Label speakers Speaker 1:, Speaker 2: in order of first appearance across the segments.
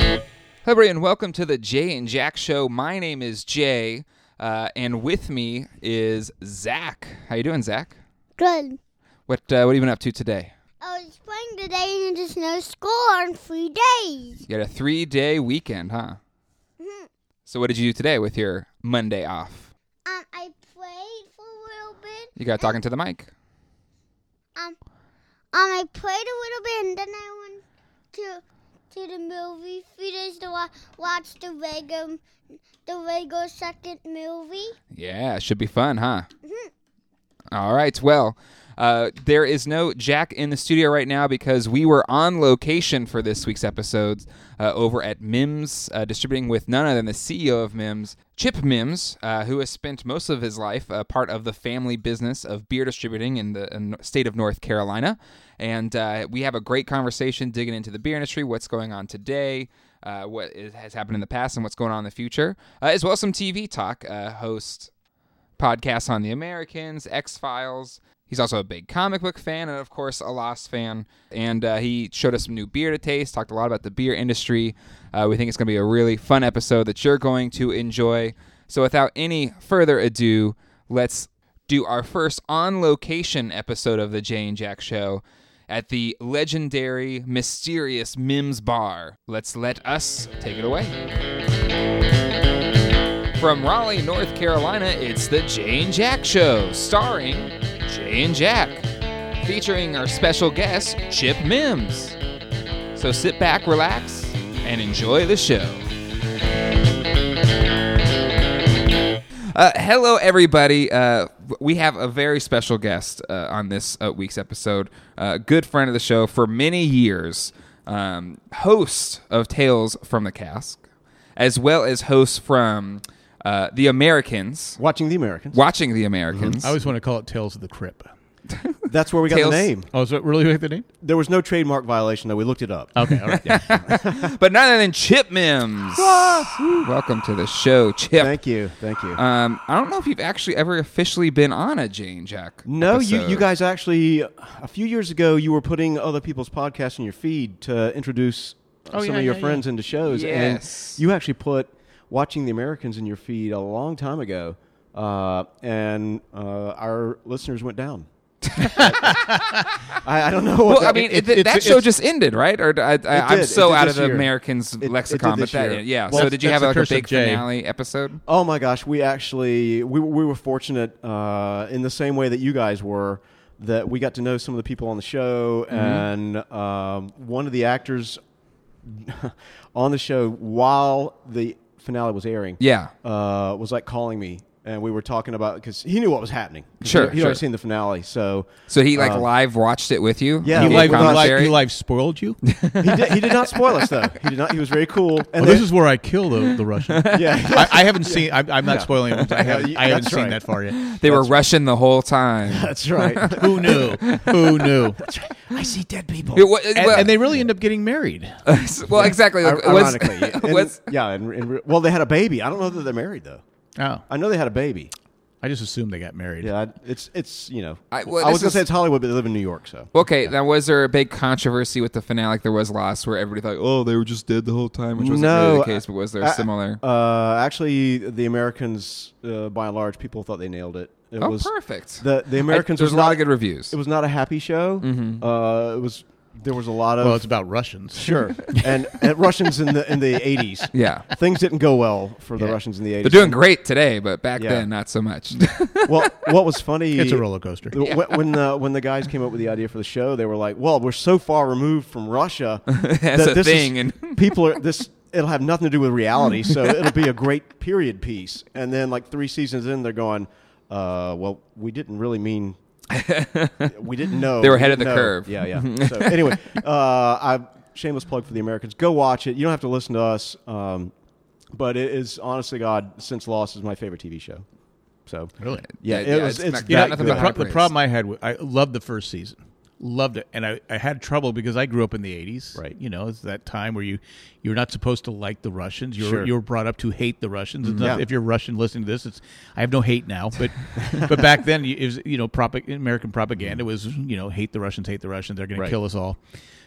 Speaker 1: Hi, everyone. Welcome to the Jay and Jack Show. My name is Jay, uh, and with me is Zach. How you doing, Zach?
Speaker 2: Good.
Speaker 1: What uh, What have you been up to today?
Speaker 2: I was playing today and there's no school on three days.
Speaker 1: You had a three day weekend, huh?
Speaker 2: Mhm.
Speaker 1: So what did you do today with your Monday off?
Speaker 2: Um, I played for a little bit.
Speaker 1: You got talking to the mic.
Speaker 2: Um, um, I played a little bit and then I went to to the movie theaters to wa- watch the Lego the Lego second movie.
Speaker 1: Yeah, should be fun, huh?
Speaker 2: Mhm.
Speaker 1: All right. Well, uh, there is no Jack in the studio right now because we were on location for this week's episode uh, over at Mims, uh, distributing with none other than the CEO of Mims, Chip Mims, uh, who has spent most of his life uh, part of the family business of beer distributing in the in the state of North Carolina. And uh, we have a great conversation digging into the beer industry, what's going on today uh, what is, has happened in the past and what's going on in the future, uh, as well as some TV talk. Uh, host podcasts on the Americans, X Files. He's also a big comic book fan and, of course, a Lost fan. And uh, he showed us some new beer to taste, talked a lot about the beer industry. Uh, we think it's going to be a really fun episode that you're going to enjoy. So, without any further ado, let's do our first on location episode of the Jay and Jack Show at the legendary, mysterious Mims Bar. Let's let us take it away. From Raleigh, North Carolina, it's the Jay and Jack Show, starring Jay and Jack, featuring our special guest, Chip Mims. So sit back, relax, and enjoy the show. Uh, hello, everybody. Uh, we have a very special guest uh, on this uh, week's episode. Uh, good friend of the show for many years, um, host of Tales from the Cask, as well as host from uh, The Americans,
Speaker 3: Watching the Americans.
Speaker 1: Watching The Americans.
Speaker 4: I always want to call it Tales of the Crypt.
Speaker 3: That's where we got
Speaker 1: Tales-
Speaker 3: the name.
Speaker 4: Oh, is that really what the name?
Speaker 3: There was no trademark violation, though. We looked it up.
Speaker 4: Okay, all right. Yeah.
Speaker 1: but none other than Chip Mims. Welcome to the show, Chip.
Speaker 3: Ah. Thank you. Thank you.
Speaker 1: Um, I don't know if you've actually ever officially been on a Jane Jack.
Speaker 3: no, you,
Speaker 1: episode.
Speaker 3: you guys actually, a few years ago, you were putting other people's podcasts in your feed to introduce
Speaker 4: Oh,
Speaker 3: some
Speaker 4: yeah,
Speaker 3: of your
Speaker 4: yeah,
Speaker 3: friends into shows.
Speaker 1: Yes.
Speaker 3: And you actually put Watching the Americans in your feed a long time ago. Uh, and uh, our listeners went down. I, I don't know what
Speaker 1: Well, I
Speaker 3: that-
Speaker 1: mean,
Speaker 4: it-
Speaker 1: th-
Speaker 4: it's-
Speaker 1: that
Speaker 4: it's-
Speaker 1: show just ended, right? Or I, I, I'm
Speaker 3: did. It
Speaker 1: so
Speaker 3: did
Speaker 1: out of
Speaker 3: this
Speaker 1: the
Speaker 3: year.
Speaker 1: Americans
Speaker 3: It- it
Speaker 1: lexicon,
Speaker 3: did
Speaker 1: but
Speaker 3: this
Speaker 1: that
Speaker 3: year.
Speaker 1: yeah.
Speaker 4: Well,
Speaker 1: so did you have
Speaker 4: that's the
Speaker 1: like a
Speaker 4: curse of
Speaker 1: big
Speaker 4: Jay.
Speaker 1: finale episode?
Speaker 3: Oh my gosh, we actually we, we were fortunate uh, in the same way that you guys were that we got to know some of the people on the show,
Speaker 1: Mm-hmm.
Speaker 3: and um, one of the actors on the show while the finale was airing,
Speaker 1: Yeah.
Speaker 3: uh, was like calling me, and we were talking about because he knew what was happening.
Speaker 1: Sure,
Speaker 3: he, would
Speaker 1: sure.
Speaker 3: already seen the finale, so
Speaker 1: So he like
Speaker 3: Uh,
Speaker 1: live watched it with you.
Speaker 3: Yeah,
Speaker 4: He
Speaker 1: Gave
Speaker 3: like-
Speaker 4: live, he,
Speaker 1: commentary?
Speaker 4: live, he live spoiled you? Well,
Speaker 3: he did, he did not spoil us though. He did not. He was very cool. And
Speaker 4: this
Speaker 3: then-
Speaker 4: is where I kill the, the Russian.
Speaker 3: yeah.
Speaker 4: I, I haven't seen, I'm, I'm not spoiling it. I haven't,
Speaker 3: you-
Speaker 4: I haven't
Speaker 3: that's
Speaker 4: seen
Speaker 3: right.
Speaker 4: that far yet.
Speaker 1: they were rushing the whole time.
Speaker 3: That's right.
Speaker 4: Who knew? Who knew?
Speaker 3: I see dead people.
Speaker 1: It wa- it-
Speaker 4: And,
Speaker 1: well,
Speaker 4: and they really end up getting married.
Speaker 3: Uh,
Speaker 1: well, exactly. Like,
Speaker 3: Ir-
Speaker 1: was-
Speaker 3: ironically, and-
Speaker 1: was-
Speaker 3: yeah, and, and re- well, they had a baby. I don't know that they're married though.
Speaker 4: Oh,
Speaker 3: I know they had a baby.
Speaker 4: I just assumed they got married.
Speaker 3: Yeah, I- it's it's you know,
Speaker 1: I-
Speaker 3: I,
Speaker 1: well, this
Speaker 3: was gonna
Speaker 1: is-
Speaker 3: say it's Hollywood, but they live in New York, so
Speaker 1: Okay, now was there a big controversy with the finale like there was Lost where everybody thought, oh, they were just dead the whole time, which wasn't really the case, but was there a
Speaker 3: I-
Speaker 1: similar?
Speaker 3: Uh, actually, the Americans, uh, by and large, people thought they nailed it. It
Speaker 1: oh,
Speaker 3: was
Speaker 1: perfect.
Speaker 3: the the Americans
Speaker 1: I, there's a
Speaker 3: was
Speaker 1: lot
Speaker 3: not-
Speaker 1: of good reviews. Mm-hmm.
Speaker 3: It was not a happy show. Uh, it was there was a lot of
Speaker 4: Well, it's about Russians.
Speaker 3: sure and, and Russians in the in the eighties.
Speaker 1: yeah.
Speaker 3: Things didn't go well for the
Speaker 4: Yeah.
Speaker 3: Russians in the
Speaker 1: They're
Speaker 3: eighties.
Speaker 1: doing great today, but back
Speaker 3: Yeah.
Speaker 1: then, not so much.
Speaker 3: well. What was funny?
Speaker 4: It's a roller coaster.
Speaker 3: The- wh- When the when the guys came up with the idea for the show, they were like, "Well, we're so far removed from Russia
Speaker 1: As
Speaker 3: that
Speaker 1: a
Speaker 3: this
Speaker 1: thing,
Speaker 3: is-
Speaker 1: and-
Speaker 3: people are this. It'll have nothing to do with reality, so it'll be a great period piece." And then, like three seasons in, they're going, uh, "Well, we didn't really mean." we didn't know
Speaker 1: They were
Speaker 3: We
Speaker 1: ahead of
Speaker 3: didn't
Speaker 1: the
Speaker 3: know."
Speaker 1: curve.
Speaker 3: Yeah, yeah. so anyway, uh, I shameless plug for the Americans. Go watch it. You don't have to listen to us, um, but it is honestly, God, since Lost is my favorite TV show. So
Speaker 4: Really?
Speaker 1: Yeah,
Speaker 3: yeah, it
Speaker 1: yeah,
Speaker 3: was,
Speaker 1: it's
Speaker 3: it's
Speaker 1: not-
Speaker 4: You
Speaker 1: Yeah,
Speaker 4: know,
Speaker 3: that
Speaker 4: the,
Speaker 1: nothing but
Speaker 3: good.
Speaker 4: pro-
Speaker 1: high
Speaker 4: the
Speaker 1: praise.
Speaker 4: problem I had, wa- I loved the first season, loved it, and I, I had trouble because I grew up in the '80s.
Speaker 3: Right.
Speaker 4: you know, it's that time where you you're not supposed to like the Russians. You're
Speaker 3: Sure. Mm-hmm.
Speaker 4: you're brought up to hate the Russians. It's not-
Speaker 3: Yeah.
Speaker 4: If you're Russian listening to this, it's I have no hate now, but but back then you- it was you know prop- American propaganda was you know hate the Russians, hate the Russians. They're going
Speaker 3: Mm-hmm. Right.
Speaker 4: to kill us all.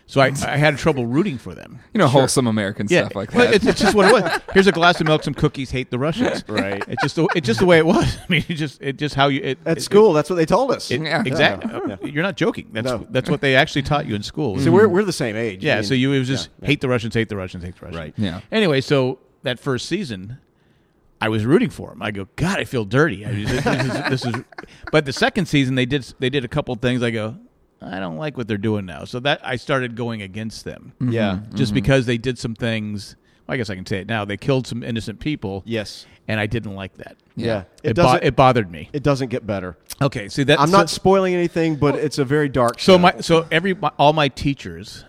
Speaker 4: So I, I had trouble rooting for them.
Speaker 1: You know, wholesome American stuff like
Speaker 4: Well,
Speaker 1: that.
Speaker 4: It's, it's just what it was. Here's a glass of milk, some cookies. Hate the Russians.
Speaker 3: Right.
Speaker 4: It's just the, it's just the way it was. I mean, it just it just how you it,
Speaker 3: At
Speaker 4: it-
Speaker 3: school, that's what they told us.
Speaker 4: it-
Speaker 1: Yeah.
Speaker 4: Exactly.
Speaker 3: Yeah.
Speaker 4: You're not joking. That's
Speaker 3: No.
Speaker 4: that's what they actually taught you in school.
Speaker 3: so we're, we're the same age.
Speaker 4: yeah.
Speaker 3: I mean,
Speaker 4: so you it was just
Speaker 3: yeah, yeah.
Speaker 4: hate the Russians, hate the Russians, hate the Russians.
Speaker 3: Right.
Speaker 1: Yeah.
Speaker 4: Anyway, so that first season, I was rooting for him. I go, God, I feel dirty. I just, this, is, this is. But the second season, they did they did a couple things. I go, I don't like what they're doing now. So that I started going against them.
Speaker 3: Yeah.
Speaker 1: Mm-hmm.
Speaker 4: Just because they did some things. Well, I guess I can say it now. They killed some innocent people.
Speaker 3: Yes.
Speaker 4: And I didn't like that.
Speaker 3: Yeah.
Speaker 4: It,
Speaker 3: It,
Speaker 4: bo-
Speaker 3: doesn't.
Speaker 4: it bothered me.
Speaker 3: it doesn't get better.
Speaker 4: Okay, see that
Speaker 3: I'm
Speaker 4: so-
Speaker 3: not spoiling anything, but it's a very dark.
Speaker 4: So
Speaker 3: show.
Speaker 4: my so every my, all my teachers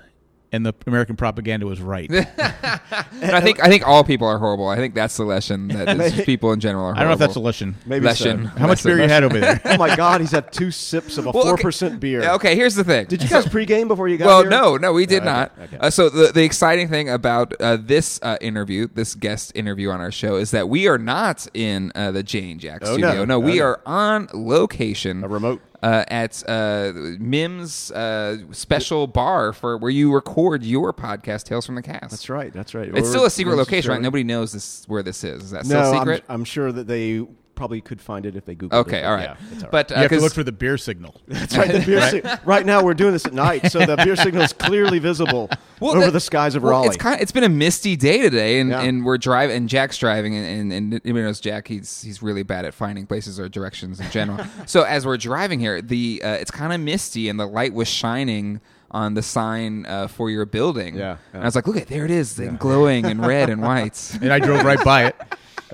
Speaker 4: and the American propaganda was right. I
Speaker 1: And I think I think all people are horrible. I think that's the lesson that is just people in general are
Speaker 4: don't know
Speaker 1: horrible.
Speaker 4: if that's a lesson.
Speaker 3: Maybe
Speaker 1: lesson.
Speaker 3: so.
Speaker 4: How much
Speaker 1: Lesson.
Speaker 4: beer you had over there?
Speaker 3: Oh my God, he's had two sips of a
Speaker 1: Well,
Speaker 3: four
Speaker 1: okay.
Speaker 3: percent beer.
Speaker 1: Yeah, Okay, here's the thing.
Speaker 3: Did you guys pregame before you got
Speaker 1: well,
Speaker 3: here?
Speaker 1: no,
Speaker 3: Oh,
Speaker 1: no, we did not.
Speaker 3: okay.
Speaker 1: Uh, so the the exciting thing about uh, this uh, interview, this guest interview on our show, is that we are not in uh, the Jane Jack
Speaker 3: Oh,
Speaker 1: studio.
Speaker 3: no.
Speaker 1: No, we
Speaker 3: Oh, no.
Speaker 1: are on location,
Speaker 3: A remote.
Speaker 1: uh, at uh, Mim's uh, special bar for where you record your podcast, Tales from the Cast.
Speaker 3: That's right. That's right.
Speaker 1: It's
Speaker 3: We're-
Speaker 1: still a secret
Speaker 3: we're
Speaker 1: location, right?
Speaker 3: showing-
Speaker 1: Nobody knows this where this is. Is that
Speaker 3: No,
Speaker 1: still
Speaker 3: I'm-
Speaker 1: secret?
Speaker 3: I'm, sure that they probably could find it if they Googled it.
Speaker 1: okay, all right.
Speaker 3: Yeah, it's all right.
Speaker 1: But
Speaker 4: You
Speaker 1: uh,
Speaker 4: have to
Speaker 1: 'cause-
Speaker 4: look for the beer signal.
Speaker 3: That's right. The beer sig- right now, we're doing this at night, so the beer signal is clearly visible
Speaker 1: Well,
Speaker 3: over
Speaker 1: that-
Speaker 3: the skies of
Speaker 1: well,
Speaker 3: Raleigh.
Speaker 1: It's kind it's been a misty day today, and,
Speaker 3: Yeah.
Speaker 1: and we're driving, and Jack's driving, and, and, and everybody knows Jack. He's he's really bad at finding places or directions in general. so as we're driving here, the uh, it's kind of misty, and the light was shining on the sign uh, for your building.
Speaker 3: Yeah,
Speaker 1: and I
Speaker 3: yeah.
Speaker 1: was like, look at there it is, and glowing in red and white.
Speaker 4: And I drove right by it.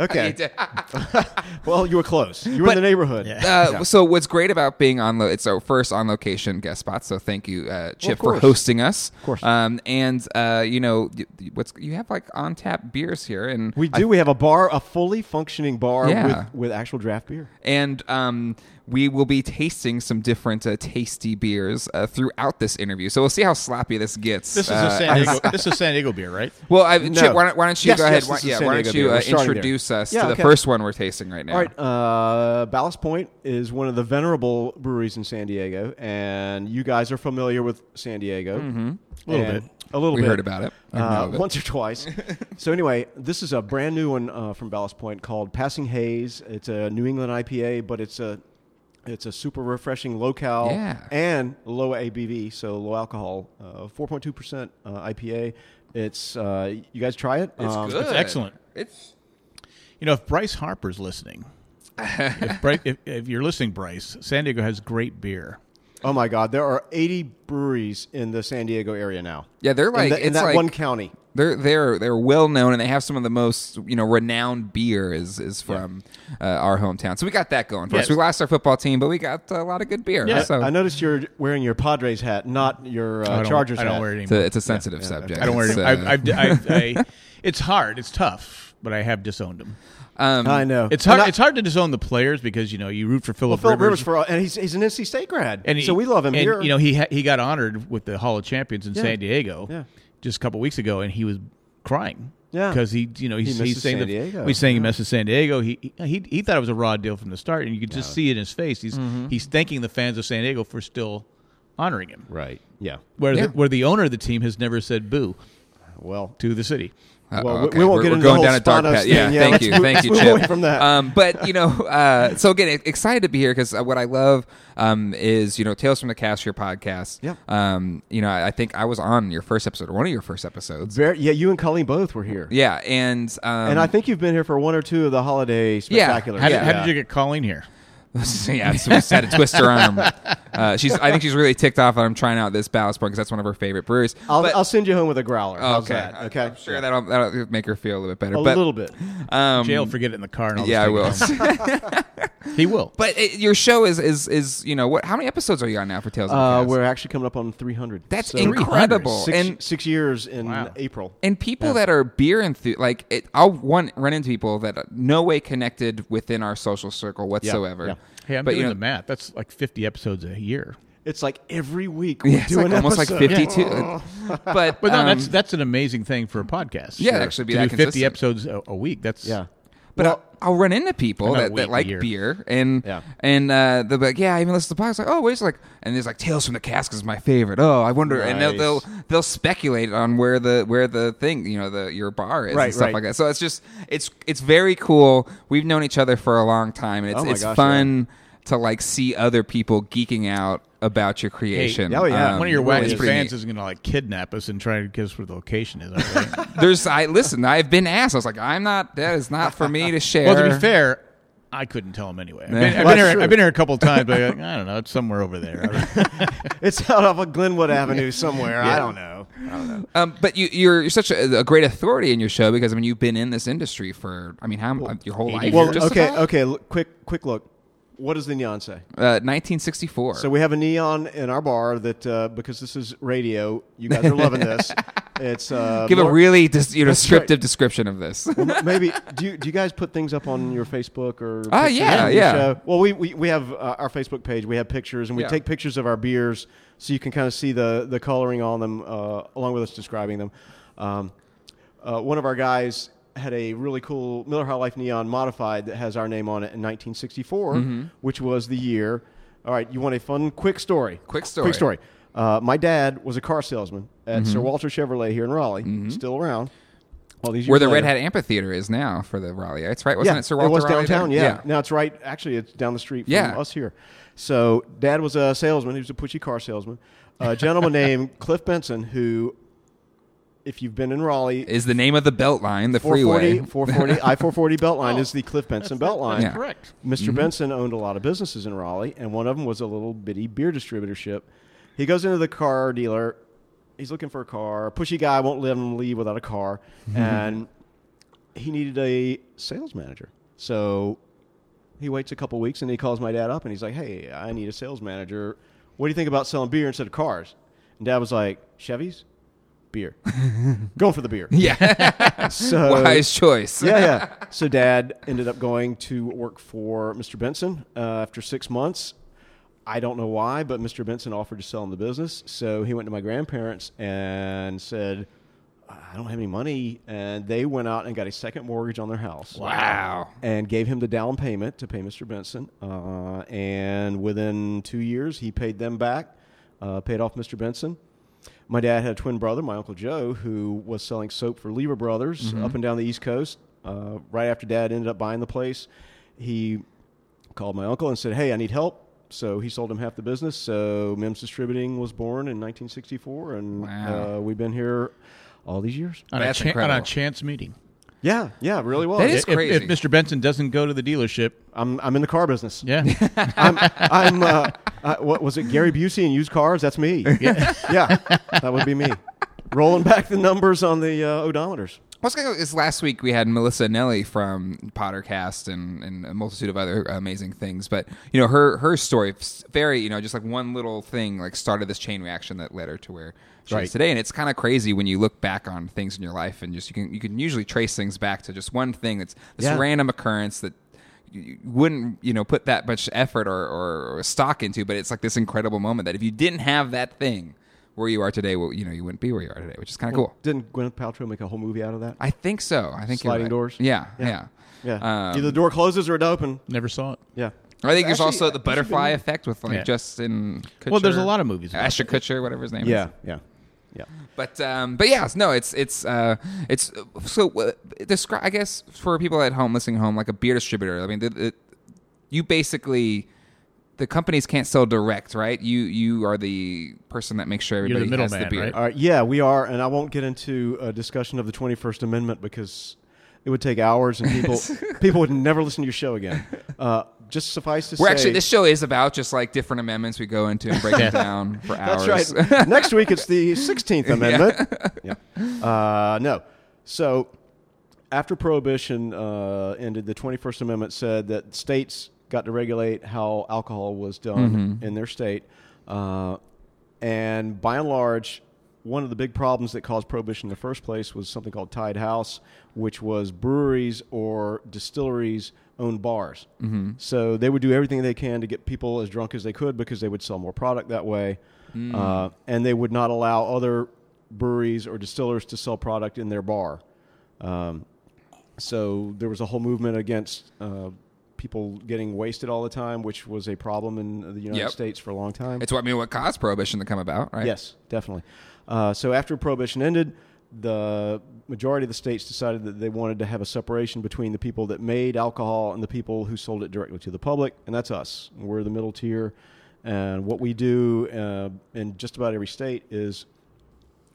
Speaker 3: okay. Well, you were close. You were in the neighborhood.
Speaker 1: Uh, So what's great about being on lo- it's our first on location guest spot. So thank you, uh, Chip, for
Speaker 3: course.
Speaker 1: hosting us. Of
Speaker 3: course.
Speaker 1: Um, and uh, you know y- y- what's you have like on tap beers here, and
Speaker 3: We do. we have a bar, a fully functioning bar
Speaker 1: Yeah.
Speaker 3: with, with actual draft beer.
Speaker 1: and um, we will be tasting some different uh, tasty beers uh, throughout this interview. So we'll see how sloppy this gets.
Speaker 4: This is
Speaker 1: Uh,
Speaker 4: a San Diego. this is San Diego beer, right?
Speaker 1: well, I,
Speaker 3: No.
Speaker 1: Chip, why don't, why don't you
Speaker 3: Yes,
Speaker 1: go ahead?
Speaker 3: yes,
Speaker 1: why,
Speaker 3: this is
Speaker 1: yeah,
Speaker 3: San
Speaker 1: why
Speaker 3: Diego
Speaker 1: don't you
Speaker 3: beer.
Speaker 1: uh,
Speaker 3: We're starting there.
Speaker 1: introduce us
Speaker 3: Yeah,
Speaker 1: to the
Speaker 3: okay.
Speaker 1: first one we're tasting right now?
Speaker 3: All right. Uh, Ballast Point is one of the venerable breweries in San Diego, and you guys are familiar with San Diego. Mm-hmm. A
Speaker 4: Little bit.
Speaker 3: A little
Speaker 1: We
Speaker 3: bit.
Speaker 1: heard about it. We know
Speaker 3: Uh,
Speaker 1: of it.
Speaker 3: once or twice. so anyway, this is a brand new one uh, from Ballast Point called Passing Haze. It's a New England IPA, but it's a it's a super refreshing low cal
Speaker 1: Yeah.
Speaker 3: and low ABV, so low alcohol, uh, four point two percent uh, IPA. It's uh, you guys try it.
Speaker 1: It's
Speaker 3: Um,
Speaker 1: good.
Speaker 4: excellent.
Speaker 1: It's
Speaker 4: You know, if Bryce Harper's listening, if, Bryce, if, if you're listening, Bryce, San Diego has great beer.
Speaker 3: Oh my God, there are eighty breweries in the San Diego area now.
Speaker 1: yeah, they're like
Speaker 3: in, the- in
Speaker 1: it's
Speaker 3: that
Speaker 1: like,
Speaker 3: one county.
Speaker 1: they're they're they're well known and they have some of the most you know renowned beer is is from uh, our hometown. So we got that going for us.
Speaker 4: Yes.
Speaker 1: We lost our football team, but we got a lot of good beer.
Speaker 4: Yeah.
Speaker 1: So
Speaker 3: I noticed you're wearing your Padres hat, not your
Speaker 4: I
Speaker 3: uh,
Speaker 4: don't-
Speaker 3: Chargers
Speaker 4: I don't
Speaker 3: hat.
Speaker 4: wear it
Speaker 1: it's a,
Speaker 4: anymore.
Speaker 1: it's a sensitive subject.
Speaker 4: I don't wear it.
Speaker 1: It's,
Speaker 4: Anymore.
Speaker 1: uh,
Speaker 4: I, I've, I've, I, it's hard. It's tough. But I have disowned him.
Speaker 1: um,
Speaker 3: I know
Speaker 4: It's hard.
Speaker 3: And I-
Speaker 4: it's hard to disown the players because you know you root for Philip,
Speaker 3: Philip Rivers,
Speaker 4: Rivers
Speaker 3: for all, and he's, he's an NC State grad,
Speaker 4: and
Speaker 3: so
Speaker 4: he-
Speaker 3: we love him
Speaker 4: and,
Speaker 3: here.
Speaker 4: You know, he ha- he got honored with the Hall of Champions in
Speaker 3: Yeah.
Speaker 4: San Diego
Speaker 3: Yeah.
Speaker 4: just a couple weeks ago, and he was crying.
Speaker 3: Yeah.
Speaker 4: because he, you know, he's,
Speaker 3: He
Speaker 4: he's
Speaker 3: misses
Speaker 4: saying
Speaker 3: San
Speaker 4: the-
Speaker 3: Diego.
Speaker 4: he's saying he misses San Diego. He he he thought it was a raw deal from the start, and you could just see it in his face. He's
Speaker 3: Mm-hmm.
Speaker 4: he's thanking the fans of San Diego for still honoring him.
Speaker 3: right? Yeah.
Speaker 4: Where
Speaker 1: Yeah.
Speaker 4: the, where the owner of the team has never said boo
Speaker 3: Well,
Speaker 4: to the city.
Speaker 1: Uh,
Speaker 3: Well, we-
Speaker 1: okay.
Speaker 3: we won't
Speaker 1: We're-
Speaker 3: get
Speaker 1: we're
Speaker 3: into
Speaker 1: going
Speaker 3: the whole
Speaker 1: down a dark
Speaker 3: Spanos
Speaker 1: path.
Speaker 3: thing.
Speaker 1: Yeah,
Speaker 3: Yeah,
Speaker 1: thank
Speaker 3: let's
Speaker 1: you,
Speaker 3: move-
Speaker 1: thank
Speaker 3: let's
Speaker 1: you,
Speaker 3: move
Speaker 1: Chip.
Speaker 3: away from that.
Speaker 1: Um, but you know, uh, so again, e- excited to be here because what I love um, is you know Tales from the Cast, your podcast.
Speaker 3: Yeah.
Speaker 1: Um, you know, I, I think I was on your first episode, or one of your first episodes.
Speaker 3: very, yeah, you and Colleen both were here,
Speaker 1: Yeah, and um,
Speaker 3: and I think you've been here for one or two of the holiday spectaculars.
Speaker 4: How,
Speaker 1: Yeah.
Speaker 4: did, how did you get Colleen here?
Speaker 1: yeah, so we just had to twist her arm. Uh, she's, I think she's really ticked off that I'm trying out this Ballast Point because that's one of her favorite breweries.
Speaker 3: I'll,
Speaker 1: But-
Speaker 3: I'll send you home with a growler. How's
Speaker 1: okay,
Speaker 3: that? Okay,
Speaker 1: I'm sure that'll, that'll make her feel a little bit better.
Speaker 3: a
Speaker 1: but,
Speaker 3: little bit.
Speaker 1: Um,
Speaker 4: Jay will forget it in the car. And I'll
Speaker 1: yeah, I will.
Speaker 4: just take it home. he will.
Speaker 1: but it, your show is is is you know what? How many episodes are you on now for Tales? of the
Speaker 3: Uh,
Speaker 1: Cast?
Speaker 3: we're actually coming up on three hundred.
Speaker 1: That's incredible.
Speaker 3: Six,
Speaker 1: and
Speaker 3: six years in
Speaker 4: Wow.
Speaker 3: April.
Speaker 1: and people that are beer enthusiasts, like it, I'll one run into people that are no way connected within our social circle whatsoever.
Speaker 3: yeah.
Speaker 4: Hey, I'm
Speaker 1: but
Speaker 4: doing
Speaker 1: you know,
Speaker 4: the math. That's like 50 episodes a year.
Speaker 3: It's like every week.
Speaker 1: yeah,
Speaker 3: we
Speaker 1: it's
Speaker 3: do
Speaker 1: like
Speaker 3: an
Speaker 1: almost
Speaker 3: episode.
Speaker 1: like fifty-two. but
Speaker 4: But no,
Speaker 1: um,
Speaker 4: that's that's an amazing thing for a podcast.
Speaker 1: Yeah, it'd actually be
Speaker 4: to
Speaker 1: that
Speaker 4: do 50
Speaker 1: consistent.
Speaker 4: episodes a, a week. That's
Speaker 3: Yeah.
Speaker 1: but
Speaker 3: Well-
Speaker 1: I'll, I'll run into people
Speaker 4: I know,
Speaker 1: that,
Speaker 4: wheat
Speaker 1: that like beer.
Speaker 4: beer.
Speaker 1: and
Speaker 3: Yeah.
Speaker 1: and uh, they'll be like, yeah, I even listen to the podcast. Like, oh, wait, it's like, and there's like Tales from the Cask is my favorite. Oh, I wonder, and they'll,
Speaker 3: Nice.
Speaker 1: they'll they'll speculate on where the where the thing you know the your bar is
Speaker 3: Right,
Speaker 1: and stuff
Speaker 3: right.
Speaker 1: like that. So it's just it's it's very cool. We've known each other for a long time, and it's
Speaker 3: Oh my
Speaker 1: it's
Speaker 3: gosh,
Speaker 1: fun to like see other people geeking out about your creation.
Speaker 3: oh, yeah.
Speaker 4: One of your
Speaker 1: really,
Speaker 4: wacky
Speaker 1: Um, it's pretty
Speaker 4: fans
Speaker 1: neat.
Speaker 4: is going to like kidnap us and try to get us where the location is. I think.
Speaker 1: There's I listen. I've been asked. I was like, I'm not. That is not for me to share.
Speaker 4: Well, to be fair, I couldn't tell him anyway. I've been, I've
Speaker 1: Well,
Speaker 4: been
Speaker 3: that's
Speaker 4: here,
Speaker 3: true.
Speaker 4: I've been here a couple of times, but like, I don't know. It's somewhere over there.
Speaker 3: It's out off of Glenwood Avenue somewhere. I don't know. I don't know.
Speaker 1: Um, but you, you're, you're such a, a great authority in your show because I mean you've been in this industry for I mean how your whole life.
Speaker 3: Well,
Speaker 1: Just uh,
Speaker 3: okay,
Speaker 1: about.
Speaker 3: okay. Look, quick, quick look. What does the neon say?
Speaker 1: Uh, 1964.
Speaker 3: So we have a neon in our bar that uh, because this is radio, you guys are loving this. It's uh,
Speaker 1: give a
Speaker 3: Lord-
Speaker 1: really dis- you know,
Speaker 3: That's right.
Speaker 1: descriptive description of this.
Speaker 3: Well, m- maybe do you, do you guys put things up on your Facebook or?
Speaker 1: Ah,
Speaker 3: pictures
Speaker 1: yeah,
Speaker 3: on your
Speaker 1: yeah.
Speaker 3: show? Well, we we, we have uh, our Facebook page. We have pictures, and we
Speaker 1: Yeah.
Speaker 3: take pictures of our beers, so you can kind of see the the coloring on them, uh, along with us describing them. Um, uh, one of our guys had a really cool Miller High Life neon modified that has our name on it in 1964,
Speaker 1: Mm-hmm.
Speaker 3: which was the year. All right, you want a fun, quick story?
Speaker 1: Quick story. Mm-hmm.
Speaker 3: Quick story. Uh, my dad was a car salesman at Sir Walter Chevrolet here in Raleigh, still around. All these years
Speaker 1: Where the
Speaker 3: later.
Speaker 1: Red Hat Amphitheater is now for the Raleighs, right? Wasn't it Sir Walter
Speaker 3: was
Speaker 1: Raleigh
Speaker 3: downtown.
Speaker 1: there?
Speaker 3: Yeah. now it's right. Actually, it's down the street from
Speaker 1: Yeah.
Speaker 3: us here. So dad was a salesman. He was a pushy car salesman. A gentleman named Cliff Benson, who, if you've been in Raleigh,
Speaker 1: Is the name of the belt line the
Speaker 3: 440,
Speaker 1: freeway?
Speaker 3: 440 I 440 Beltline
Speaker 4: Oh,
Speaker 3: is the Cliff Benson Beltline.
Speaker 1: Yeah.
Speaker 4: correct.
Speaker 3: Mr. Benson owned a lot of businesses in Raleigh, and one of them was a little bitty beer distributorship. He goes into the car dealer. He's looking for a car. A pushy guy won't let him leave without a car, and he needed a sales manager. So he waits a couple weeks and he calls my dad up and he's like, "Hey, I need a sales manager. What do you think about selling beer instead of cars?" And dad was like, "Chevys, beer. Going for the beer."
Speaker 1: Yeah,
Speaker 3: So
Speaker 1: wise choice.
Speaker 3: Uh, yeah, yeah. So dad ended up going to work for Mr. Benson uh, after six months. I don't know why, but Mr. Benson offered to sell him the business. So he went to my grandparents and said, I don't have any money. And they went out and got a second mortgage on their house
Speaker 1: Wow.
Speaker 3: and gave him the down payment to pay Mr. Benson. Uh, and within two years, he paid them back, uh, paid off Mr. Benson. My dad had a twin brother, my Uncle Joe, who was selling soap for Lever Brothers up and down the East Coast. Uh, right after dad ended up buying the place, he called my uncle and said, Hey, I need help. So he sold him half the business. So Mims Distributing was born in 1964, and
Speaker 1: Wow.
Speaker 3: uh, we've been here all these years.
Speaker 4: On a,
Speaker 1: That's
Speaker 4: chan- on a
Speaker 1: incredible.
Speaker 4: chance meeting.
Speaker 3: Yeah, yeah, really was.
Speaker 1: That is-
Speaker 4: if,
Speaker 1: crazy.
Speaker 4: if Mr. Benson doesn't go to the dealership,
Speaker 3: I'm, I'm in the car business.
Speaker 4: yeah,
Speaker 3: I'm, I'm uh, uh, what was it? Gary Busey and used cars. That's me. Yeah, that would be me. Rolling back the numbers on the uh, odometers.
Speaker 1: What's going on is last week we had Melissa Nelly from Pottercast and, and a multitude of other amazing things. But, you know, her her story, s- very, you know, just like one little thing, like started this chain reaction that led her to where she
Speaker 3: Right.
Speaker 1: is today. And it's kind of crazy when you look back on things in your life and just you can you can usually trace things back to just one thing that's this
Speaker 3: Yeah.
Speaker 1: random occurrence that you you wouldn't you know put that much effort or, or, or stock into but it's like this incredible moment that if you didn't have that thing where you are today well you know you wouldn't be where you are today which is kind of cool
Speaker 3: Didn't Gwyneth Paltrow make a whole movie out of that?
Speaker 1: I think so. I think you're
Speaker 3: Sliding
Speaker 1: right.
Speaker 3: doors?
Speaker 1: Yeah, yeah.
Speaker 3: Yeah. Yeah.
Speaker 1: Um,
Speaker 3: Either the door closes or it open.
Speaker 4: never saw it.
Speaker 3: Yeah.
Speaker 1: I think there's
Speaker 3: Actually,
Speaker 1: also the
Speaker 3: that should
Speaker 1: butterfly
Speaker 3: be-
Speaker 1: effect with like
Speaker 4: Yeah.
Speaker 1: Justin. Kutcher,
Speaker 4: Well, there's a lot of movies about
Speaker 1: Asher Kutcher, whatever his name
Speaker 3: Yeah.
Speaker 1: is.
Speaker 3: Yeah. Yeah.
Speaker 1: But um, but yeah, no, it's it's uh, it's so uh, describe. I guess for people at home listening at home, like a beer distributor. I mean, the, the, you basically the companies can't sell direct, right? You you are the person that makes sure
Speaker 4: the
Speaker 1: everybody has the
Speaker 4: middleman,
Speaker 1: beer.
Speaker 4: right?
Speaker 3: All right. Yeah, we are, and I won't get into a discussion of the Twenty First Amendment because it would take hours, and people people would never listen to your show again. Uh, just suffice to
Speaker 1: We're
Speaker 3: say,
Speaker 1: actually this show is about just like different amendments we go into and break them down for hours.
Speaker 3: That's right. Next week it's the 16th Amendment. Yeah. Uh, no. So after Prohibition uh, ended, the 21st Amendment said that states got to regulate how alcohol was done in their state. Uh, and by and large, one of the big problems that caused prohibition in the first place was something called tied house, which was breweries or distilleries owned bars. Mm-hmm. So they would do everything they can to get people as drunk as they could because they would sell more product that way, uh, and they would not allow other breweries or distillers to sell product in their bar. Um, so there was a whole movement against uh, people getting wasted all the time, which was a problem in the United
Speaker 1: Yep.
Speaker 3: States for a long time.
Speaker 1: It's what I mean. What caused prohibition to come about, right?
Speaker 3: Yes, definitely. Uh, so after prohibition ended, the majority of the states decided that they wanted to have a separation between the people that made alcohol and the people who sold it directly to the public, and that's us. We're the middle tier, and what we do uh, in just about every state is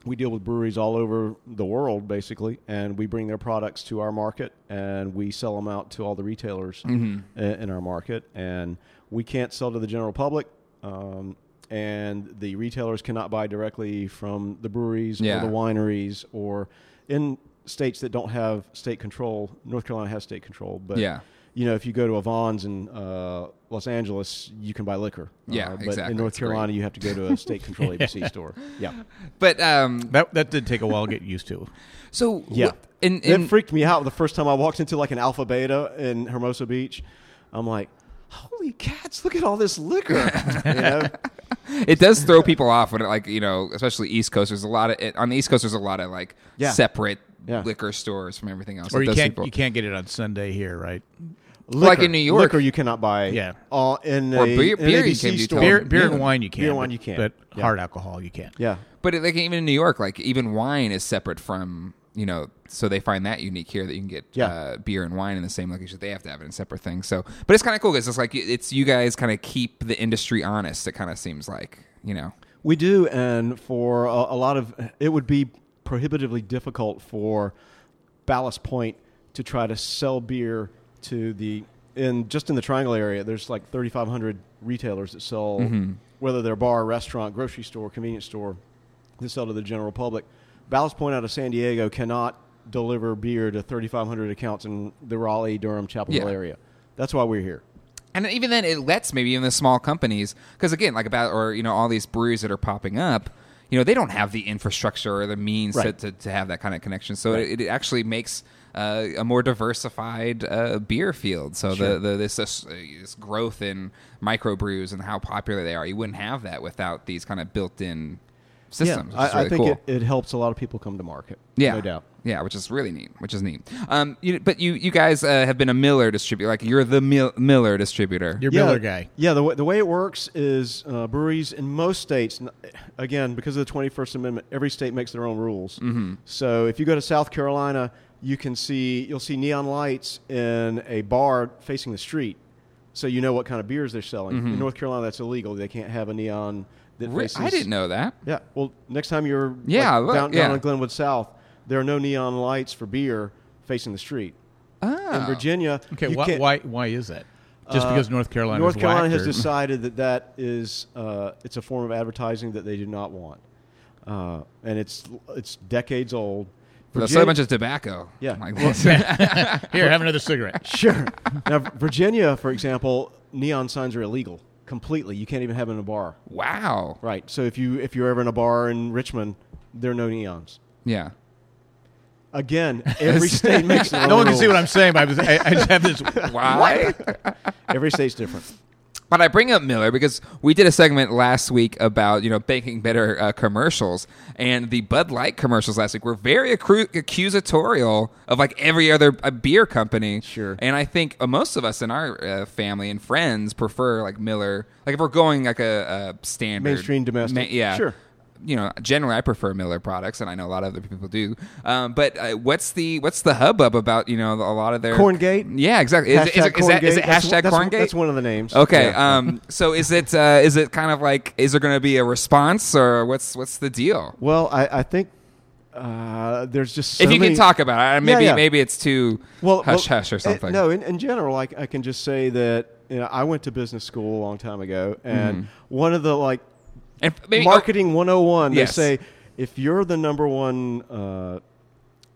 Speaker 3: we deal with breweries all over the world basically and we bring their products to our market and we sell them out to all the retailers
Speaker 1: Mm-hmm.
Speaker 3: i- in our market and we can't sell to the general public um, and the retailers cannot buy directly from the breweries
Speaker 1: Yeah.
Speaker 3: or the wineries or in states that don't have state control north carolina has state control but
Speaker 1: Yeah.
Speaker 3: you know if you go to avon's in uh, los angeles you can buy liquor
Speaker 1: Yeah,
Speaker 3: Uh, but
Speaker 1: exactly.
Speaker 3: in north
Speaker 1: It's great.
Speaker 3: carolina you have to go to a state control abc store yeah
Speaker 1: But um,
Speaker 4: That that did take a while to get used to.
Speaker 1: so
Speaker 3: Yeah.
Speaker 1: what- in,
Speaker 3: it
Speaker 1: in
Speaker 3: freaked me out the first time I walked into like an Alpha Beta in Hermosa Beach. I'm like, holy cats, look at all this liquor. you know?
Speaker 1: it does throw people off when it, like you know, especially East Coast. There's a lot of it, on the East Coast. There's a lot of like
Speaker 3: Yeah.
Speaker 1: separate
Speaker 3: Yeah.
Speaker 1: liquor stores from everything else.
Speaker 4: Or
Speaker 1: It
Speaker 4: you
Speaker 1: does
Speaker 4: can't
Speaker 1: people-
Speaker 4: you can't get it on Sunday here, right?
Speaker 1: Like
Speaker 3: Liquor.
Speaker 1: in New York.
Speaker 3: Liquor you cannot buy
Speaker 4: Yeah.
Speaker 3: all in
Speaker 1: Or
Speaker 3: a,
Speaker 1: beer-
Speaker 3: in an
Speaker 1: beer you
Speaker 3: ABC
Speaker 1: can do
Speaker 3: store.
Speaker 1: totally.
Speaker 4: Beer, beer and wine you can.
Speaker 3: Beer and wine
Speaker 4: but-
Speaker 3: you can.
Speaker 4: But
Speaker 3: Yeah.
Speaker 4: hard alcohol you can't.
Speaker 3: Yeah.
Speaker 1: But it, like even in New York, like even wine is separate from you know. So they find that unique here that you can get
Speaker 3: Yeah.
Speaker 1: uh, beer and wine in the same location. They have to have it in separate things. So, but it's kind of cool because it's like it's you guys kind of keep the industry honest. It kind of seems like you know.
Speaker 3: We do, and for a, a lot of it would be prohibitively difficult for Ballast Point to try to sell beer to the in just in the Triangle area. There's like 3,500 retailers that sell
Speaker 1: Mm-hmm.
Speaker 3: whether they're bar, restaurant, grocery store, convenience store that sell to the general public. Ballast Point out of San Diego cannot deliver beer to 3,500 accounts in the Raleigh, Durham, Chapel Hill
Speaker 1: Yeah.
Speaker 3: area. That's why we're here.
Speaker 1: And even then, it lets maybe even the small companies, because again, like about or you know all these breweries that are popping up, you know they don't have the infrastructure or the means
Speaker 3: Right.
Speaker 1: to, to, to have that kind of connection. So it, it actually makes uh, a more diversified uh, beer field. So the, the this this, uh, this growth in microbrews and how popular they are, you wouldn't have that without these kind of built-in systems.
Speaker 3: I,
Speaker 1: which is really
Speaker 3: I think
Speaker 1: cool.
Speaker 3: it, it helps a lot of people come to market.
Speaker 1: Yeah,
Speaker 3: no doubt.
Speaker 1: Yeah, which is really neat. Which is neat. Um, you, but you you guys uh, have been a Miller distributor. Like you're the Mil- Miller distributor.
Speaker 4: You're
Speaker 3: yeah,
Speaker 4: Miller guy.
Speaker 3: Yeah, the, wa- the way it works is uh, breweries in most states, n- again, because of the 21st Amendment, every state makes their own rules. Mm-hmm. So if you go to South Carolina, you can see you'll see neon lights in a bar facing the street, so you know what kind of beers they're selling. In North Carolina, that's illegal; they can't have a neon that
Speaker 1: Mm-hmm. Re-
Speaker 3: faces.
Speaker 1: I didn't know that.
Speaker 3: Yeah. Well, next time you're
Speaker 1: Yeah,
Speaker 3: like,
Speaker 1: look,
Speaker 3: down,
Speaker 1: yeah.
Speaker 3: down in Glenwood South, there are no neon lights for beer facing the street.
Speaker 1: Ah.
Speaker 3: In Virginia,
Speaker 4: Okay,
Speaker 3: you
Speaker 4: why,
Speaker 3: can't- Uh,
Speaker 4: why why is that? Just because North Carolina
Speaker 3: North
Speaker 4: is
Speaker 3: Carolina
Speaker 4: whacked
Speaker 3: has uh,
Speaker 4: or-
Speaker 3: decided that that is uh, it's a form of advertising that they do not want, uh, and it's it's decades old.
Speaker 1: There's
Speaker 3: Virgin-
Speaker 1: so much of tobacco.
Speaker 3: Yeah.
Speaker 1: Like
Speaker 3: Well,
Speaker 1: this.
Speaker 4: Here, have another cigarette.
Speaker 3: sure. now, Virginia, for example, neon signs are illegal completely. You can't even have them in a bar.
Speaker 1: wow.
Speaker 3: Right. So if you if you're ever in a bar in Richmond, there are no neons.
Speaker 1: Yeah.
Speaker 3: Again, every state makes their own
Speaker 4: No one can see what
Speaker 3: rules.
Speaker 4: I'm saying, but I, was, I, I just have this.
Speaker 1: Why?
Speaker 3: Every state's different.
Speaker 1: but I bring up Miller because we did a segment last week about you know banking better uh, commercials, and the Bud Light commercials last week were very accru- accusatorial of like every other uh, beer company.
Speaker 3: Sure.
Speaker 1: And I think uh, most of us in our uh, family and friends prefer like Miller. Like if we're going like a, a standard
Speaker 3: Mainstream domestic.
Speaker 1: yeah.
Speaker 3: Sure.
Speaker 1: you know, generally I prefer Miller products, and I know a lot of other people do. Um, but uh, what's the what's the hubbub about? You know, a lot of their
Speaker 3: Corngate?
Speaker 1: Yeah, exactly. Is, is, is,
Speaker 3: Hashtag
Speaker 1: that, is it
Speaker 3: Corngate. That's-
Speaker 1: hashtag
Speaker 3: that's-
Speaker 1: corngate?
Speaker 3: That's one of the names.
Speaker 1: Okay.
Speaker 3: Yeah.
Speaker 1: Um. So is it uh, is it kind of like is there going to be a response or what's what's the deal?
Speaker 3: Well, I, I think uh, there's just so
Speaker 1: if you
Speaker 3: many,
Speaker 1: can talk about it, I- maybe
Speaker 3: yeah.
Speaker 1: maybe it's too
Speaker 3: well,
Speaker 1: hush
Speaker 3: well,
Speaker 1: hush or
Speaker 3: it-
Speaker 1: something.
Speaker 3: no, in, in general, I, I can just say that you know, I went to business school a long time ago, and
Speaker 1: Mm-hmm.
Speaker 3: one of the like
Speaker 1: and f- maybe, oh
Speaker 3: marketing 101,
Speaker 1: Yes.
Speaker 3: they say if you're the number one uh,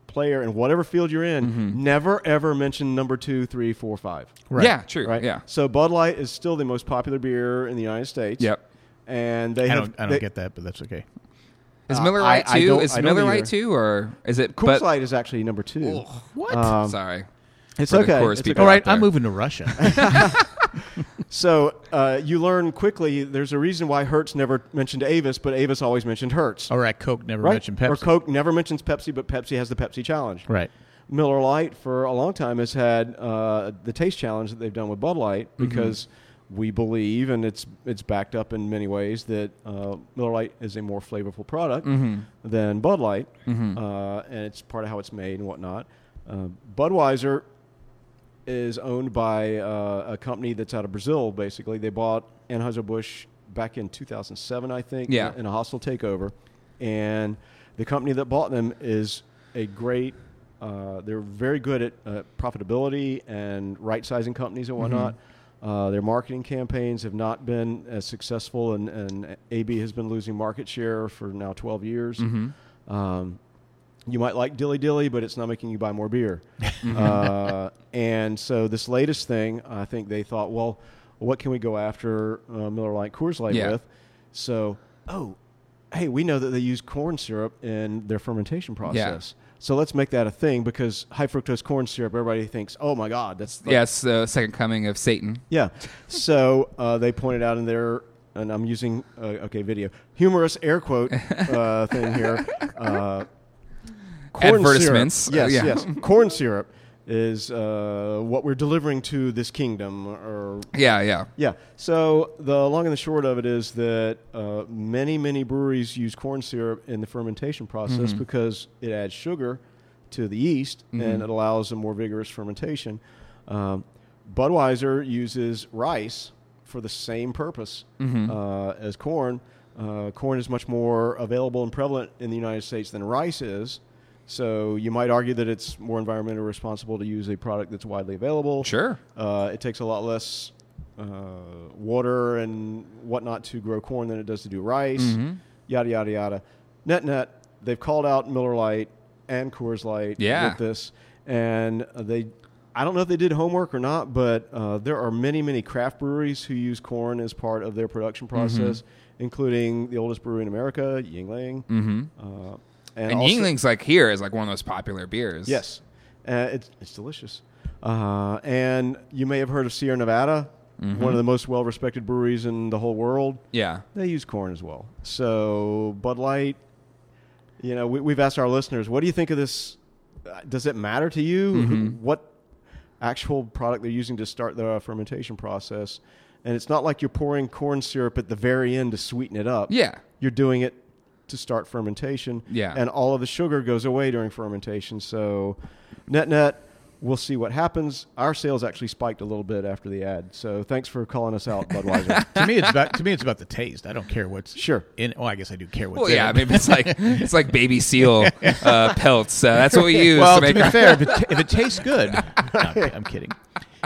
Speaker 3: player in whatever field you're in,
Speaker 1: Mm-hmm.
Speaker 3: never ever mention number two, three, four, five.
Speaker 1: oh, Yeah. True.
Speaker 3: Right.
Speaker 1: Yeah.
Speaker 3: So Bud Light is still the most popular beer in the United States.
Speaker 1: Yep.
Speaker 3: And they
Speaker 4: I
Speaker 3: have
Speaker 4: don't, I don't
Speaker 3: they,
Speaker 4: get that, but that's okay.
Speaker 1: Is
Speaker 3: Uh,
Speaker 1: Miller
Speaker 3: I-
Speaker 1: Lite
Speaker 3: I
Speaker 1: too?
Speaker 3: don't-
Speaker 1: Is
Speaker 3: I don't
Speaker 1: Miller
Speaker 3: either.
Speaker 1: Light too or is it?
Speaker 3: Coors Light is actually number two.
Speaker 4: What?
Speaker 3: Um,
Speaker 1: sorry.
Speaker 3: It's
Speaker 1: For the
Speaker 3: okay.
Speaker 1: Coors
Speaker 3: It's
Speaker 1: people.
Speaker 4: All
Speaker 3: okay.
Speaker 4: right,
Speaker 1: out there.
Speaker 4: I'm moving to Russia.
Speaker 3: So uh, you learn quickly. There's a reason why Hertz never mentioned Avis, but Avis
Speaker 4: Oh,
Speaker 3: always mentioned Hertz.
Speaker 4: All right, Coke never
Speaker 3: right?
Speaker 4: mentioned Pepsi.
Speaker 3: Or Coke never mentions Pepsi, but Pepsi has the Pepsi challenge.
Speaker 4: Right.
Speaker 3: Miller Lite for a long time has had uh, the taste challenge that they've done with Bud Light
Speaker 4: Mm-hmm.
Speaker 3: because we believe, and it's it's backed up in many ways, that uh, Miller Lite is a more flavorful product
Speaker 4: Mm-hmm.
Speaker 3: than Bud Light, uh, and it's part of how it's made and whatnot. Uh, Budweiser is owned by uh, a company that's out of Brazil. Basically, they bought Anheuser Busch back in 2007, I think,
Speaker 1: Yeah.
Speaker 3: in a hostile takeover, and the company that bought them is a great. Uh, they're very good at uh, profitability and right sizing companies and whatnot. Uh, their marketing campaigns have not been as successful, and, and AB has been losing market share for now 12 years. Um, you might like dilly dilly, but it's not making you buy more beer. uh, and so this latest thing, I think they thought, well, what can we go after uh, Miller Lite Coors Light
Speaker 1: Yeah.
Speaker 3: with? So, oh, hey, we know that they use corn syrup in their fermentation process. So let's make that a thing because high fructose corn syrup, everybody thinks, oh my God, that's the
Speaker 1: Yes, the second coming of Satan.
Speaker 3: yeah. So uh, they pointed out in their, and I'm using, uh, okay, video, humorous air quote uh, thing here. Uh,
Speaker 1: Advertisements.
Speaker 3: Syrup, yes,
Speaker 1: Uh, yeah.
Speaker 3: yes. Corn syrup is uh, what we're delivering to this kingdom or
Speaker 1: Yeah, yeah.
Speaker 3: yeah. So the long and the short of it is that uh, many, many breweries use corn syrup in the fermentation process because it adds sugar to the yeast and it allows a more vigorous fermentation. Um, Budweiser uses rice for the same purpose uh, as corn. Uh, corn is much more available and prevalent in the United States than rice is. So you might argue that it's more environmentally responsible to use a product that's widely available.
Speaker 1: Sure.
Speaker 3: Uh, it takes a lot less uh, water and whatnot to grow corn than it does to do rice.
Speaker 1: Mm-hmm.
Speaker 3: Yada yada yada. Net net, they've called out Miller Lite and Coors Light
Speaker 1: Yeah.
Speaker 3: with this, and they. I don't know if they did homework or not, but uh, there are many, many craft breweries who use corn as part of their production
Speaker 1: Mm-hmm.
Speaker 3: process, including the oldest brewery in America, Yingling. Mm-hmm. Uh, and
Speaker 1: And
Speaker 3: also-
Speaker 1: Yingling's like here is like one of those popular beers.
Speaker 3: Yes, uh, it's it's delicious. Uh, and you may have heard of Sierra Nevada, one of the most well-respected breweries in the whole world.
Speaker 1: Yeah.
Speaker 3: They use corn as well. So Bud Light, you know, we, we've asked our listeners, what do you think of this? Uh, Does it matter to you
Speaker 1: Mm-hmm.
Speaker 3: what actual product they're using to start the fermentation process? And it's not like you're pouring corn syrup at the very end to sweeten it up
Speaker 1: Yeah.
Speaker 3: you're doing it to start fermentation.
Speaker 1: Yeah.
Speaker 3: And all of the sugar goes away during fermentation. So, net net, we'll see what happens. Our sales actually spiked a little bit after the ad. So, thanks for calling us out, Budweiser.
Speaker 4: to me, it's about to me it's about the taste. I don't care what's
Speaker 3: Sure.
Speaker 4: in. Well, I guess I do care what's
Speaker 1: Well,
Speaker 4: in
Speaker 1: yeah.
Speaker 4: it.
Speaker 1: I mean, it's like it's like baby seal uh, pelts. Uh, that's what we use
Speaker 4: well,
Speaker 1: to
Speaker 4: to
Speaker 1: make.
Speaker 4: be
Speaker 1: our-
Speaker 4: fair, if it, if it tastes good, No, I'm kid- I'm kidding.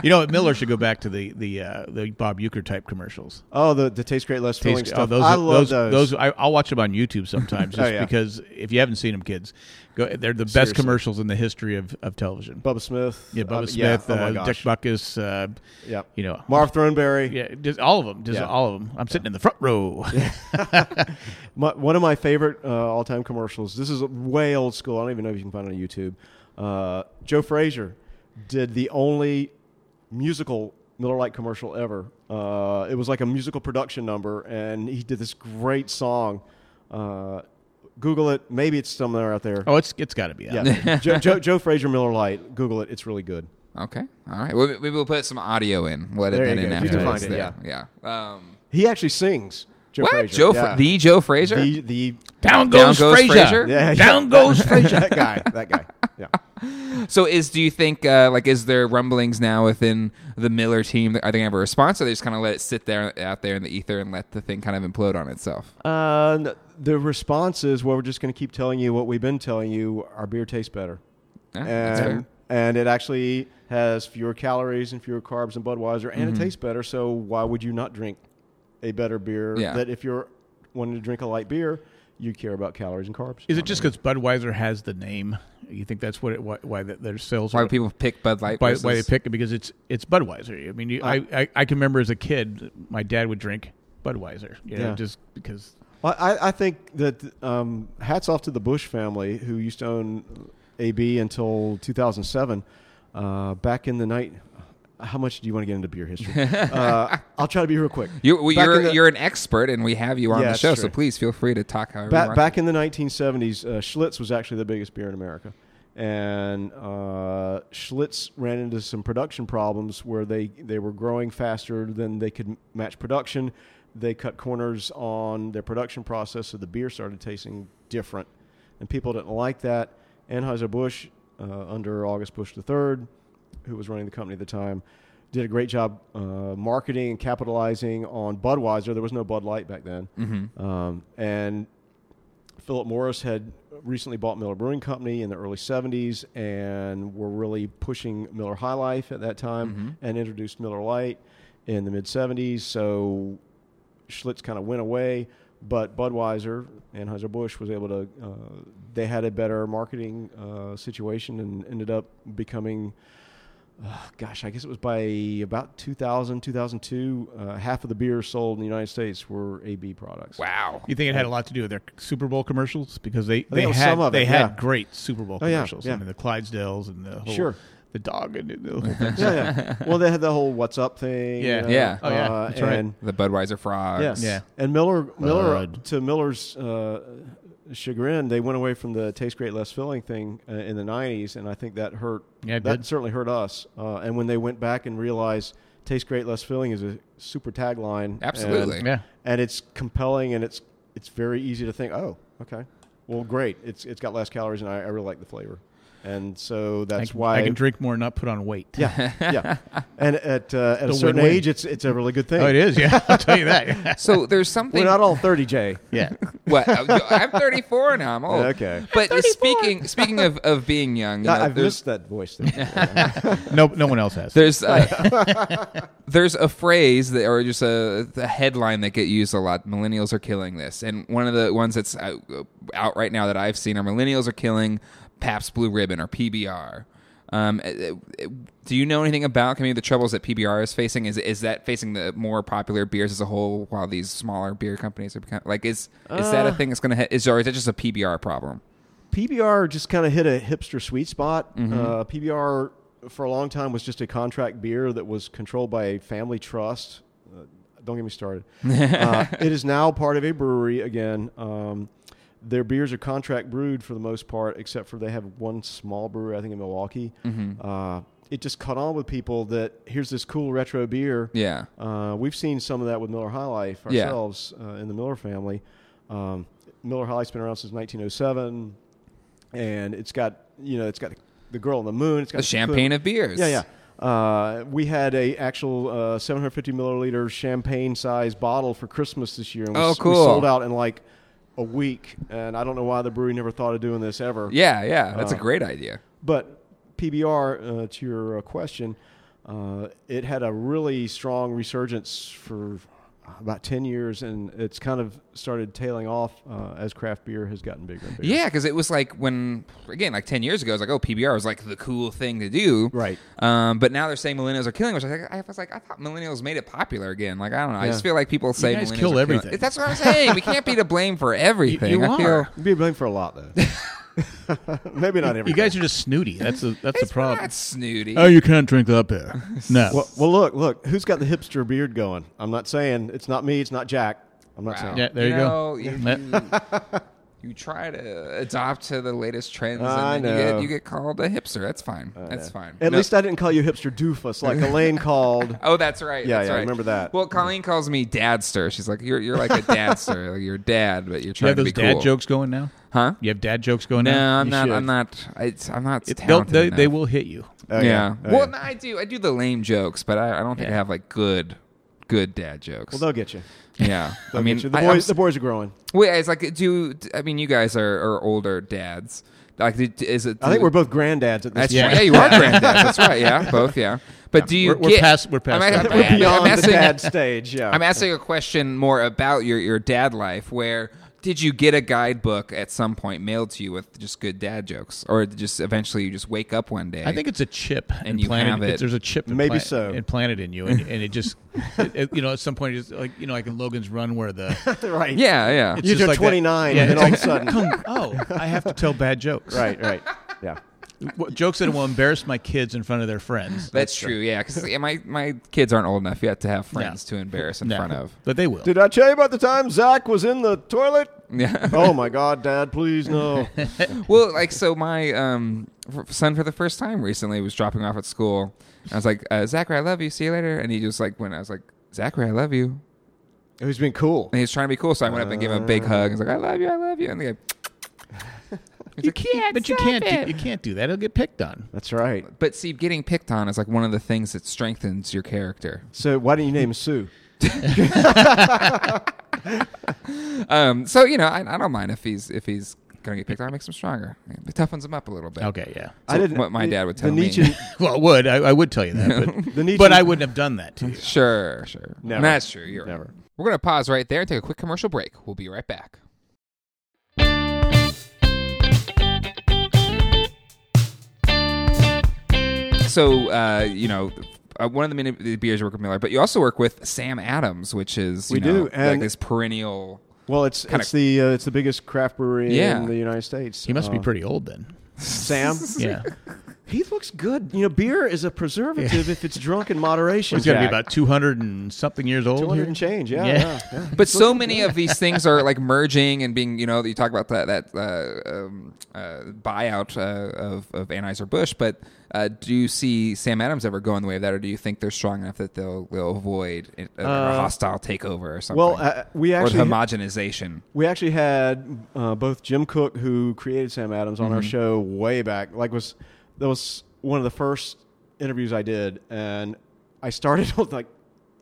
Speaker 4: You know, what, Miller should go back to the the uh, the Bob Euchre type commercials.
Speaker 3: oh, the, the taste great, less filling
Speaker 4: Taste- oh,
Speaker 3: stuff.
Speaker 4: those,
Speaker 3: I
Speaker 4: are-
Speaker 3: love
Speaker 4: those.
Speaker 3: those.
Speaker 4: I, I'll watch them on YouTube sometimes, just
Speaker 3: Oh, yeah.
Speaker 4: because if you haven't seen them, kids, go, they're the best
Speaker 3: Seriously.
Speaker 4: commercials in the history of, of television.
Speaker 3: Bubba Smith.
Speaker 4: yeah, Bubba
Speaker 3: uh,
Speaker 4: Smith,
Speaker 3: Yeah, oh my
Speaker 4: uh,
Speaker 3: gosh.
Speaker 4: Dick Buckus, uh,
Speaker 3: Yep.
Speaker 4: you know,
Speaker 3: Marv Throneberry.
Speaker 4: yeah, just all of them, just
Speaker 3: Yeah.
Speaker 4: all of them. I'm sitting in the front row.
Speaker 3: My, one of my favorite uh, all-time commercials. This is way old school. I don't even know if you can find it on YouTube. Uh, Joe Frazier did the only musical Miller Lite commercial ever. Uh, it was like a musical production number, and he did this great song. Uh, Google it. Maybe it's somewhere out there.
Speaker 4: oh, it's it's got to be out.
Speaker 3: Yeah, Joe, Joe, Joe Frazier Miller Lite. Google it. It's really good.
Speaker 1: Okay. All right. Well, maybe we'll put some audio in. We'll edit
Speaker 3: There
Speaker 1: that
Speaker 3: you
Speaker 1: in
Speaker 3: go.
Speaker 1: after
Speaker 3: You can
Speaker 1: it's
Speaker 3: find it,
Speaker 1: there. Yeah. Um,
Speaker 3: He actually sings. Joe
Speaker 1: what?
Speaker 3: Frazier.
Speaker 1: Joe?
Speaker 3: Yeah.
Speaker 1: Fra- the Joe Fraser?
Speaker 3: the the
Speaker 4: Down
Speaker 1: Down
Speaker 4: goes,
Speaker 1: goes
Speaker 4: Frazier.
Speaker 1: Frasier.
Speaker 3: Yeah, yeah.
Speaker 4: Down goes Frazier.
Speaker 3: that guy. That guy. Yeah.
Speaker 1: So is do you think uh, like is there rumblings now within the Miller team? Are they gonna have a response, or they just kind of let it sit there out there in the ether and let the thing kind of implode on itself?
Speaker 3: Uh, n- the response is, well, we're just going to keep telling you what we've been telling you. Our beer tastes better,
Speaker 1: Yeah, that's fair.
Speaker 3: and and it actually has fewer calories and fewer carbs than Budweiser, and it
Speaker 1: Mm-hmm.
Speaker 3: tastes better. So why would you not drink a better beer?
Speaker 1: Yeah.
Speaker 3: That if you're wanting to drink a light beer, you care about calories and carbs.
Speaker 4: Is it just because Budweiser has the name? You think that's what it, why, why that their sales
Speaker 1: Why
Speaker 4: are,
Speaker 1: would people pick Bud Light?
Speaker 4: why,
Speaker 1: versus-
Speaker 4: why they pick it because it's it's Budweiser. I mean,
Speaker 3: Uh,
Speaker 4: you, I, I I can remember as a kid, my dad would drink Budweiser. You know,
Speaker 3: Yeah.
Speaker 4: just because.
Speaker 3: Well, I, I think that um, hats off to the Bush family who used to own AB until 2007. Uh, back in the night, how much do you want to get into beer history? uh, I'll try to be real quick.
Speaker 1: You, well,
Speaker 3: Back in
Speaker 1: you're
Speaker 3: the-
Speaker 1: you're an expert, and we have you on
Speaker 3: Yeah,
Speaker 1: the
Speaker 3: that's
Speaker 1: show, so
Speaker 3: true.
Speaker 1: please feel free to talk however. you
Speaker 3: Ba-
Speaker 1: want.
Speaker 3: back in the 1970s, uh, Schlitz was actually the biggest beer in America, and uh, Schlitz ran into some production problems where they, they were growing faster than they could m- match production. They cut corners on their production process, so the beer started tasting different, and people didn't like that. Anheuser Busch, uh, under August Bush III, who was running the company at the time, did a great job uh, marketing and capitalizing on Budweiser. There was no Bud Light back then, um, and Philip Morris had recently bought Miller Brewing Company in the early 70s and were really pushing Miller High Life at that time and introduced Miller Lite in the mid 70s. So Schlitz kind of went away, but Budweiser, Anheuser-Busch, was able to, uh, they had a better marketing uh, situation and ended up becoming. Uh, gosh, I guess it was by about 2000, 2002, uh, half of the beers sold in the United States were AB products.
Speaker 1: Wow.
Speaker 4: You think it had a lot to do with their Super Bowl commercials because they,
Speaker 3: it
Speaker 4: they had
Speaker 3: was some of
Speaker 4: they
Speaker 3: it,
Speaker 4: had
Speaker 3: Oh, yeah.
Speaker 4: great Super Bowl
Speaker 3: Oh, yeah,
Speaker 4: commercials.
Speaker 3: yeah.
Speaker 4: I mean the Clydesdales and the whole,
Speaker 3: Sure.
Speaker 4: the dog and the whole thing.
Speaker 3: yeah, yeah. Well, they had the whole "What's up" thing.
Speaker 4: Yeah.
Speaker 3: you
Speaker 1: Yeah.
Speaker 4: Oh, yeah.
Speaker 3: Uh,
Speaker 4: That's right.
Speaker 3: And,
Speaker 1: The Budweiser frogs.
Speaker 3: yes.
Speaker 4: Yeah.
Speaker 3: And Miller, Miller,
Speaker 4: Bud.
Speaker 3: to Miller's uh, chagrin, they went away from the "Taste Great, Less Filling" thing uh, in the '90s, and I think that hurt.
Speaker 4: Yeah, it
Speaker 3: that
Speaker 4: did.
Speaker 3: certainly hurt us. Uh, and when they went back and realized "Taste Great, Less Filling" is a super tagline, and-
Speaker 1: Absolutely.
Speaker 4: yeah.
Speaker 3: and it's compelling, and it's it's very easy to think, oh, okay, well, great, it's it's got less calories, and I, I really like the flavor, and so
Speaker 4: I
Speaker 3: that's
Speaker 4: can-
Speaker 3: why
Speaker 4: I can drink more and not put on weight.
Speaker 3: yeah, yeah. And at uh, at a
Speaker 4: Still
Speaker 3: certain
Speaker 4: win-win.
Speaker 3: age, it's it's a really good thing.
Speaker 4: Oh, it is. Yeah, I'll tell you that.
Speaker 1: So there's something.
Speaker 3: We're not all thirty, Jay.
Speaker 4: yeah.
Speaker 1: what I'm 34 now. I'm old.
Speaker 3: Okay.
Speaker 1: But speaking speaking of, of being young, you know,
Speaker 3: I- I've
Speaker 1: there's-
Speaker 3: missed that voice. There.
Speaker 4: No, no one else has.
Speaker 1: There's uh, there's a phrase that, or just a, a headline that get used a lot. Millennials are killing this, and one of the ones that's out, out right now that I've seen are millennials are killing Pabst Blue Ribbon or PBR. Um, eh, eh, do you know anything about kind of the troubles that PBR is facing? Is is that facing the more popular beers as a whole, while these smaller beer companies are becoming like is is that a
Speaker 3: Uh.
Speaker 1: thing that's going to hit? Is or is that just a PBR problem?
Speaker 3: PBR just kind of hit a hipster sweet spot. Uh, PBR for a long time was just a contract beer that was controlled by a family trust. Uh, don't get me started. uh, it is now part of a brewery again. Um, their beers are contract brewed for the most part, except for they have one small brewery, I think, in Milwaukee. Uh, it just caught on with people that here's this cool retro beer.
Speaker 1: Yeah,
Speaker 3: Uh, we've seen some of that with Miller High Life
Speaker 1: Yeah.
Speaker 3: ourselves uh, in the Miller family. Um, Miller High Life's been around since 1907, and it's got you know it's got the girl on the moon. It's got
Speaker 1: the champagne of beers.
Speaker 3: Yeah, yeah. Uh, we had a actual uh, 750 milliliter champagne size bottle for Christmas this year, and we,
Speaker 1: Oh,
Speaker 3: s- we
Speaker 1: cool.
Speaker 3: sold out in like a week. And I don't know why the brewery never thought of doing this ever.
Speaker 1: yeah, yeah. That's a
Speaker 3: Uh,
Speaker 1: great idea.
Speaker 3: But PBR, uh, to your uh, question, uh, it had a really strong resurgence for about 10 years, and it's kind of started tailing off uh, as craft beer has gotten bigger and bigger.
Speaker 1: Yeah, because it was like when again, like ten years ago, it was like oh, PBR was like the cool thing to do,
Speaker 3: Right.
Speaker 1: Um, but now they're saying millennials are killing, which I, think, I was like, I thought millennials made it popular again. Like I don't know, I
Speaker 3: Yeah.
Speaker 1: just feel like people say
Speaker 4: guys
Speaker 1: millennials
Speaker 4: kill
Speaker 1: are killing-
Speaker 4: everything.
Speaker 1: That's what I'm saying. we can't be to blame for everything.
Speaker 4: you
Speaker 1: I feel
Speaker 4: are.
Speaker 3: You'd be blamed for a lot, though. Maybe not every
Speaker 4: You guys are just snooty. That's a that's
Speaker 1: it's
Speaker 4: the problem.
Speaker 1: not snooty.
Speaker 4: Oh, you can't drink that beer. No.
Speaker 3: Well, well, look, look. Who's got the hipster beard going? I'm not saying it's not me. It's not Jack. I'm not saying.
Speaker 4: Yeah, there you go.
Speaker 1: know, you- you, you try to adopt to the latest trends,
Speaker 3: I
Speaker 1: and then you
Speaker 3: know.
Speaker 1: get you get called a hipster. That's fine. That's fine.
Speaker 3: At
Speaker 1: No-
Speaker 3: least I didn't call you hipster doofus like Elaine called.
Speaker 1: Oh, that's right.
Speaker 3: Yeah,
Speaker 1: that's
Speaker 3: yeah, I
Speaker 1: right.
Speaker 3: remember that.
Speaker 1: Well, Colleen calls me dadster. She's like, "You're you're like a dadster. like you're dad, but you're
Speaker 4: you
Speaker 1: trying
Speaker 4: have those
Speaker 1: to be
Speaker 4: dad
Speaker 1: cool.
Speaker 4: jokes going now.
Speaker 1: huh?
Speaker 4: You have dad jokes going
Speaker 1: No,
Speaker 4: now.
Speaker 1: I'm
Speaker 4: You
Speaker 1: not.
Speaker 4: should.
Speaker 1: I'm not. It's, I'm not.
Speaker 4: It- they'll-
Speaker 1: talented
Speaker 4: they, they
Speaker 1: enough.
Speaker 4: will hit you.
Speaker 3: Oh,
Speaker 1: yeah.
Speaker 3: Oh,
Speaker 1: well,
Speaker 3: yeah.
Speaker 1: no, I do. I do the lame jokes, but I, I don't think I
Speaker 4: Yeah.
Speaker 1: have like good, good dad jokes.
Speaker 3: Well, they'll get you.
Speaker 1: yeah.
Speaker 3: They'll
Speaker 1: I mean,
Speaker 3: get you. the
Speaker 1: I- I'm
Speaker 3: boys,
Speaker 1: s-
Speaker 3: the boys are growing.
Speaker 1: wait, it's like, do I mean you guys are, are older dads? Like, did- is it?
Speaker 3: I think we're both granddads at this
Speaker 1: That's
Speaker 3: point.
Speaker 4: Yeah.
Speaker 1: right. Yeah, you are granddads. That's right. Yeah, both. Yeah. But do you
Speaker 4: We're- we're
Speaker 1: get?
Speaker 4: past- we're past
Speaker 1: I'm-
Speaker 4: that.
Speaker 1: I'm-
Speaker 4: We're
Speaker 1: I'm
Speaker 3: beyond the
Speaker 1: asking-
Speaker 3: dad stage. Yeah,
Speaker 1: I'm asking a question more about your, your dad life. Where did you get a guidebook at some point mailed to you with just good dad jokes, or just eventually you just wake up one day?
Speaker 4: I think it's a chip and,
Speaker 1: you
Speaker 4: planted.
Speaker 1: have it.
Speaker 4: There's a chip,
Speaker 3: Maybe
Speaker 4: implant-
Speaker 3: so.
Speaker 4: implanted in you, and, and it just, it- it- you know, at some point, it's like you know, like in Logan's Run, where the
Speaker 3: right.
Speaker 1: Yeah, yeah.
Speaker 4: it's
Speaker 3: You
Speaker 4: just
Speaker 3: turn
Speaker 4: like that-
Speaker 3: 29, and then
Speaker 4: it's
Speaker 3: all of
Speaker 4: like,
Speaker 3: a sudden-
Speaker 4: come- oh, I have to tell bad jokes.
Speaker 3: right, right, yeah.
Speaker 4: w- jokes that will embarrass my kids in front of their friends.
Speaker 1: That's true, yeah. Because my, my kids aren't old enough yet to have friends
Speaker 4: No.
Speaker 1: to embarrass in
Speaker 4: No,
Speaker 1: front of.
Speaker 4: but they will.
Speaker 3: Did I tell you about the time Zach was in the toilet?
Speaker 1: Yeah.
Speaker 3: oh my God, Dad! Please no.
Speaker 1: well, like so, my um, f- son for the first time recently was dropping off at school. And I was like, uh, Zachary, I love you. See you later. And he just like went. I was like, Zachary, I love you.
Speaker 3: He's been cool.
Speaker 1: And he was trying to be cool, so I went up and gave him a big hug. I was like, I love you, I love you. And the guy, He's
Speaker 4: You
Speaker 1: like,
Speaker 4: can't, but you can't. Do, you can't do that. It'll get picked on.
Speaker 3: That's right.
Speaker 1: But see, getting picked on is like one of the things that strengthens your character.
Speaker 3: So why didn't you name him Sue?
Speaker 1: Um, so you know, I, I don't mind if he's if he's gonna get picked on, it makes him stronger. It toughens him up a little bit.
Speaker 4: Okay, yeah.
Speaker 1: So what my
Speaker 3: the-
Speaker 1: dad would
Speaker 3: the
Speaker 1: tell me.
Speaker 3: Nietzsche-
Speaker 4: Well, I would I, I would tell you that, but,
Speaker 3: The Nietzsche-
Speaker 4: but I wouldn't have done that to you.
Speaker 1: Sure, sure.
Speaker 3: Never.
Speaker 1: That's true. You're right.
Speaker 3: Never.
Speaker 1: We're gonna pause right there and take a quick commercial break. We'll be right back. So uh, you know. Uh, one of the many the beers you work with Miller, but you also work with Sam Adams, which is you
Speaker 3: We
Speaker 1: know,
Speaker 3: do, and-
Speaker 1: like this perennial.
Speaker 3: Well, it's
Speaker 1: Kinda-
Speaker 3: it's the uh, it's the biggest craft brewery
Speaker 1: Yeah.
Speaker 3: in the United States.
Speaker 4: He must be
Speaker 3: Uh,
Speaker 4: pretty old then.
Speaker 3: Sam.
Speaker 4: Yeah,
Speaker 3: He looks good. You know, beer is a preservative if it's drunk in moderation.
Speaker 4: he's got to be
Speaker 3: Jack.
Speaker 4: about two hundred and something years old.
Speaker 3: two hundred
Speaker 4: here.
Speaker 3: and change. Yeah,
Speaker 4: Yeah.
Speaker 3: yeah. yeah.
Speaker 1: But so many of these things are like merging and being, you know, you talk about that that uh, um, uh, buyout uh, of of Anheuser Busch. But uh, do you see Sam Adams ever going the way of that, or do you think they're strong enough that they'll they'll avoid it- a, a hostile takeover or something?
Speaker 3: Uh, Well, uh, we
Speaker 1: or the
Speaker 3: actually
Speaker 1: homogenization.
Speaker 3: we actually had uh, both Jim Cook, who created Sam Adams, on
Speaker 1: Mm-hmm.
Speaker 3: our show way back. Like was that was one of the first interviews I did, and I started with like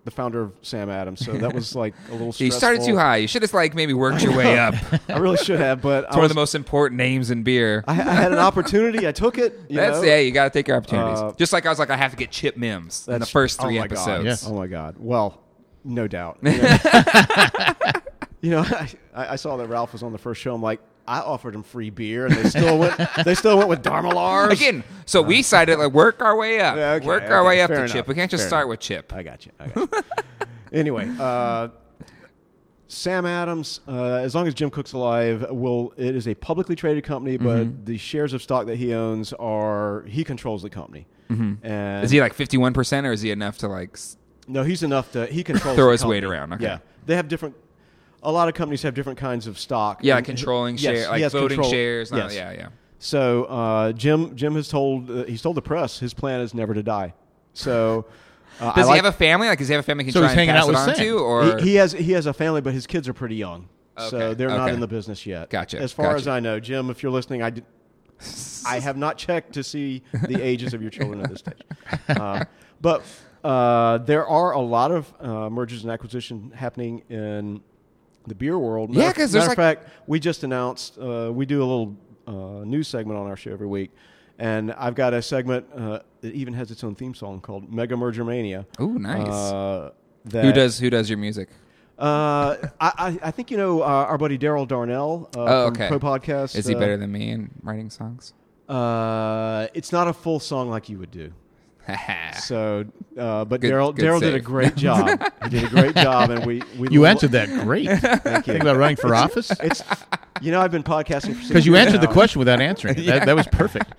Speaker 3: the founder of Sam Adams. So that was like a little. Stressful.
Speaker 1: You started too high. You should have like maybe worked your way up. It's
Speaker 3: I really should have, but I
Speaker 1: one of
Speaker 3: was,
Speaker 1: the most important names in beer.
Speaker 3: I, I had an opportunity. I took it. You
Speaker 1: That's
Speaker 3: know?
Speaker 1: yeah. You got to take your opportunities.
Speaker 3: Uh,
Speaker 1: Just like I was like, I have to get Chip Mims in the
Speaker 3: That's-
Speaker 1: first
Speaker 3: oh
Speaker 1: three
Speaker 3: my God.
Speaker 1: episodes.
Speaker 4: Yes.
Speaker 3: Oh my God. Well, no doubt. You know- you know, I, I saw that Ralph was on the first show. I'm like, I offered him free beer, and they still went. They still went with Darmalars.
Speaker 1: Again, so we decided like work our way up,
Speaker 3: Uh, Yeah, okay,
Speaker 1: work our
Speaker 3: okay,
Speaker 1: way up to
Speaker 3: fair
Speaker 1: Chip.
Speaker 3: enough,
Speaker 1: We can't just
Speaker 3: fair
Speaker 1: start
Speaker 3: enough.
Speaker 1: with Chip.
Speaker 3: I got you. I got you. anyway, uh, Sam Adams, uh, as long as Jim Cook's alive, will it is a publicly traded company, but
Speaker 1: Mm-hmm.
Speaker 3: the shares of stock that he owns are he controls the company. And
Speaker 1: Mm-hmm. Is he like fifty one percent, or is he enough to like? s-
Speaker 3: No, he's enough to he controls.
Speaker 1: Throw
Speaker 3: the
Speaker 1: his weight
Speaker 3: company.
Speaker 1: around, okay.
Speaker 3: Yeah, they have different. A lot of companies have different kinds of stock.
Speaker 1: Yeah,
Speaker 3: And-
Speaker 1: controlling
Speaker 3: yes,
Speaker 1: share,
Speaker 3: he
Speaker 1: like
Speaker 3: has
Speaker 1: voting
Speaker 3: control-
Speaker 1: shares. No,
Speaker 3: yes.
Speaker 1: Yeah, yeah.
Speaker 3: So uh, Jim Jim has told uh, he's told the press his plan is never to die. So uh,
Speaker 1: Does
Speaker 3: I
Speaker 1: he
Speaker 3: like-
Speaker 1: have a family? Like, does he have a family he can
Speaker 4: So
Speaker 1: try and
Speaker 4: he's hanging
Speaker 1: pass
Speaker 4: out
Speaker 1: it
Speaker 4: with
Speaker 1: on
Speaker 4: Sam.
Speaker 1: to? Or
Speaker 3: he, he has he has a family, but his kids are pretty young,
Speaker 1: Okay,
Speaker 3: so they're not
Speaker 1: okay.
Speaker 3: in the business yet.
Speaker 1: Gotcha,
Speaker 3: As far
Speaker 1: gotcha.
Speaker 3: as I know, Jim, if you're listening, I did, I have not checked to see the ages of your children at this stage. Uh, but uh, there are a lot of uh, mergers and acquisition happening in the beer world.
Speaker 1: Yeah,
Speaker 3: Matter-
Speaker 1: 'cause there's
Speaker 3: matter of fact, we just announced uh, we do a little uh, news segment on our show every week. And I've got a segment uh, that even has its own theme song called Mega Merger Mania.
Speaker 1: Ooh, nice.
Speaker 3: Uh, that
Speaker 1: who does who does your music?
Speaker 3: uh, I, I, I think you know uh, our buddy Daryl Darnell uh,
Speaker 1: Oh,
Speaker 3: from
Speaker 1: okay.
Speaker 3: Pro Podcast.
Speaker 1: Is he
Speaker 3: uh,
Speaker 1: better than me in writing songs?
Speaker 3: Uh, it's not a full song like you would do. So, uh,
Speaker 1: Ah.
Speaker 3: but
Speaker 1: Good-
Speaker 3: Daryl
Speaker 1: good
Speaker 3: Daryl did a
Speaker 1: save.
Speaker 3: great job. he did a great job, and we, we
Speaker 4: You answered that great.
Speaker 3: Thank
Speaker 4: Think
Speaker 3: you.
Speaker 4: about running for office
Speaker 3: It's you know I've been podcasting for
Speaker 4: because you answered the
Speaker 3: question.
Speaker 4: question without answering it. That, that was perfect.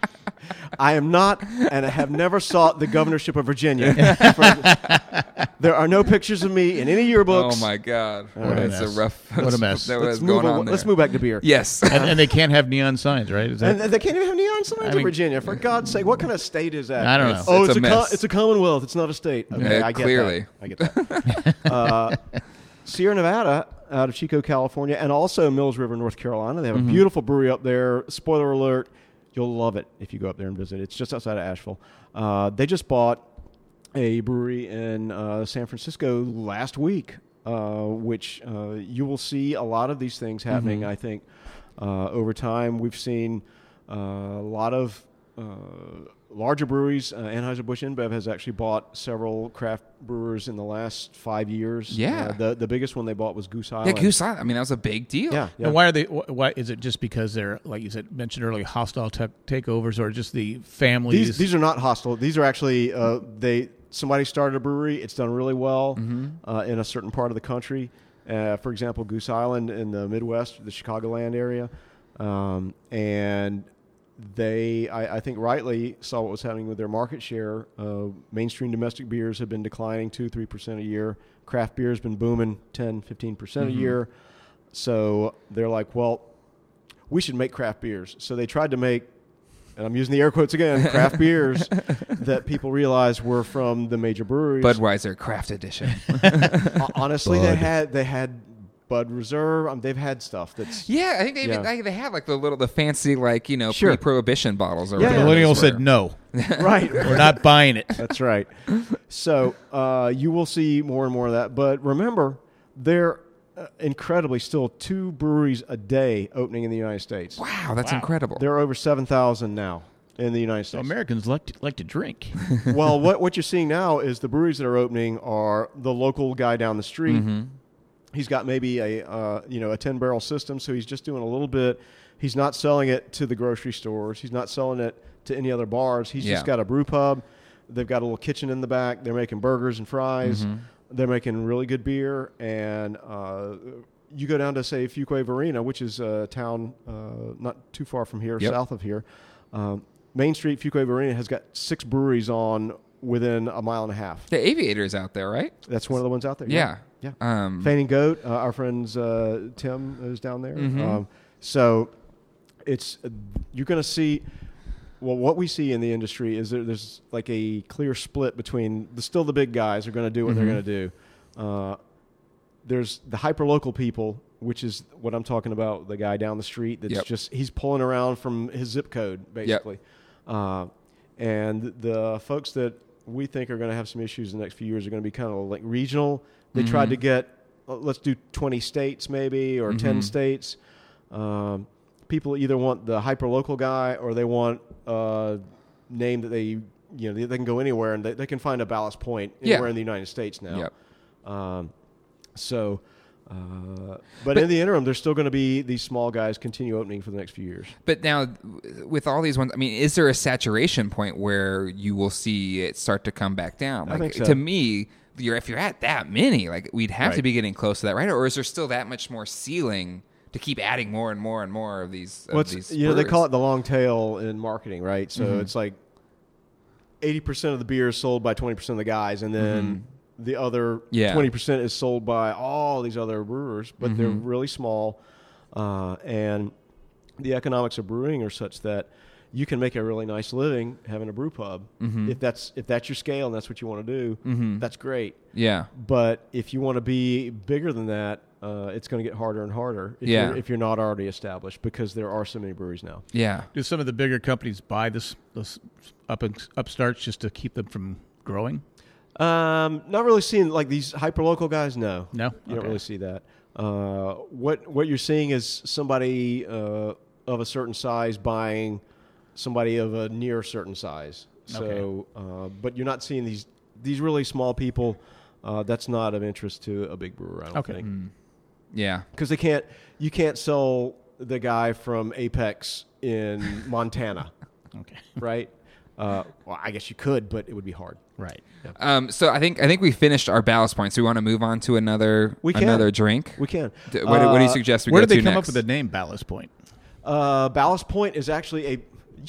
Speaker 3: I am not, and I have never sought the governorship of Virginia. For- there are no pictures of me in any yearbooks.
Speaker 1: Oh my god,
Speaker 4: What a
Speaker 1: that's a
Speaker 4: mess.
Speaker 1: rough.
Speaker 4: What a mess.
Speaker 1: that was
Speaker 3: Let's
Speaker 1: going
Speaker 3: move,
Speaker 1: on
Speaker 3: on,
Speaker 1: there.
Speaker 3: let's move back to beer.
Speaker 1: Yes.
Speaker 4: And, and they can't have neon signs, right? Is that,
Speaker 3: And they can't even have neon signs
Speaker 4: I
Speaker 3: in
Speaker 4: mean-
Speaker 3: Virginia. For God's sake, what kind of state is that?
Speaker 4: I don't know.
Speaker 3: Oh,
Speaker 1: It's
Speaker 3: it's,
Speaker 1: a
Speaker 3: a, co-
Speaker 1: mess.
Speaker 3: it's a commonwealth. It's not a state. Okay,
Speaker 1: Yeah,
Speaker 3: I get
Speaker 1: clearly.
Speaker 3: that. I get that. uh, Sierra Nevada, out of Chico, California, and also Mills River, North Carolina. They have
Speaker 1: Mm-hmm.
Speaker 3: a beautiful brewery up there. Spoiler alert: you'll love it if you go up there and visit. It's just outside of Asheville. Uh, they just bought a brewery in uh, San Francisco last week, uh, which uh, you will see a lot of these things
Speaker 1: Mm-hmm.
Speaker 3: happening. I think uh, over time we've seen uh, a lot of uh, larger breweries. Uh, Anheuser-Busch InBev has actually bought several craft brewers in the last five years.
Speaker 1: Yeah.
Speaker 3: Uh, the the biggest one they bought was Goose
Speaker 1: yeah,
Speaker 3: Island.
Speaker 1: Goose Island. I mean, that was a big deal.
Speaker 3: Yeah, yeah.
Speaker 4: And why are they? wh- Why is it just because they're like you said mentioned earlier hostile te- takeovers or just the families?
Speaker 3: these these are not hostile. These are actually uh, they somebody started a brewery. It's done really well uh, in a certain part of the country. Uh, for example, Goose Island in the Midwest, the Chicagoland area, um, and they, I, I think, rightly saw what was happening with their market share. Uh, mainstream domestic beers have been declining two, three percent a year. Craft beer has been booming 10, 15 percent a year. So they're like, well, we should make craft beers. So they tried to make, and I'm using the air quotes again, craft beers that people realized were from the major breweries.
Speaker 1: Budweiser Craft Edition.
Speaker 3: Ho- honestly, they
Speaker 4: Bud.
Speaker 3: had they had Bud Reserve. Um, they've had stuff that's
Speaker 1: yeah, I think they even
Speaker 3: Yeah.
Speaker 1: they, they have like the little the fancy like you know
Speaker 3: Sure.
Speaker 1: pre-prohibition bottles or
Speaker 3: Yeah.
Speaker 1: whatever.
Speaker 4: Millennial
Speaker 1: those were.
Speaker 4: said no.
Speaker 3: right.
Speaker 4: We're not buying it.
Speaker 3: That's right. So uh, you will see more and more of that. But remember, there uh, incredibly still two breweries a day opening in the United States.
Speaker 1: Wow, that's
Speaker 4: Wow.
Speaker 1: incredible.
Speaker 3: There are over seven thousand now in the United
Speaker 4: So
Speaker 3: States.
Speaker 4: Americans like to, like to drink.
Speaker 3: well, what what you're seeing now is the breweries that are opening are the local guy down the street.
Speaker 1: Mm-hmm.
Speaker 3: He's got maybe a uh, you know a ten barrel system, so he's just doing a little bit. He's not selling it to the grocery stores. He's not selling it to any other bars. He's
Speaker 1: Yeah.
Speaker 3: just got a brew pub. They've got a little kitchen in the back. They're making burgers and fries.
Speaker 1: Mm-hmm.
Speaker 3: They're making really good beer. And uh, you go down to say Fuquay Varina, which is a town uh, not too far from here,
Speaker 1: Yep.
Speaker 3: south of here. Um, Main Street Fuquay Varina has got six breweries on within a mile and a half.
Speaker 1: the aviators out there, right?
Speaker 3: That's one of the ones out there.
Speaker 1: Yeah.
Speaker 3: Yeah.
Speaker 1: Um,
Speaker 3: Fainting Goat, uh, our friends uh, Tim is down there.
Speaker 1: Mm-hmm.
Speaker 3: Um, so it's you're going to see. Well, what we see in the industry is there, there's like a clear split between the still the big guys are going to do what they're going
Speaker 1: Mm-hmm.
Speaker 3: to do. Uh, there's the hyper local people, which is what I'm talking about. The guy down the street that's
Speaker 1: Yep.
Speaker 3: just he's pulling around from his zip code basically, uh, and the folks that we think are going to have some issues in the next few years are going to be kind of like regional. They
Speaker 1: Mm-hmm.
Speaker 3: tried to get uh, let's do 20 states maybe or
Speaker 1: Mm-hmm.
Speaker 3: 10 states. Um, people either want the hyper local guy or they want a name that they you know they, they can go anywhere and they, they can find a ballast point
Speaker 1: Yeah.
Speaker 3: anywhere in the United States now.
Speaker 1: Yep.
Speaker 3: Um, so, uh, but, in the interim, there's still going to be these small guys continue opening for the next few years.
Speaker 1: But now, w- with all these ones, I mean, is there a saturation point where you will see it start to come back down?
Speaker 3: I
Speaker 1: Like
Speaker 3: think so.
Speaker 1: to me, you're if you're at that many, like we'd have to
Speaker 3: Right.
Speaker 1: be getting close to that, right? Or is there still that much more ceiling to keep adding more and more and more of these? Of
Speaker 3: What's
Speaker 1: these Mm-hmm.
Speaker 3: you know they
Speaker 1: breweries?
Speaker 3: call it the long tail in marketing, right? So it's like eighty percent of the beer is sold by twenty percent of the guys, and then the other
Speaker 1: Mm-hmm. Yeah.
Speaker 3: twenty percent is sold by all these other brewers, but they're
Speaker 1: Mm-hmm.
Speaker 3: really small, uh, and the economics of brewing are such that you can make a really nice living having a brew pub
Speaker 1: Mm-hmm.
Speaker 3: if that's if that's your scale and that's what you want to do. That's great.
Speaker 1: Yeah.
Speaker 3: But if you want to be bigger than that, uh, it's going to get harder and harder if,
Speaker 1: Yeah.
Speaker 3: you're, if you're not already established because there are so many breweries now.
Speaker 1: Yeah.
Speaker 4: Do some of the bigger companies buy this, this up and, upstarts just to keep them from growing?
Speaker 3: Um, not really seeing like these hyper local guys. No,
Speaker 4: No?
Speaker 3: you don't
Speaker 4: Okay.
Speaker 3: really see that. Uh, what what you're seeing is somebody uh, of a certain size buying somebody of a near certain size. So, uh, but you're not seeing these these really small people. Uh, that's not of interest to a big brewer. I don't
Speaker 4: Okay.
Speaker 3: think.
Speaker 1: Yeah.
Speaker 3: because they can't you can't sell the guy from apex in montana
Speaker 4: Okay.
Speaker 3: right uh, well i guess you could but it would be hard
Speaker 4: Right.
Speaker 1: Um, so I think I think we finished our ballast points. We want to move on to another
Speaker 3: We can.
Speaker 1: another drink.
Speaker 3: we can
Speaker 1: D- what, do- what do you
Speaker 3: Uh,
Speaker 1: suggest we
Speaker 4: Where
Speaker 1: go
Speaker 4: did they
Speaker 1: to
Speaker 4: come
Speaker 1: next?
Speaker 4: up with the name Ballast Point?
Speaker 3: uh, ballast point is actually a you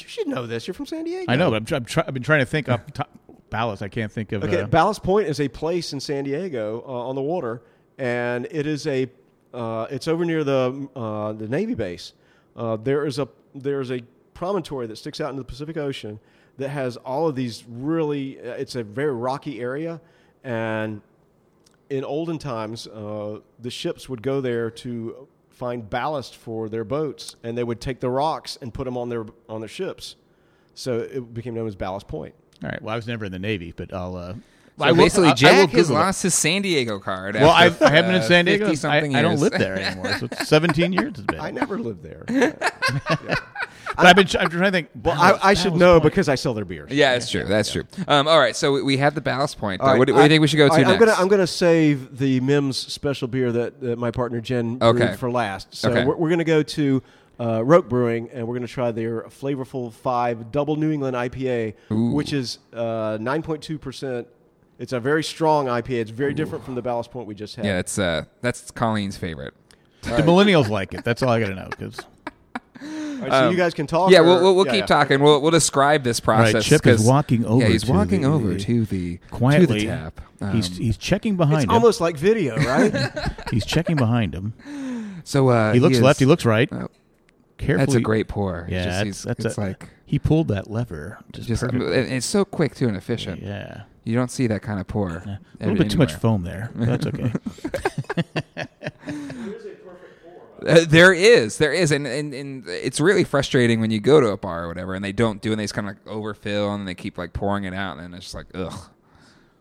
Speaker 3: should know this you're from san diego
Speaker 4: I know, but I'm, tr- I'm try- I've been trying to think up top. Ballast. I can't think of.
Speaker 3: okay
Speaker 4: uh,
Speaker 3: ballast point is a place in san diego uh, on the water and it is a uh, it's over near the uh, the navy base uh, there is a there is a promontory that sticks out into the pacific ocean that has all of these really uh, it's a very rocky area and in olden times, uh, the ships would go there to find ballast for their boats, and they would take the rocks and put them on their on their ships. So it became known as Ballast Point.
Speaker 4: all right. Well, I was never in the Navy, but I'll. Uh,
Speaker 1: So
Speaker 4: I will-
Speaker 1: basically,
Speaker 4: I- I
Speaker 1: Jack
Speaker 4: will
Speaker 1: has
Speaker 4: Google it.
Speaker 1: lost his San Diego card.
Speaker 4: Well, I,
Speaker 1: after,
Speaker 4: I haven't been
Speaker 1: uh,
Speaker 4: in San Diego. I,
Speaker 1: 50-something
Speaker 4: I don't
Speaker 1: years.
Speaker 4: live there anymore. So it's 17 years it's been.
Speaker 3: I never lived there.
Speaker 4: But I've been. tr- I'm trying to think.
Speaker 3: well, I, I should know because I sell their beers.
Speaker 1: Yeah, that's true. That's true. Um, all right, so we- we have the ballast point. Though.
Speaker 3: All right,
Speaker 1: what, do, what do
Speaker 3: I-
Speaker 1: you think we should go
Speaker 3: all
Speaker 1: to
Speaker 3: right,
Speaker 1: next?
Speaker 3: I'm gonna I'm gonna save the Mims special beer that, that my partner Jen brewed
Speaker 1: Okay.
Speaker 3: for last. So
Speaker 1: Okay.
Speaker 3: we're, we're gonna go to uh, Roke Brewing and we're gonna try their flavorful five double New England IPA, which is uh, nine point two percent. It's a very strong IPA. It's very different from the Ballast Point we just had.
Speaker 1: yeah, that's uh, that's Colleen's favorite.
Speaker 4: the millennials like it. That's all I got to know. Because
Speaker 3: right, so you guys can talk.
Speaker 1: Um, Yeah,
Speaker 3: or-
Speaker 1: we'll, we'll, we'll
Speaker 3: yeah,
Speaker 1: keep
Speaker 3: yeah.
Speaker 1: talking. We'll, we'll describe this process.
Speaker 4: Chip is
Speaker 1: 'cause-
Speaker 4: walking over
Speaker 1: Yeah, he's
Speaker 4: to
Speaker 1: walking
Speaker 4: the-
Speaker 1: over to the to
Speaker 4: quietly.
Speaker 1: the tap.
Speaker 4: he's
Speaker 1: Um,
Speaker 4: he's checking behind
Speaker 3: It's
Speaker 4: him.
Speaker 3: almost like video, right?
Speaker 4: he's checking behind him.
Speaker 1: so uh,
Speaker 4: He looks
Speaker 1: is-
Speaker 4: left. He looks right.
Speaker 1: Oh,
Speaker 4: Carefully.
Speaker 1: that's a great pour. It's
Speaker 4: Yeah,
Speaker 1: just-
Speaker 4: that's-
Speaker 1: he's-
Speaker 4: that's
Speaker 1: it's
Speaker 4: a-
Speaker 1: like
Speaker 4: He pulled that lever. Just,
Speaker 1: just and
Speaker 4: perfectly.
Speaker 1: it's so quick too and efficient.
Speaker 4: yeah.
Speaker 1: You don't see that kind of pour.
Speaker 4: Yeah. A
Speaker 1: every-
Speaker 4: little bit too much
Speaker 1: anywhere.
Speaker 4: foam there. but That's okay.
Speaker 1: Uh, there is, there is, and, and and it's really frustrating when you go to a bar or whatever, and they don't do, and they just kind of like overfill, and they keep like pouring it out, and then it's just like ugh.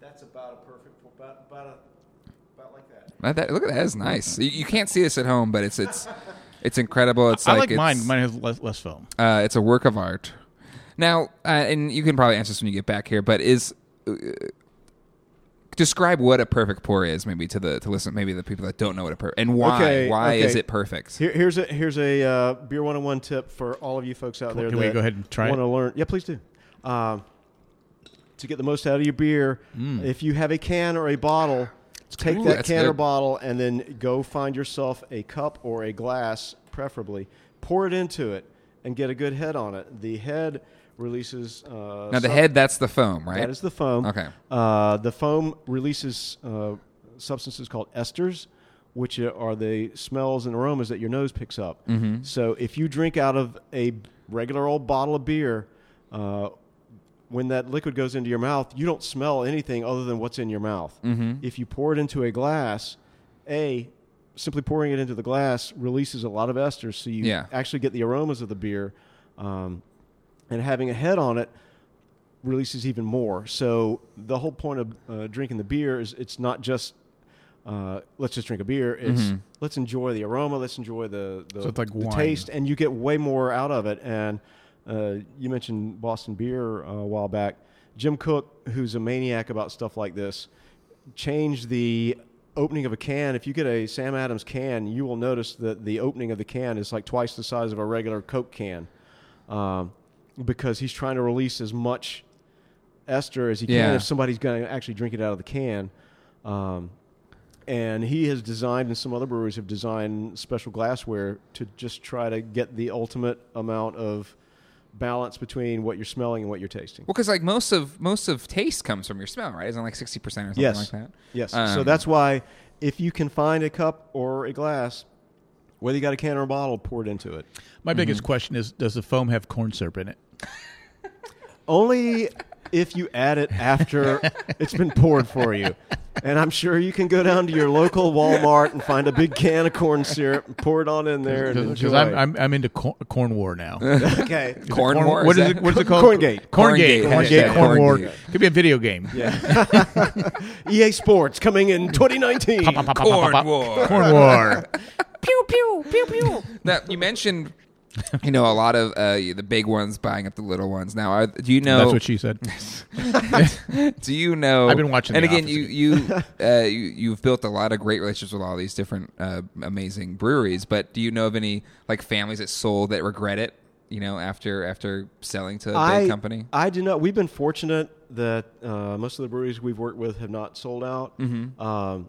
Speaker 3: That's about a perfect, about, about, a, about like that.
Speaker 1: Not that- look at that, that's nice. You, you can't see this at home, but it's it's it's incredible. It's
Speaker 4: I
Speaker 1: like,
Speaker 4: like
Speaker 1: it's,
Speaker 4: mine. Mine has less, less foam.
Speaker 1: Uh, it's a work of art. Now, uh, and you can probably answer this when you get back here, but is uh, describe what a perfect pour is, maybe to the to listen, maybe the people that don't know what a perfect and why
Speaker 3: Okay,
Speaker 1: why
Speaker 3: okay.
Speaker 1: is it perfect?
Speaker 3: Here, here's a here's a uh, beer 101 tip for all of you folks out there.
Speaker 4: Can we
Speaker 3: that
Speaker 4: go ahead and try it?
Speaker 3: Want to learn? Yeah, please do. Um, to get the most out of your beer,
Speaker 4: Mm.
Speaker 3: if you have a can or a bottle, take
Speaker 1: Ooh,
Speaker 3: that
Speaker 1: that's
Speaker 3: can or
Speaker 1: good.
Speaker 3: bottle and then go find yourself a cup or a glass, preferably. Pour it into it and get a good head on it. The head releases. Uh,
Speaker 1: now the
Speaker 3: sub-
Speaker 1: head, that's the foam, right?
Speaker 3: That is the foam.
Speaker 1: Okay.
Speaker 3: Uh, the foam releases uh, substances called esters, which are the smells and aromas that your nose picks up.
Speaker 1: Mm-hmm.
Speaker 3: So if you drink out of a regular old bottle of beer, uh, when that liquid goes into your mouth, you don't smell anything other than what's in your mouth.
Speaker 1: Mm-hmm.
Speaker 3: If you pour it into a glass, a simply pouring it into the glass releases a lot of esters, so you
Speaker 1: Yeah.
Speaker 3: actually get the aromas of the beer. Um, and having a head on it releases even more. So the whole point of uh, drinking the beer is it's not just uh, let's just drink a beer. It's let's enjoy the aroma, let's enjoy the the,
Speaker 4: Mm-hmm. So it's like
Speaker 3: the
Speaker 4: wine.
Speaker 3: taste, and you get way more out of it. And uh, you mentioned Boston beer uh, a while back. Jim Cook, who's a maniac about stuff like this, changed the opening of a can. If you get a Sam Adams can, you will notice that the opening of the can is like twice the size of a regular Coke can um, because he's trying to release as much ester as he
Speaker 1: Yeah.
Speaker 3: can if somebody's going to actually drink it out of the can. Um, and he has designed, and some other breweries have designed special glassware to just try to get the ultimate amount of balance between what you're smelling and what you're tasting.
Speaker 1: Well, because like most of most of taste comes from your smell, right? Isn't it like sixty percent or something like that?
Speaker 3: Yes. so
Speaker 1: Um,
Speaker 3: that's why if you can find a cup or a glass, whether you got a can or a bottle, pour it into it.
Speaker 1: Mm-hmm.
Speaker 4: My biggest question is: Does the foam have corn syrup in it?
Speaker 3: Only if you add it after it's been poured for you. And I'm sure you can go down to your local Walmart and find a big can of corn syrup and pour it on in there and
Speaker 4: Because
Speaker 3: enjoy.
Speaker 4: I'm, I'm I'm into cor- corn war now.
Speaker 3: okay.
Speaker 1: corn, war.
Speaker 4: What is,
Speaker 1: that-
Speaker 4: it? What is it called?
Speaker 3: Corngate.
Speaker 4: Corngate.
Speaker 1: Corngate.
Speaker 4: Corngate.
Speaker 1: Hashtag
Speaker 4: Corn war.
Speaker 1: Corngate.
Speaker 4: Could be a video game.
Speaker 3: Yeah. EA Sports coming in 2019.
Speaker 4: Pop, pop, pop, pop, pop,
Speaker 1: Corn
Speaker 4: pop.
Speaker 1: war.
Speaker 4: Corn war.
Speaker 1: Now you mentioned, you know, a lot of uh, the big ones buying up the little ones. Now, are, do you know?
Speaker 4: That's what she said.
Speaker 1: Do you know?
Speaker 4: I've been watching
Speaker 1: And
Speaker 4: The
Speaker 1: again,
Speaker 4: Office
Speaker 1: you you, uh, you you've built a lot of great relationships with all these different uh, amazing breweries. But do you know of any like families that sold that regret it? You know, after after selling to a
Speaker 3: I,
Speaker 1: big company.
Speaker 3: I do not. We've been fortunate that uh, most of the breweries we've worked with have not sold out.
Speaker 1: Mm-hmm.
Speaker 3: Um,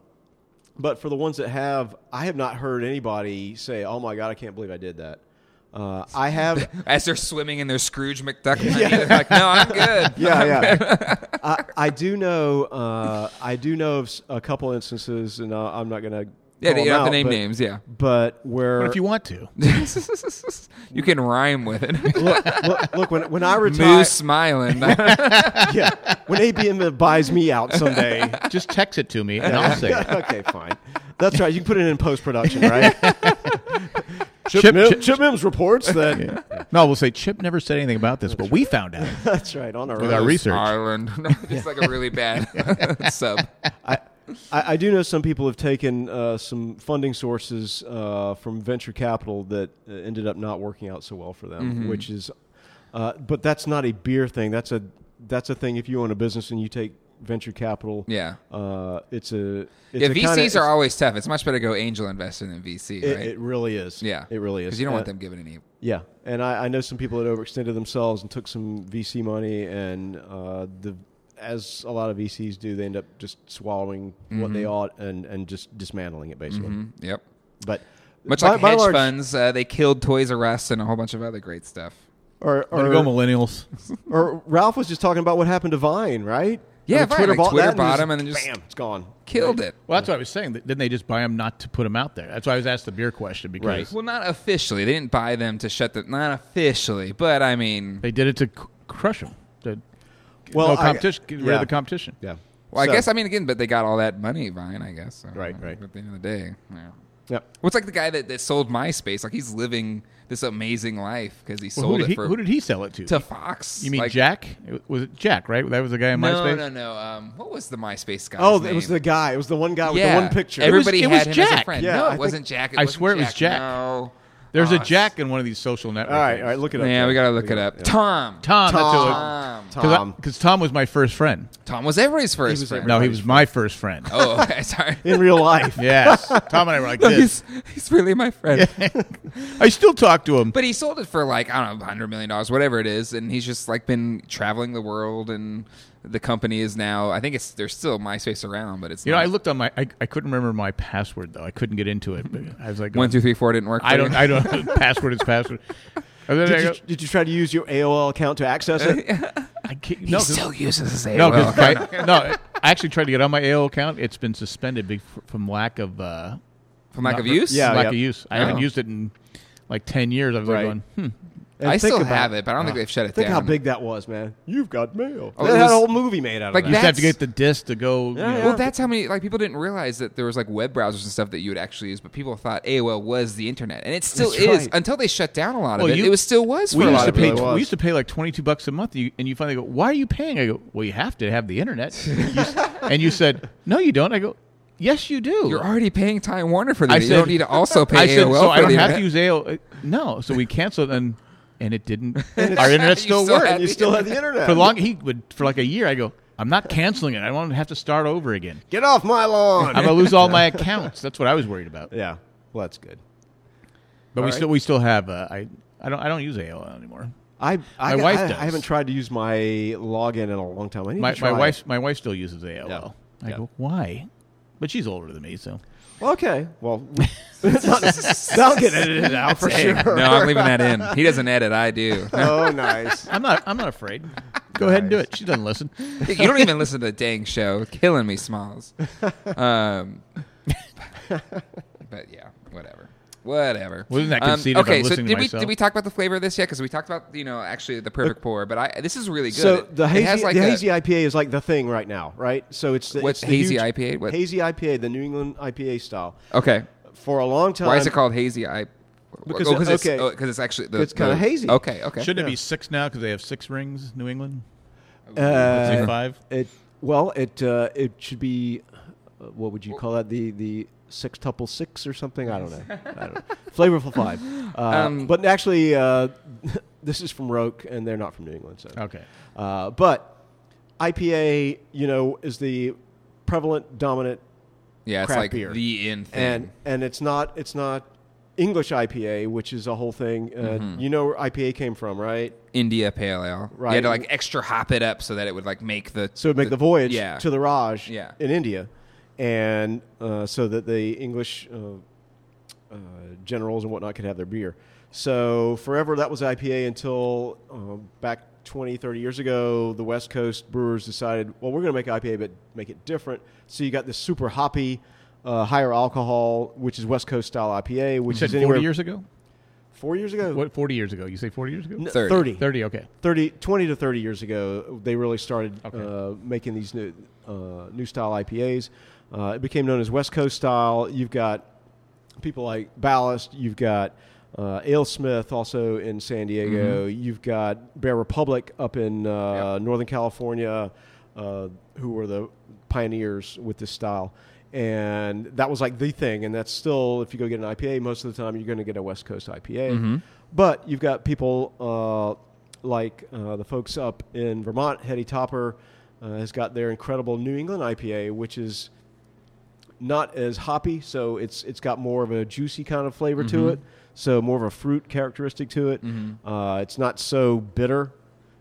Speaker 3: but for the ones that have, I have not heard anybody say, "Oh my God, I can't believe I did that." Uh, I have.
Speaker 1: As they're swimming in their Scrooge McDuck money, they're like, "No, I'm good."
Speaker 3: yeah, yeah. I, I do know. Uh, I do know of s- a couple instances, and uh, I'm not going to.
Speaker 1: Yeah, you don't have
Speaker 3: out,
Speaker 1: to name
Speaker 3: but,
Speaker 1: names. Yeah,
Speaker 3: But where
Speaker 4: But if you want to,
Speaker 1: you can rhyme with it.
Speaker 3: look, look, look, when when I retire,
Speaker 1: Moo smiling.
Speaker 3: yeah, when ABM buys me out someday,
Speaker 4: just text it to me and I'll say it.
Speaker 3: okay, fine. That's right. You can put it in post production, right? Chip,
Speaker 4: Chip-
Speaker 3: Mim-
Speaker 4: Chip-
Speaker 3: Chip Mims reports that.
Speaker 4: No, we'll say Chip never said anything about this, but we found out.
Speaker 3: That's right. On our
Speaker 4: With our
Speaker 3: own.
Speaker 4: research.
Speaker 1: Ireland. it's like a really bad sub.
Speaker 3: I, I, I do know some people have taken uh, some funding sources uh, from venture capital that uh, ended up not working out so well for them,
Speaker 1: Mm-hmm.
Speaker 3: which is, uh, but that's not a beer thing. That's a that's a thing if you own a business and you take venture capital.
Speaker 1: Yeah.
Speaker 3: uh, it's a it's
Speaker 1: Yeah,
Speaker 3: a
Speaker 1: VCs
Speaker 3: kinda- it's-
Speaker 1: are always tough. It's much better to go angel investor than VC,
Speaker 3: It,
Speaker 1: right?
Speaker 3: it really is.
Speaker 1: yeah,
Speaker 3: it really is.
Speaker 1: Because you don't want
Speaker 3: Uh,
Speaker 1: them giving any.
Speaker 3: Yeah, and I, I know some people that overextended themselves and took some VC money, and uh, the as a lot of VCs do, they end
Speaker 1: Mm-hmm.
Speaker 3: up just swallowing what they ought and and just dismantling it basically.
Speaker 1: hmm, Yep.
Speaker 3: But
Speaker 1: Much
Speaker 3: By-
Speaker 1: like
Speaker 3: by
Speaker 1: hedge
Speaker 3: large-
Speaker 1: funds, uh, they killed Toys R Us and a whole bunch of other great stuff.
Speaker 3: Or,
Speaker 4: I'm
Speaker 3: or,
Speaker 4: gonna go millennials.
Speaker 3: or Ralph was just talking about what happened to Vine, right?
Speaker 1: Yeah,
Speaker 3: Or
Speaker 1: Vine, like
Speaker 3: bought
Speaker 1: Twitter
Speaker 3: that
Speaker 1: bought
Speaker 3: just-
Speaker 1: him and then just-
Speaker 3: bam, it's gone.
Speaker 1: Killed it.
Speaker 4: Well, that's what I was saying. Didn't they just buy them not to put them out there? That's why I was asked the beer question because
Speaker 3: Right.
Speaker 1: Well, not officially. They didn't buy them to shut the. Not officially, but I mean,
Speaker 4: they did it to c- crush them. To,
Speaker 3: Well,
Speaker 4: no
Speaker 3: I-
Speaker 4: competition. get rid
Speaker 3: yeah.
Speaker 4: of the competition.
Speaker 3: Yeah.
Speaker 1: well,
Speaker 3: So-
Speaker 1: I guess I mean again, but they got all that money, Vine. I guess. So,
Speaker 3: Right,
Speaker 1: uh,
Speaker 3: right.
Speaker 1: At the end of the day, yeah.
Speaker 3: Yep.
Speaker 1: Well, it's like the guy that, that sold MySpace. Like he's living this amazing life because he
Speaker 4: Well,
Speaker 1: sold
Speaker 4: who, did
Speaker 1: it
Speaker 4: he,
Speaker 1: for
Speaker 4: who did he sell it to?
Speaker 1: to Fox.
Speaker 4: you mean
Speaker 1: Like-
Speaker 4: Jack? Was it Jack? Right? That was the guy in
Speaker 1: No,
Speaker 4: MySpace.
Speaker 1: no, no. Um, what was the MySpace guy?
Speaker 3: Oh, it was the guy. It was the one guy with
Speaker 1: yeah.
Speaker 3: Oh, the one picture.
Speaker 1: Everybody
Speaker 4: It was-
Speaker 1: had
Speaker 4: it was
Speaker 1: him as a
Speaker 4: Jack.
Speaker 1: friend.
Speaker 3: Yeah,
Speaker 1: no,
Speaker 3: I
Speaker 1: it
Speaker 3: think-
Speaker 1: wasn't Jack. It
Speaker 4: I
Speaker 1: wasn't
Speaker 4: swear it was Jack.
Speaker 1: No.
Speaker 4: There's a
Speaker 1: Oh,
Speaker 4: Jack in one of these social networks.
Speaker 3: all right, all right. Look it up.
Speaker 1: Yeah, we
Speaker 3: Jeff.
Speaker 1: gotta look it up. Tom.
Speaker 4: Tom. That's
Speaker 3: Tom.
Speaker 1: Tom.
Speaker 4: who, cause I-
Speaker 3: Tom.
Speaker 4: 'cause Tom was my first friend.
Speaker 1: Tom was everybody's first
Speaker 3: was
Speaker 1: friend.
Speaker 4: No, he was my first friend.
Speaker 1: Oh, okay. Sorry.
Speaker 3: In real life.
Speaker 4: Yes, Tom and I were like
Speaker 1: No,
Speaker 4: this.
Speaker 1: he's, he's really my friend.
Speaker 4: I still talk to him.
Speaker 1: But he sold it for like I don't know, hundred million dollars, whatever it is, and he's just like been traveling the world, and the company is now. I think it's there's still MySpace around, but it's
Speaker 4: you know,
Speaker 1: not-
Speaker 4: I looked on my. I, I couldn't remember my password though. I couldn't get into it. But I was like,
Speaker 1: one two three four didn't work.
Speaker 4: I
Speaker 1: for
Speaker 4: don't.
Speaker 1: you?
Speaker 4: I don't. password is password. And then I,
Speaker 3: Did
Speaker 4: go,
Speaker 3: you, did you try to use your AOL account to access it?
Speaker 4: I can't. No, 'cause-
Speaker 1: uses his
Speaker 4: no, 'cause I, no. I actually tried to get on my AOL account. It's been suspended be- from lack of uh,
Speaker 1: from lack
Speaker 4: not
Speaker 1: of
Speaker 4: for-
Speaker 1: use.
Speaker 3: Yeah,
Speaker 4: lack
Speaker 3: yeah.
Speaker 4: of use. I
Speaker 1: Oh.
Speaker 4: haven't used it in like ten years. I was
Speaker 3: Right.
Speaker 4: like going, hmm.
Speaker 3: And
Speaker 1: I
Speaker 3: think
Speaker 1: still
Speaker 3: about- Uh-huh.
Speaker 1: have it, but I don't think they've shut it
Speaker 3: Think
Speaker 1: down.
Speaker 3: how big that was, man. You've got mail.
Speaker 1: Oh,
Speaker 3: they
Speaker 1: it
Speaker 3: had a
Speaker 1: was-
Speaker 3: whole movie made out of
Speaker 1: Like
Speaker 3: that.
Speaker 4: You just have to
Speaker 1: That's-
Speaker 4: get the disc to go. you know,
Speaker 1: Well, that's how many like people didn't realize that there was like web browsers and stuff that you would actually use, but people thought AOL was the internet, and it still
Speaker 3: That's
Speaker 1: is
Speaker 3: right.
Speaker 1: until they shut down a lot of
Speaker 4: Well,
Speaker 1: it.
Speaker 4: you-
Speaker 1: it was still was for
Speaker 4: we
Speaker 1: a
Speaker 4: used
Speaker 1: lot
Speaker 4: to
Speaker 1: of
Speaker 4: pay.
Speaker 1: people.
Speaker 3: really was.
Speaker 4: we used to pay like twenty two bucks a month, you, and you finally go, "Why are you paying?" I go, "Well, you have to have the internet." You s- and you said, "No, you don't." I go, "Yes, you do."
Speaker 1: You're already paying Time Warner for
Speaker 4: I
Speaker 1: that. You
Speaker 4: said-
Speaker 1: don't need to also pay
Speaker 4: I
Speaker 1: AOL
Speaker 4: said,
Speaker 1: for
Speaker 4: "So I don't
Speaker 1: the
Speaker 4: have
Speaker 1: internet."
Speaker 4: to use AOL." Uh, No, so we canceled, and and it didn't. Our internet
Speaker 1: You
Speaker 4: still
Speaker 1: still
Speaker 4: worked
Speaker 1: had-
Speaker 3: you still had the internet.
Speaker 4: for long. He would for like a year. I go, "I'm not canceling it. I don't have to start over again.
Speaker 3: Get off my lawn.
Speaker 4: I'm gonna lose all my accounts." That's what I was worried about.
Speaker 3: yeah. Well, that's good.
Speaker 4: But we
Speaker 3: All
Speaker 4: still we still have. Uh, I I don't I don't use AOL anymore.
Speaker 3: I, I,
Speaker 4: My wife
Speaker 3: I,
Speaker 4: does.
Speaker 3: I haven't tried to use my login in a long time. I need
Speaker 4: My
Speaker 3: to try
Speaker 4: my
Speaker 3: it.
Speaker 4: wife my wife still uses AOL.
Speaker 3: Yeah.
Speaker 4: I
Speaker 3: Yeah.
Speaker 4: go, "Why?" But she's older than me, so
Speaker 3: Well, okay. Well, that'll get edited out for
Speaker 1: Hey,
Speaker 3: sure.
Speaker 1: No, I'm leaving that in. He doesn't edit. I do.
Speaker 3: Oh, nice.
Speaker 4: I'm not. I'm not afraid. Go ahead and do it. She doesn't listen.
Speaker 1: you don't even listen to the dang show. Killing me, Smalls. Um, but yeah, whatever. Whatever.
Speaker 4: Wasn't that
Speaker 1: Um,
Speaker 4: conceited if
Speaker 1: okay,
Speaker 4: I'm
Speaker 1: so
Speaker 4: listening to
Speaker 1: did we
Speaker 4: myself?
Speaker 1: did we talk about the flavor of this yet? Because we talked about you know actually the perfect pour, but I this is really good.
Speaker 3: So
Speaker 1: It-
Speaker 3: the
Speaker 1: it
Speaker 3: hazy,
Speaker 1: has like
Speaker 3: the
Speaker 1: a-
Speaker 3: hazy IPA is like the thing right now, right? So it's the,
Speaker 1: What,
Speaker 3: it's the
Speaker 1: hazy
Speaker 3: huge-
Speaker 1: IPA? What-
Speaker 3: Hazy IPA, the New England IPA style.
Speaker 1: okay.
Speaker 3: For a long time,
Speaker 1: Why is it called hazy? I
Speaker 3: Because
Speaker 1: oh,
Speaker 3: it-
Speaker 1: it's
Speaker 3: okay.
Speaker 1: oh, 'cause it's actually the,
Speaker 3: It's kinda
Speaker 1: the-
Speaker 3: hazy.
Speaker 1: Okay, okay.
Speaker 4: Shouldn't it be six now because they have six rings? New England.
Speaker 3: Uh,
Speaker 4: Say five.
Speaker 3: It well, it uh, it should be uh, what would you call that? The the sextuple six or something? I don't know. I don't know. Flavorful five. Uh,
Speaker 1: Um,
Speaker 3: but actually, uh, this is from Roke, and they're not from New England. So
Speaker 4: Okay.
Speaker 3: Uh, but IPA, you know, is the prevalent dominant
Speaker 1: yeah, it's
Speaker 3: craft
Speaker 1: like
Speaker 3: beer.
Speaker 1: the in thing.
Speaker 3: and and it's not it's not English IPA, which is a whole thing. Uh,
Speaker 1: Mm-hmm.
Speaker 3: You know where IPA came from, right?
Speaker 1: India Pale Ale. You
Speaker 3: Right.
Speaker 1: had to like extra hop it up so that it would like make the
Speaker 3: So it make the, voyage
Speaker 1: yeah.
Speaker 3: to the Raj
Speaker 1: Yeah.
Speaker 3: in India, and uh, so that the English uh, uh, generals and whatnot could have their beer. So forever that was IPA until uh, back 20, 30 years ago, the West Coast brewers decided, well, we're going to make IPA, but make it different. So you got this super hoppy, uh, higher alcohol, which is West Coast style IPA,
Speaker 4: You
Speaker 3: which
Speaker 4: said
Speaker 3: is
Speaker 4: forty
Speaker 3: anywhere
Speaker 4: years ago.
Speaker 3: four years ago,
Speaker 4: What forty years ago? You say forty years ago?
Speaker 3: No,
Speaker 1: 30.
Speaker 3: 30.
Speaker 4: 30 okay
Speaker 3: 30 20 to 30 years ago they really started uh,
Speaker 4: Okay.
Speaker 3: making these new uh, new style ipas uh, it became known as west coast style you've got people like ballast you've got uh, alesmith also in san diego you've got bear republic up in uh, northern california uh, who were the pioneers with this style and that was like the thing and that's still if you go get an ipa most of the time you're going to get a west coast ipa but you've got people uh, like uh, the folks up in Vermont, Hetty Topper uh, has got their incredible New England IPA, which is not as hoppy, so it's it's got more of a juicy kind of flavor
Speaker 1: Mm-hmm.
Speaker 3: to it, so more of a fruit characteristic to it. Uh, it's not so bitter,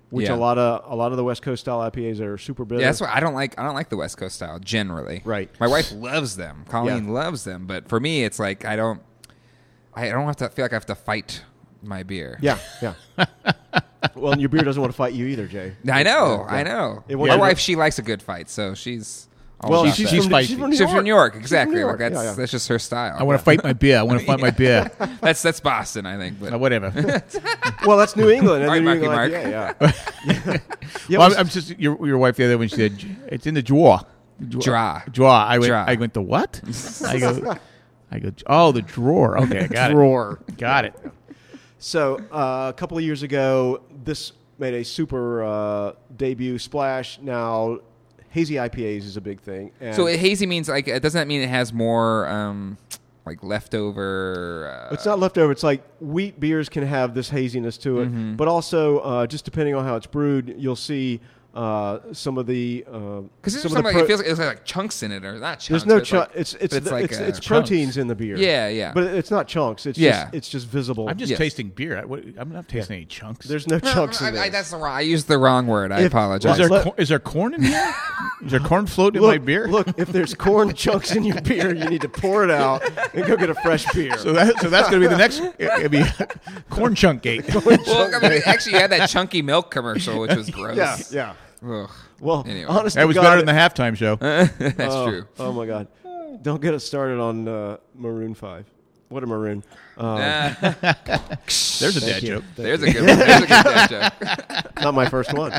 Speaker 3: which
Speaker 1: Yeah.
Speaker 3: a lot of a lot of the West Coast style IPAs are super bitter.
Speaker 1: Yeah, that's why I don't like I don't like the West Coast style generally.
Speaker 3: Right.
Speaker 1: My wife loves them. Colleen loves them, but for me, it's like I don't. I don't have to feel like I have to fight my beer.
Speaker 3: Yeah, yeah. well, and your beer doesn't want to fight you either, Jay.
Speaker 1: I know,
Speaker 3: Yeah.
Speaker 1: I know.
Speaker 3: It
Speaker 1: my
Speaker 3: won't-
Speaker 1: wife, she likes a good fight, so she's all
Speaker 3: Well,
Speaker 1: about
Speaker 3: she's,
Speaker 1: that.
Speaker 4: she's
Speaker 3: from,
Speaker 4: feisty.
Speaker 3: she's from New York.
Speaker 1: She's from New York, exactly.
Speaker 3: New York,
Speaker 1: Like that's
Speaker 3: yeah, yeah.
Speaker 1: that's just her style.
Speaker 4: I want to fight my beer. I want to fight my beer.
Speaker 1: that's that's Boston, I think. But
Speaker 4: Uh, whatever.
Speaker 3: Well, that's New England. and
Speaker 1: All right,
Speaker 3: then you're
Speaker 1: Marky
Speaker 3: like,
Speaker 1: Mark.
Speaker 3: Yeah, yeah. yeah
Speaker 4: well,
Speaker 3: well,
Speaker 4: I'm, I'm just your, your wife the other when she said "J- it's in the drawer.
Speaker 1: Draw.
Speaker 4: Drawer. I went.
Speaker 1: Draw.
Speaker 4: I went the what? I go. I go. Oh, the drawer. Okay, I got
Speaker 3: Drawer.
Speaker 4: it. Got it.
Speaker 3: So uh, a couple of years ago, this made a super uh, debut splash. Now, hazy IPAs is a big thing. And
Speaker 1: so hazy means like it doesn't that mean it has more um like leftover. Uh,
Speaker 3: It's not leftover. It's like wheat beers can have this haziness to it,
Speaker 1: Mm-hmm.
Speaker 3: but also uh, just depending on how it's brewed, you'll see uh, some of the
Speaker 1: because
Speaker 3: because
Speaker 1: there's something like it feels like it's like chunks in it or not chunks.
Speaker 3: there's no
Speaker 1: but
Speaker 3: chunk.
Speaker 1: like-
Speaker 3: it's
Speaker 1: but
Speaker 3: it's it's,
Speaker 1: like
Speaker 3: it's,
Speaker 1: a-
Speaker 3: it's proteins in the beer.
Speaker 1: Yeah, yeah.
Speaker 3: But it's not chunks. It's
Speaker 1: Yeah.
Speaker 3: just, it's just visible.
Speaker 4: I'm just
Speaker 1: Yes.
Speaker 4: tasting beer. I, what, I'm not tasting any chunks.
Speaker 3: There's no
Speaker 1: No,
Speaker 3: chunks
Speaker 1: I,
Speaker 3: in
Speaker 1: I,
Speaker 3: there.
Speaker 1: that's the wrong. I used the wrong word. I
Speaker 3: If-
Speaker 1: apologize.
Speaker 4: is there
Speaker 3: Let-
Speaker 4: cor- is there corn in here? is there corn floating
Speaker 3: look,
Speaker 4: in my beer?
Speaker 3: look, if there's corn chunks in your beer, you need to pour it out and go get a fresh beer.
Speaker 4: So that so that's gonna be the next. It'll be corn chunk gate.
Speaker 1: well, I mean, they actually had that chunky milk commercial, which was gross.
Speaker 3: yeah, yeah.
Speaker 1: Ugh,
Speaker 3: Well,
Speaker 1: Anyway.
Speaker 3: honest
Speaker 4: That
Speaker 3: to
Speaker 4: was
Speaker 3: God,
Speaker 4: better than the halftime show.
Speaker 1: that's
Speaker 3: oh,
Speaker 1: true.
Speaker 3: Oh my God! Don't get us started on uh, Maroon Five. What a maroon! Um,
Speaker 1: Nah,
Speaker 4: There's a dad joke.
Speaker 1: Ah, there's a good. One. There's a good dad joke.
Speaker 3: Not my first one.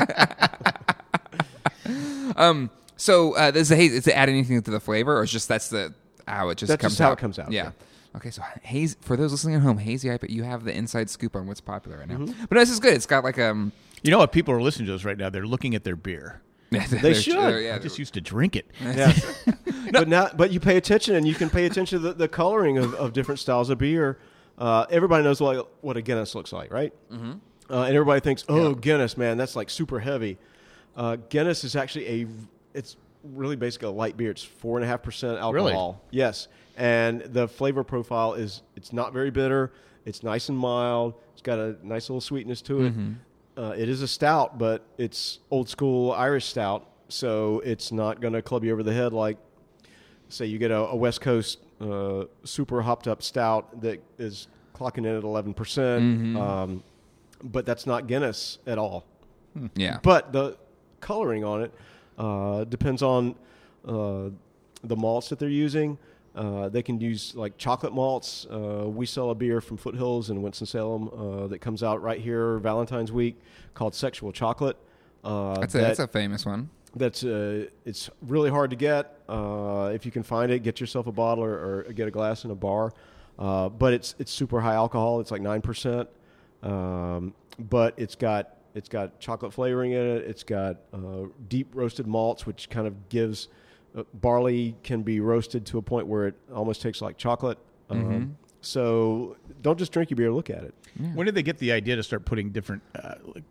Speaker 1: So uh, does the haze is it add anything to the flavor, or is just that's the how it just
Speaker 3: That's
Speaker 1: comes
Speaker 3: just how
Speaker 1: out?
Speaker 3: it comes out,
Speaker 1: Yeah.
Speaker 3: yeah.
Speaker 1: Okay, so haze for those listening at home, hazy IPA. You have the inside scoop on what's popular right now.
Speaker 3: Mm-hmm.
Speaker 1: But no, this is good. It's got like um.
Speaker 4: You know what? People are listening to us right now. They're looking at their beer.
Speaker 1: They
Speaker 3: should.
Speaker 1: yeah,
Speaker 4: I just used to drink it.
Speaker 3: Yes. But now, but you pay attention, and you can pay attention to the, the coloring of, of different styles of beer. Uh, everybody knows what, what a Guinness looks like, right? Mm-hmm. Uh, and everybody thinks, "Oh, Guinness, man, that's like super heavy." Uh, Guinness is actually a it's really basically a light beer. It's four and a half percent
Speaker 4: Really?
Speaker 3: alcohol. Yes, and the flavor profile is it's not very bitter. It's nice and mild. It's got a nice little sweetness to it. Uh, it is a stout, but it's old school Irish stout, so it's not going to club you over the head like, say, you get a, a West Coast uh, super hopped up stout that is clocking in at 11%.
Speaker 1: Mm-hmm.
Speaker 3: percent Um, but that's not Guinness at all.
Speaker 1: yeah.
Speaker 3: But the coloring on it uh, depends on uh, the malts that they're using. Uh, they can use like chocolate malts. Uh, we sell a beer from Foothills in Winston Salem uh, that comes out right here Valentine's week called Sexual Chocolate. Uh,
Speaker 1: that's a,
Speaker 3: that-
Speaker 1: that's a famous one.
Speaker 3: that's uh, it's really hard to get. Uh, if you can find it, get yourself a bottle or, or get a glass in a bar. Uh, but it's it's super high alcohol. It's like nine percent. Um, but it's got it's got chocolate flavoring in it. It's got uh, deep roasted malts, which kind of gives uh, barley can be roasted to a point where it almost tastes like chocolate. Um, So don't just drink your beer. Look at it.
Speaker 4: When did they get the idea to start putting different? Uh, like,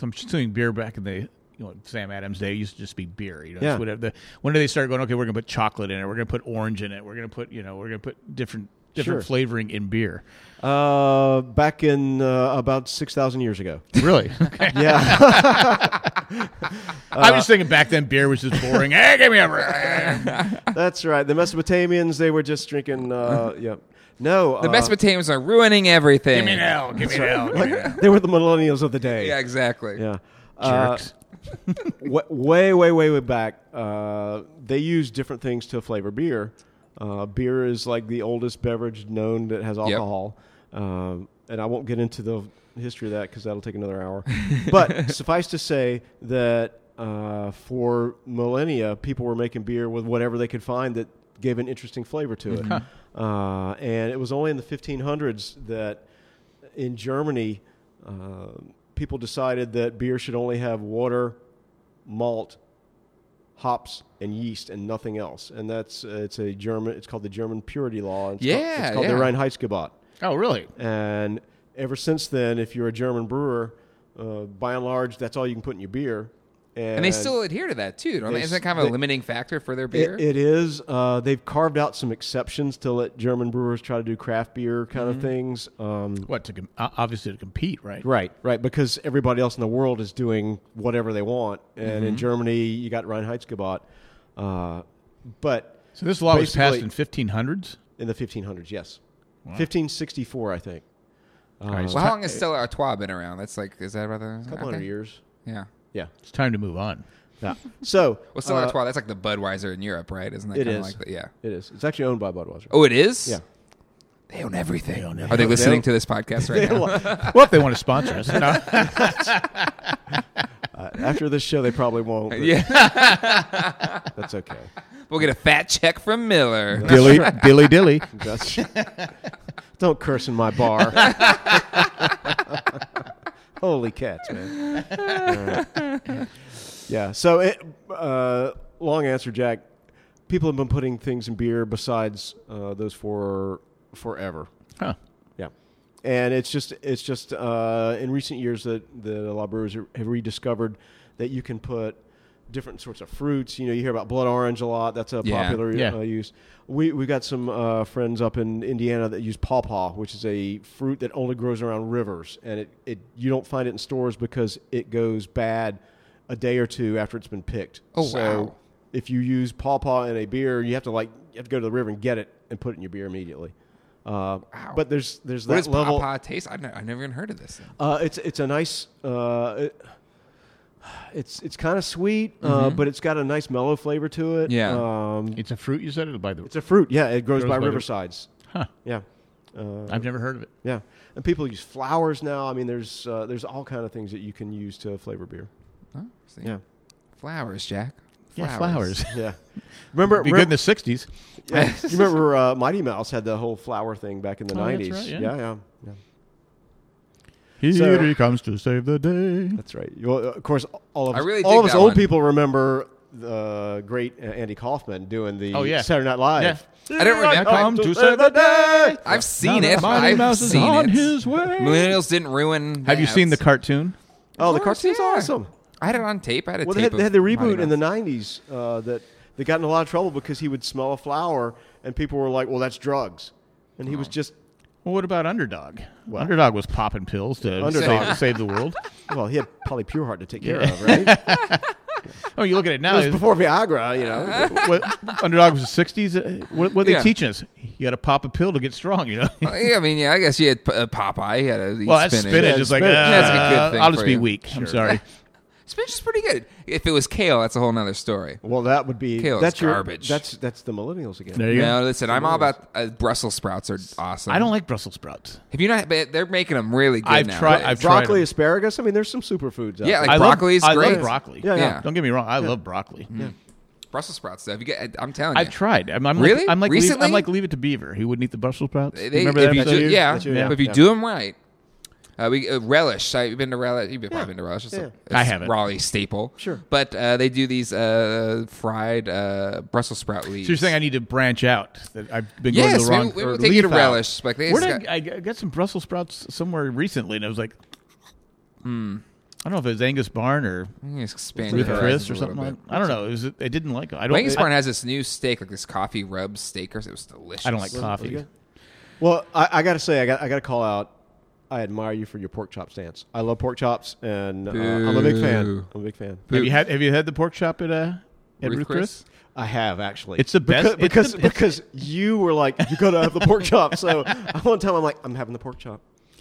Speaker 4: I'm assuming beer back in the you know Sam Adams day used to just be beer. You know,
Speaker 3: Yeah.
Speaker 4: it's whatever. The, when did they start going? Okay, we're gonna put chocolate in it. We're gonna put orange in it. We're gonna put you know we're gonna put different different
Speaker 3: Sure.
Speaker 4: flavoring in beer.
Speaker 3: Uh, back in uh, about six thousand years ago.
Speaker 4: Really? okay.
Speaker 3: Yeah. Uh,
Speaker 4: I was thinking back then beer was just boring. hey, give me a.
Speaker 3: That's right. The Mesopotamians, they were just drinking. Uh, yeah. No.
Speaker 1: The
Speaker 3: uh,
Speaker 1: Mesopotamians are ruining everything.
Speaker 4: Give me an L. Give me an L. Give me an L.
Speaker 3: They were the millennials of the day.
Speaker 1: Yeah, exactly.
Speaker 3: Yeah. Uh,
Speaker 4: Jerks.
Speaker 3: wa- way, way, way, way back, uh, they use different things to flavor beer. Uh, beer is like the oldest beverage known that has alcohol. Um, and I won't get into the history of that because that'll take another hour. but suffice to say that uh, for millennia, people were making beer with whatever they could find that gave an interesting flavor to it. Uh, and it was only in the 1500s that in Germany, uh, people decided that beer should only have water, malt, hops, and yeast, and nothing else. And that's uh, it's a German. It's called the German Purity Law. and It's called,
Speaker 1: Yeah,
Speaker 3: it's called
Speaker 1: yeah.
Speaker 3: the Reinheitsgebot.
Speaker 4: Oh, really?
Speaker 3: And ever since then, if you're a German brewer, uh, by and large, that's all you can put in your beer. And,
Speaker 1: And they still adhere to that too. Don't
Speaker 3: Uh, They
Speaker 1: they? Isn't
Speaker 3: s-
Speaker 1: that kind of a
Speaker 3: they-
Speaker 1: limiting factor for their beer?
Speaker 3: It, it is. Uh, they've carved out some exceptions to let German brewers try to do craft beer kind
Speaker 1: Mm-hmm.
Speaker 3: of things. Um,
Speaker 4: What to com- uh, obviously to compete, right?
Speaker 3: Right, right, because everybody else in the world is doing whatever they want, and in Germany you got Reinheitsgebot, uh, but
Speaker 4: So this law was passed
Speaker 3: Basically-
Speaker 4: in 1500s.
Speaker 3: in the 1500s, yes, 1564, I think. Uh,
Speaker 4: Christ.
Speaker 1: Well, how long has Stella Artois been around? That's like, is that rather?
Speaker 3: a couple hundred years.
Speaker 1: Yeah.
Speaker 3: Yeah.
Speaker 4: It's time to move on.
Speaker 3: Yeah. So
Speaker 1: Well, Stella
Speaker 3: uh,
Speaker 1: Artois, that's like the Budweiser in Europe, right? Isn't that
Speaker 3: It
Speaker 1: kind of
Speaker 3: is.
Speaker 1: like that? Yeah.
Speaker 3: It is. It's actually owned by Budweiser.
Speaker 1: Oh, it is?
Speaker 3: Yeah.
Speaker 1: They own everything.
Speaker 4: own
Speaker 1: Are they
Speaker 4: everything.
Speaker 1: listening to
Speaker 3: They
Speaker 1: this podcast right now?
Speaker 4: Well, if they want to sponsor us, No.
Speaker 3: Uh, after this show, they probably won't. but
Speaker 1: yeah.
Speaker 3: That's okay.
Speaker 1: We'll get a fat check from Miller.
Speaker 4: dilly dilly dilly.
Speaker 3: That's, don't curse in my bar. Holy cats, man. Alright. Yeah. So, it, uh, long answer, Jack. People have been putting things in beer besides uh, those four forever.
Speaker 4: Huh.
Speaker 3: Yeah, and it's just it's just uh, in recent years that the law brewers have rediscovered that you can put different sorts of fruits. You know, you hear about blood orange a lot. That's a
Speaker 1: Yeah.
Speaker 3: popular
Speaker 4: Yeah.
Speaker 3: Uh, use. We we got some uh, friends up in Indiana that use pawpaw, which is a fruit that only grows around rivers, and it, it you don't find it in stores because it goes bad a day or two after it's been picked.
Speaker 1: Oh,
Speaker 3: so
Speaker 1: wow.
Speaker 3: If you use pawpaw in a beer, you have to like you have to go to the river and get it and put it in your beer immediately. Uh, But there's there's
Speaker 1: What
Speaker 3: that
Speaker 1: does
Speaker 3: level.
Speaker 1: pawpaw taste? I've, ne- I've never even heard of this.
Speaker 3: Uh, it's it's a nice. Uh, it, it's it's kind of sweet, uh, but it's got a nice mellow flavor to it.
Speaker 1: Yeah.
Speaker 3: um,
Speaker 4: It's a fruit Mm-hmm. you said it by the.
Speaker 3: it's a fruit. Yeah, it grows,
Speaker 4: Grows
Speaker 3: by,
Speaker 4: by the-
Speaker 3: riversides.
Speaker 4: Huh.
Speaker 3: Yeah, uh,
Speaker 4: I've never heard of it.
Speaker 3: yeah, and people use flowers now. I mean, there's uh, there's all kind of things that you can use to flavor beer.
Speaker 1: Huh? See?
Speaker 3: Yeah,
Speaker 1: Flowers, Jack.
Speaker 4: Yeah, flowers.
Speaker 3: yeah. Remember, remember,
Speaker 4: Be good in the '60s.
Speaker 3: yeah, you remember uh, Mighty Mouse had the whole flower thing back in the
Speaker 4: Oh, that's
Speaker 3: '90s.
Speaker 4: right, yeah.
Speaker 3: yeah, yeah, yeah.
Speaker 4: Here
Speaker 3: So-
Speaker 4: he comes to save the day.
Speaker 3: That's right. You- Well, of course, all of
Speaker 1: I
Speaker 3: us,
Speaker 1: really dig
Speaker 3: all of us
Speaker 1: that
Speaker 3: old
Speaker 1: one.
Speaker 3: people remember the great uh, Andy Kaufman doing the
Speaker 4: Oh, yeah.
Speaker 3: Saturday Night Live.
Speaker 4: Yeah.
Speaker 1: I don't remember-
Speaker 4: Come to save the day.
Speaker 1: I've seen
Speaker 4: Now the
Speaker 1: it.
Speaker 4: Mighty
Speaker 1: I've
Speaker 4: Mouse is
Speaker 1: seen
Speaker 4: on
Speaker 1: it.
Speaker 4: his way.
Speaker 1: Millennials didn't ruin.
Speaker 4: Have you
Speaker 1: that.
Speaker 4: seen the cartoon?
Speaker 3: Oh, the
Speaker 1: course,
Speaker 3: cartoon's
Speaker 1: yeah.
Speaker 3: awesome.
Speaker 1: I had it on tape. I had a
Speaker 3: Well, they
Speaker 1: tape.
Speaker 3: had, they
Speaker 1: of
Speaker 3: had the
Speaker 1: Mighty
Speaker 3: reboot in the
Speaker 1: Mouse.
Speaker 3: '90s uh, that they got in a lot of trouble because he would smell a flower, and people were like, "Well, that's drugs," and
Speaker 1: Oh.
Speaker 3: he was just
Speaker 4: Well, what about Underdog? Underdog was popping pills to
Speaker 3: Underdog.
Speaker 4: save, save the world.
Speaker 3: well, he had probably pure heart to take care
Speaker 4: Yeah.
Speaker 3: of, right? it
Speaker 4: Oh, you look at it now.
Speaker 3: was before Viagra, you know.
Speaker 4: what, underdog was the '60s. Uh, What, what are they
Speaker 1: Yeah.
Speaker 4: teaching us? You got to pop a pill to get strong. You know.
Speaker 1: Well, Uh, yeah, I mean, yeah, I guess you had P- uh, Popeye. He had a
Speaker 4: well, that's spinach.
Speaker 3: Yeah,
Speaker 4: It's like
Speaker 3: spinach.
Speaker 4: uh,
Speaker 1: That's a good thing
Speaker 4: I'll just
Speaker 1: for
Speaker 4: be
Speaker 1: you.
Speaker 4: weak. I'm sorry.
Speaker 1: Spinach is pretty good. If it was kale, that's a whole nother story.
Speaker 3: well, that would be
Speaker 1: Kale is
Speaker 3: that's your-
Speaker 1: garbage.
Speaker 3: That's that's the millennials again.
Speaker 4: There you
Speaker 1: no,
Speaker 4: go.
Speaker 1: listen, I'm all about uh, Brussels sprouts are awesome.
Speaker 4: I don't like Brussels sprouts.
Speaker 1: Have you not? But they're making them really good
Speaker 4: I've
Speaker 1: now.
Speaker 4: tried- I've tried
Speaker 3: broccoli,
Speaker 4: them.
Speaker 3: asparagus. I mean, there's some superfoods. out
Speaker 1: Yeah,
Speaker 3: there.
Speaker 1: like
Speaker 4: I
Speaker 1: broccoli's
Speaker 4: love, I
Speaker 1: great.
Speaker 4: love broccoli.
Speaker 3: Yeah, yeah.
Speaker 1: Yeah. Mm.
Speaker 4: Don't get me wrong. I love broccoli.
Speaker 1: Brussels sprouts stuff. You get, I'm telling you,
Speaker 4: I've tried. I'm, I'm
Speaker 1: Really?
Speaker 4: Like, I'm like leave-
Speaker 1: Recently?
Speaker 4: I'm like leave it to Beaver. He wouldn't eat the Brussels sprouts.
Speaker 1: They-
Speaker 4: Remember
Speaker 1: if
Speaker 4: that
Speaker 1: you
Speaker 4: episode?
Speaker 1: do, yeah,
Speaker 3: That's you, yeah.
Speaker 1: But if you
Speaker 3: Yeah.
Speaker 1: do them right, uh, we uh, relish. I've been to relish. You've probably been to relish. It's a-
Speaker 3: Yeah.
Speaker 1: it's
Speaker 4: I haven't.
Speaker 1: a Raleigh staple.
Speaker 3: Sure.
Speaker 1: but uh, they do these uh, fried uh, Brussels sprout leaves.
Speaker 4: So you're saying I need to branch out? That I've been going to
Speaker 1: yes,
Speaker 4: the wrong.
Speaker 1: we, we
Speaker 4: or
Speaker 1: will take you to
Speaker 4: leaf out.
Speaker 1: relish. Like they
Speaker 4: Where
Speaker 1: just
Speaker 4: did I, I got some Brussels sprouts somewhere recently, and I was like, I don't know if it was Angus Barn or
Speaker 1: got- mm, expand
Speaker 4: Ruth
Speaker 1: your
Speaker 4: Chris
Speaker 1: horizons
Speaker 4: or
Speaker 1: a little
Speaker 4: something. Like,
Speaker 1: bit.
Speaker 4: I don't know. It was, I didn't like it. I don't.
Speaker 1: Angus
Speaker 4: I-
Speaker 1: Barn has this new steak, like this coffee rub steak, or it was delicious.
Speaker 4: I don't like
Speaker 3: Was it pretty
Speaker 4: coffee.
Speaker 3: good? Well, I, I got to say, I got I got to call out. I admire you for your pork chop stance. I love pork chops, and uh, I'm a big fan.
Speaker 1: Boo.
Speaker 3: I'm a big fan.
Speaker 4: Have you had Have you had the pork chop at uh, at
Speaker 1: Ruth
Speaker 4: Ruth
Speaker 1: Chris?
Speaker 4: Chris?
Speaker 3: I have actually.
Speaker 4: It's the best-
Speaker 3: because
Speaker 4: it's the-
Speaker 3: because, because you were like you gotta have the pork chop. So one time I'm like I'm having the pork chop.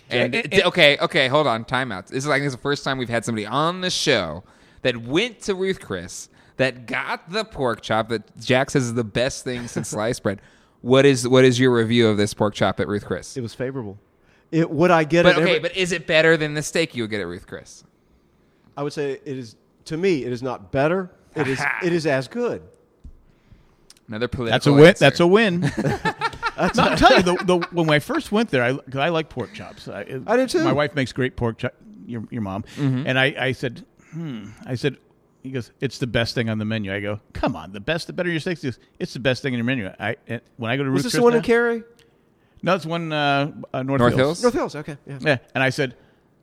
Speaker 1: And, okay, okay, hold on, timeouts. This is like this is the first time we've had somebody on the show that went to Ruth Chris that got the pork chop that Jack says is the best thing since sliced bread. What is what is your review of this pork chop at Ruth Chris?
Speaker 3: It was favorable. It would I get
Speaker 1: But
Speaker 3: it?
Speaker 1: okay,
Speaker 3: every-
Speaker 1: but is it better than the steak you would get at Ruth Chris?
Speaker 3: I would say it is to me. It is not better. It is it is as good.
Speaker 1: Another political.
Speaker 4: That's a win.
Speaker 1: answer.
Speaker 4: That's a win. no, I'm telling you, the, the, when I first went there, I 'cause I like pork chops. I,
Speaker 3: I do too.
Speaker 4: My wife makes great pork chop. Your your mom and I. I said, hmm. I said, he goes, it's the best thing on the menu. I go, come on, the best, the better your steaks. He goes, it's the best thing in your menu. I and when I go to
Speaker 3: Was this
Speaker 4: Ruth's Chris
Speaker 3: the one in
Speaker 4: now-
Speaker 3: Cary?
Speaker 4: No, it's one uh, uh, North,
Speaker 1: North
Speaker 4: Hills.
Speaker 1: Hills?
Speaker 3: North Hills. Okay. Yeah.
Speaker 4: Yeah, and I said,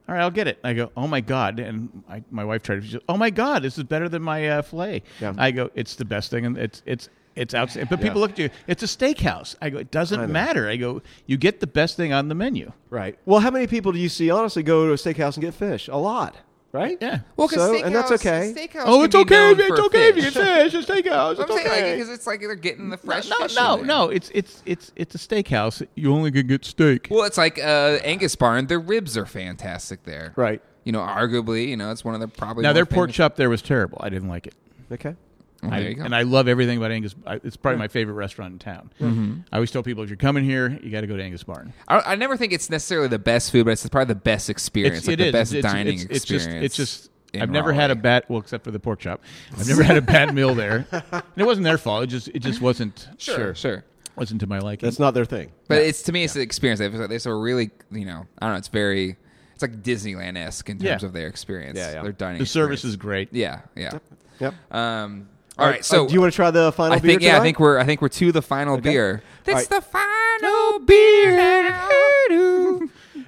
Speaker 4: all right, I'll get it. And I go, oh my god, and I, my wife tried to. She goes, oh my god, this is better than my uh, fillet.
Speaker 3: Yeah.
Speaker 4: I go, it's the best thing, and it's it's. It's outstanding. But people look at you. It's a steakhouse. I go. It doesn't
Speaker 3: I know.
Speaker 4: matter. I go. You get the best thing on the menu.
Speaker 3: Right. Well, how many people do you see honestly go to a steakhouse and get fish? A lot. right?
Speaker 4: Yeah.
Speaker 1: Well, 'cause
Speaker 3: so, and that's
Speaker 1: steakhouse-
Speaker 3: okay.
Speaker 1: steakhouse
Speaker 4: Oh,
Speaker 1: can
Speaker 4: it's
Speaker 1: be
Speaker 4: okay.
Speaker 1: known
Speaker 4: if- It's
Speaker 1: for
Speaker 4: okay if you
Speaker 1: fish.
Speaker 4: get fish. It's steakhouse.
Speaker 1: I'm
Speaker 4: It's
Speaker 1: saying like
Speaker 4: okay.
Speaker 1: because it's like they're getting the fresh
Speaker 4: no,
Speaker 1: fish. in
Speaker 4: no,
Speaker 1: there.
Speaker 4: no. It's it's it's it's a steakhouse. You only can get steak.
Speaker 1: Well, it's like uh, Angus Barn. Their ribs are fantastic there.
Speaker 3: Right.
Speaker 1: You know, arguably, you know, it's one of the probably
Speaker 4: now
Speaker 1: more
Speaker 4: their pork
Speaker 1: famous-
Speaker 4: chop there was terrible. I didn't like it.
Speaker 3: Okay.
Speaker 1: Well,
Speaker 4: I,
Speaker 1: there you go.
Speaker 4: And I love everything about Angus. I, it's probably my favorite restaurant in town.
Speaker 1: Mm-hmm.
Speaker 3: Mm-hmm.
Speaker 4: I always tell people if you're coming here, you got to go to Angus Barn.
Speaker 1: I, I never think it's necessarily the best food, but it's probably the best experience, like
Speaker 4: it
Speaker 1: the
Speaker 4: is.
Speaker 1: best
Speaker 4: It's- it's-
Speaker 1: dining
Speaker 4: it's-
Speaker 1: experience.
Speaker 4: It's just, it's just
Speaker 1: in
Speaker 4: I've never had a
Speaker 1: Raleigh.
Speaker 4: bad well, except for the pork chop. I've never had a bad meal there, and it wasn't their fault. It just it just wasn't
Speaker 1: sure, sure.
Speaker 4: wasn't to my liking.
Speaker 3: That's not their thing.
Speaker 1: But it's to me, it's the experience. They have, they have a really, you know, I don't know. It's very, it's like Disneyland esque in terms
Speaker 4: Yeah.
Speaker 1: of their experience.
Speaker 3: Yeah, yeah.
Speaker 1: Their dining.
Speaker 4: the service
Speaker 1: experience.
Speaker 4: is great.
Speaker 1: Yeah, yeah.
Speaker 3: Yep.
Speaker 1: Um. All
Speaker 3: Uh,
Speaker 1: right. So
Speaker 3: do you want to try the final
Speaker 1: I
Speaker 3: beer
Speaker 1: think yeah, I
Speaker 3: tonight?
Speaker 1: think we're I think we're to the final beer.
Speaker 3: That's
Speaker 1: the final beer.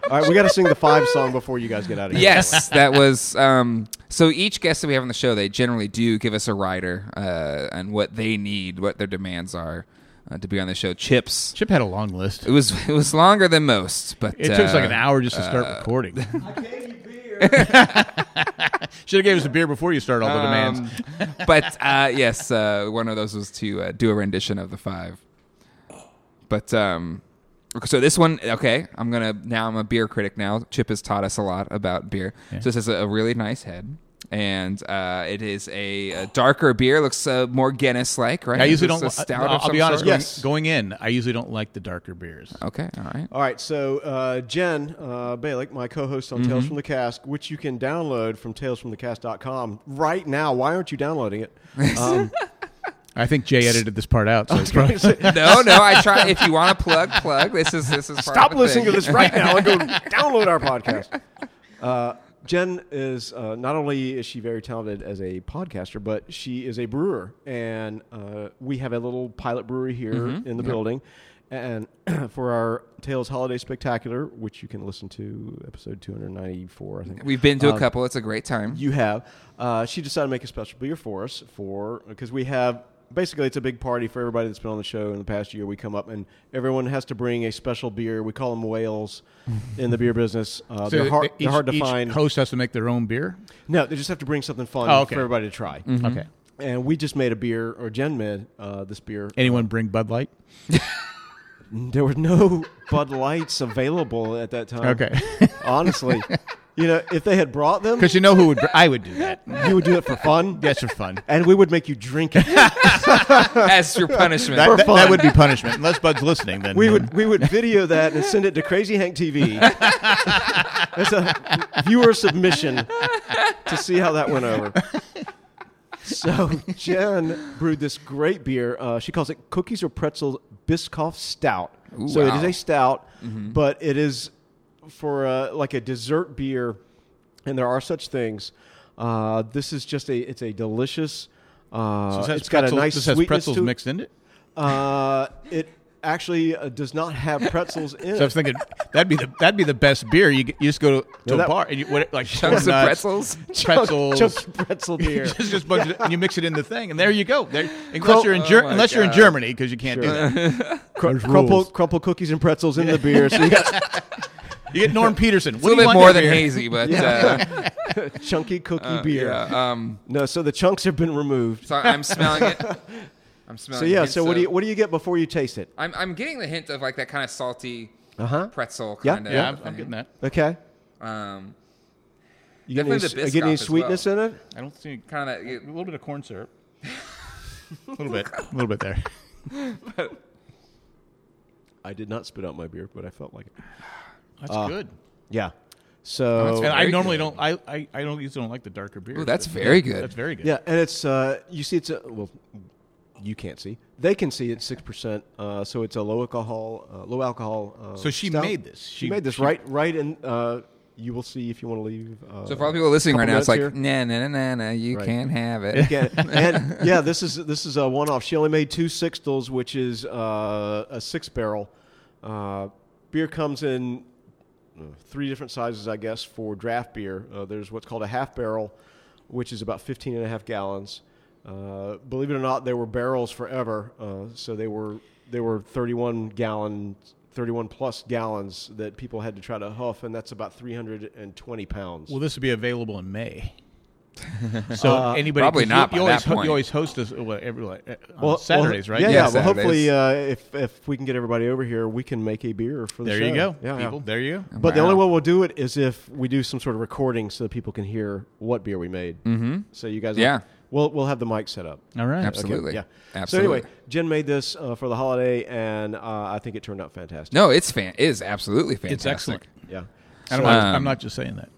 Speaker 3: All right, we got to sing the five song before you guys get out of here.
Speaker 1: yes, that was um, so. Each guest that we have on the show, they generally do give us a rider uh, and what they need, what their demands are uh, to be on the show. Chips.
Speaker 4: Chip had a long list.
Speaker 1: It was it was longer than most, but
Speaker 4: It took us
Speaker 1: uh,
Speaker 4: like an hour just to start recording. I gave you beer. Should have gave us a beer before you started all the demands.
Speaker 1: um, but uh, yes, uh, one of those was to uh, do a rendition of the five. But um, so this one, okay, I'm gonna now I'm a beer critic now. Chip has taught us a lot about beer. So this has a, a really nice head, and uh, it is a, a darker beer. Looks uh, more Guinness like, right?
Speaker 4: I
Speaker 1: Is
Speaker 4: usually
Speaker 1: this
Speaker 4: don't.
Speaker 1: a stout
Speaker 4: I'll,
Speaker 1: of
Speaker 4: I'll
Speaker 1: some
Speaker 4: be honest.
Speaker 1: sort?
Speaker 3: Yeah.
Speaker 4: Going,
Speaker 3: Yes.
Speaker 4: going in, I usually don't like the darker beers.
Speaker 1: Okay. All right.
Speaker 3: All right, so uh, Jen uh, Balick, my co-host on
Speaker 1: Mm-hmm.
Speaker 3: Tales from the Cask, which you can download from talesfromthecast.com right now. Why aren't you downloading it? Um,
Speaker 4: I think Jay edited this part
Speaker 1: Oh,
Speaker 4: out. So it's probably,
Speaker 1: No, no. I try. If you want to plug, plug. This is this is. Part
Speaker 3: stop
Speaker 1: of the
Speaker 3: listening
Speaker 1: thing.
Speaker 3: to this right now and go download our podcast. Uh, Jen is uh, not only is she very talented as a podcaster, but she is a brewer, and uh, we have a little pilot brewery here in the building. And for our Tales Holiday Spectacular, which you can listen to episode 294, I think.
Speaker 1: We've been to a couple. It's a great time.
Speaker 3: Um, you have. Uh, she decided to make a special beer for us for because we have basically it's a big party for everybody that's been on the show in the past year. We come up and everyone has to bring a special beer. We call them whales in the beer business. Uh,
Speaker 4: So
Speaker 3: they're hard.
Speaker 4: each-
Speaker 3: they're hard to
Speaker 4: each
Speaker 3: find.
Speaker 4: Host has to make their own beer.
Speaker 3: no, they just have to bring something fun
Speaker 4: Oh, okay.
Speaker 3: for everybody to try.
Speaker 1: Mm-hmm.
Speaker 4: Okay.
Speaker 3: And we just made a beer, or Jen made uh, this beer.
Speaker 4: Anyone bring Bud Light?
Speaker 3: There were no Bud Lights available at that time.
Speaker 4: Okay.
Speaker 3: honestly, you know, if they had brought them,
Speaker 4: Because you know who would. I would do that.
Speaker 3: you would do it for fun.
Speaker 4: That's for fun.
Speaker 3: and we would make you drink it.
Speaker 1: As your punishment.
Speaker 4: That, that-
Speaker 3: fun.
Speaker 4: that would be punishment. Unless Bud's listening, then
Speaker 3: We would we would video that and send it to Crazy Hank TV. That's a viewer submission to see how that went over. So Jen brewed this great beer. Uh, she calls it Cookies or Pretzels Biscoff Stout.
Speaker 1: Ooh,
Speaker 3: so it
Speaker 1: wow.
Speaker 3: is a stout,
Speaker 4: Mm-hmm.
Speaker 3: but it is for uh, like a dessert beer, and there are such things. Uh, this is just a it's a delicious. Uh,
Speaker 4: This has
Speaker 3: it's got a
Speaker 4: pretzels-
Speaker 3: nice
Speaker 4: This has
Speaker 3: sweetness
Speaker 4: pretzels
Speaker 3: to it.
Speaker 4: mixed in it.
Speaker 3: Uh, it actually uh, does not have pretzels in
Speaker 4: So I was
Speaker 3: it.
Speaker 4: thinking that'd be the that'd be the best beer. You, get- you just go to, to
Speaker 3: No,
Speaker 4: a
Speaker 3: that-
Speaker 4: bar and you what, like
Speaker 1: Chunks of
Speaker 4: donuts,
Speaker 1: pretzels?
Speaker 4: pretzels.
Speaker 3: Chunky pretzel beer.
Speaker 4: It's just a bunch of- and you mix it in the thing, and there you go. There, unless
Speaker 3: Cro-
Speaker 4: you're in Ger-
Speaker 1: Oh my
Speaker 4: unless you're in
Speaker 1: God.
Speaker 4: Germany because you can't do that.
Speaker 3: Cru-
Speaker 4: There's
Speaker 3: crumple,
Speaker 4: rules.
Speaker 3: crumple cookies and pretzels in the beer. So you got
Speaker 4: You get Norm Peterson.
Speaker 1: It's a little bit more than hazy, but uh,
Speaker 3: chunky cookie
Speaker 1: uh,
Speaker 3: beer.
Speaker 1: yeah, um,
Speaker 3: No, so the chunks have been removed.
Speaker 1: So I'm smelling it. I'm smelling.
Speaker 3: So yeah,
Speaker 1: it.
Speaker 3: so what do you what do you get before you taste it?
Speaker 1: I'm I'm getting the hint of like that kind of salty
Speaker 3: Uh-huh.
Speaker 1: pretzel
Speaker 3: Yeah,
Speaker 1: kind of.
Speaker 4: Yeah, I'm, I'm getting that.
Speaker 3: Okay.
Speaker 1: Um,
Speaker 3: You get any,
Speaker 1: Definitely the
Speaker 3: s- uh, get any
Speaker 1: Biscoff as
Speaker 3: sweetness
Speaker 1: well.
Speaker 3: in it?
Speaker 4: I don't see
Speaker 1: kind of that.
Speaker 4: a little bit of corn syrup. a little bit, a little bit there.
Speaker 3: I did not spit out my beer, but I felt like it.
Speaker 4: That's good.
Speaker 3: Yeah. So
Speaker 4: And I
Speaker 1: Ah. Oh, very
Speaker 4: normally
Speaker 1: good.
Speaker 4: don't. I, I I don't usually don't like the darker beer.
Speaker 1: Ooh, that's very good.
Speaker 4: That's very good.
Speaker 3: yeah, and it's uh, you see it's a well, you can't see. They can see it's six percent. Uh, so it's a low alcohol, uh, low alcohol. Uh,
Speaker 4: So she
Speaker 3: stout.
Speaker 4: made this.
Speaker 3: She,
Speaker 4: She-
Speaker 3: made this
Speaker 4: she-
Speaker 3: right, right, and uh, you will see if you want to leave. Uh,
Speaker 1: So for all the people listening right now, it's like
Speaker 3: couple minutes
Speaker 1: nah nah nah nah nah. You
Speaker 3: Right.
Speaker 1: can't have it.
Speaker 3: Yeah, and yeah, this is this is a one-off. She only made two sixtels, which is uh, a six-barrel. Uh, beer comes in uh, three different sizes, I guess, for draft beer. Uh, there's what's called a half barrel, which is about 15 and a half gallons. Uh, believe it or not, they were barrels forever, uh, so they were they were 31 gallon 31 plus gallons that people had to try to huff, and that's about 320 pounds.
Speaker 4: Well, this would be available in May. so anybody
Speaker 1: Uh, probably
Speaker 4: 'cause
Speaker 1: not
Speaker 4: You, you
Speaker 1: by
Speaker 4: always
Speaker 1: that
Speaker 4: ho-
Speaker 1: point.
Speaker 4: you always host us uh, what, every like, uh, on Saturdays, right?
Speaker 3: Yeah,
Speaker 1: Yeah,
Speaker 3: yeah. well,
Speaker 1: Saturdays.
Speaker 3: hopefully, uh, if if we can get everybody over here, we can make a beer for the
Speaker 4: There
Speaker 3: show.
Speaker 4: you go,
Speaker 3: Yeah, yeah.
Speaker 4: people. There you go.
Speaker 3: But the
Speaker 1: Wow.
Speaker 3: only way we'll do it is if we do some sort of recording so that people can hear what beer we made. Mm-hmm. So you guys,
Speaker 1: Yeah.
Speaker 3: we'll we'll have the mic set up.
Speaker 4: All right.
Speaker 1: Absolutely.
Speaker 3: Yeah.
Speaker 1: Absolutely.
Speaker 3: So anyway, Jen made this uh, for the holiday, and uh, I think it turned out fantastic.
Speaker 1: no, it's fan. It is absolutely fantastic.
Speaker 4: It's excellent.
Speaker 3: Yeah.
Speaker 4: I don't,
Speaker 1: So-
Speaker 4: mind-
Speaker 1: Um,
Speaker 4: I'm not just saying that.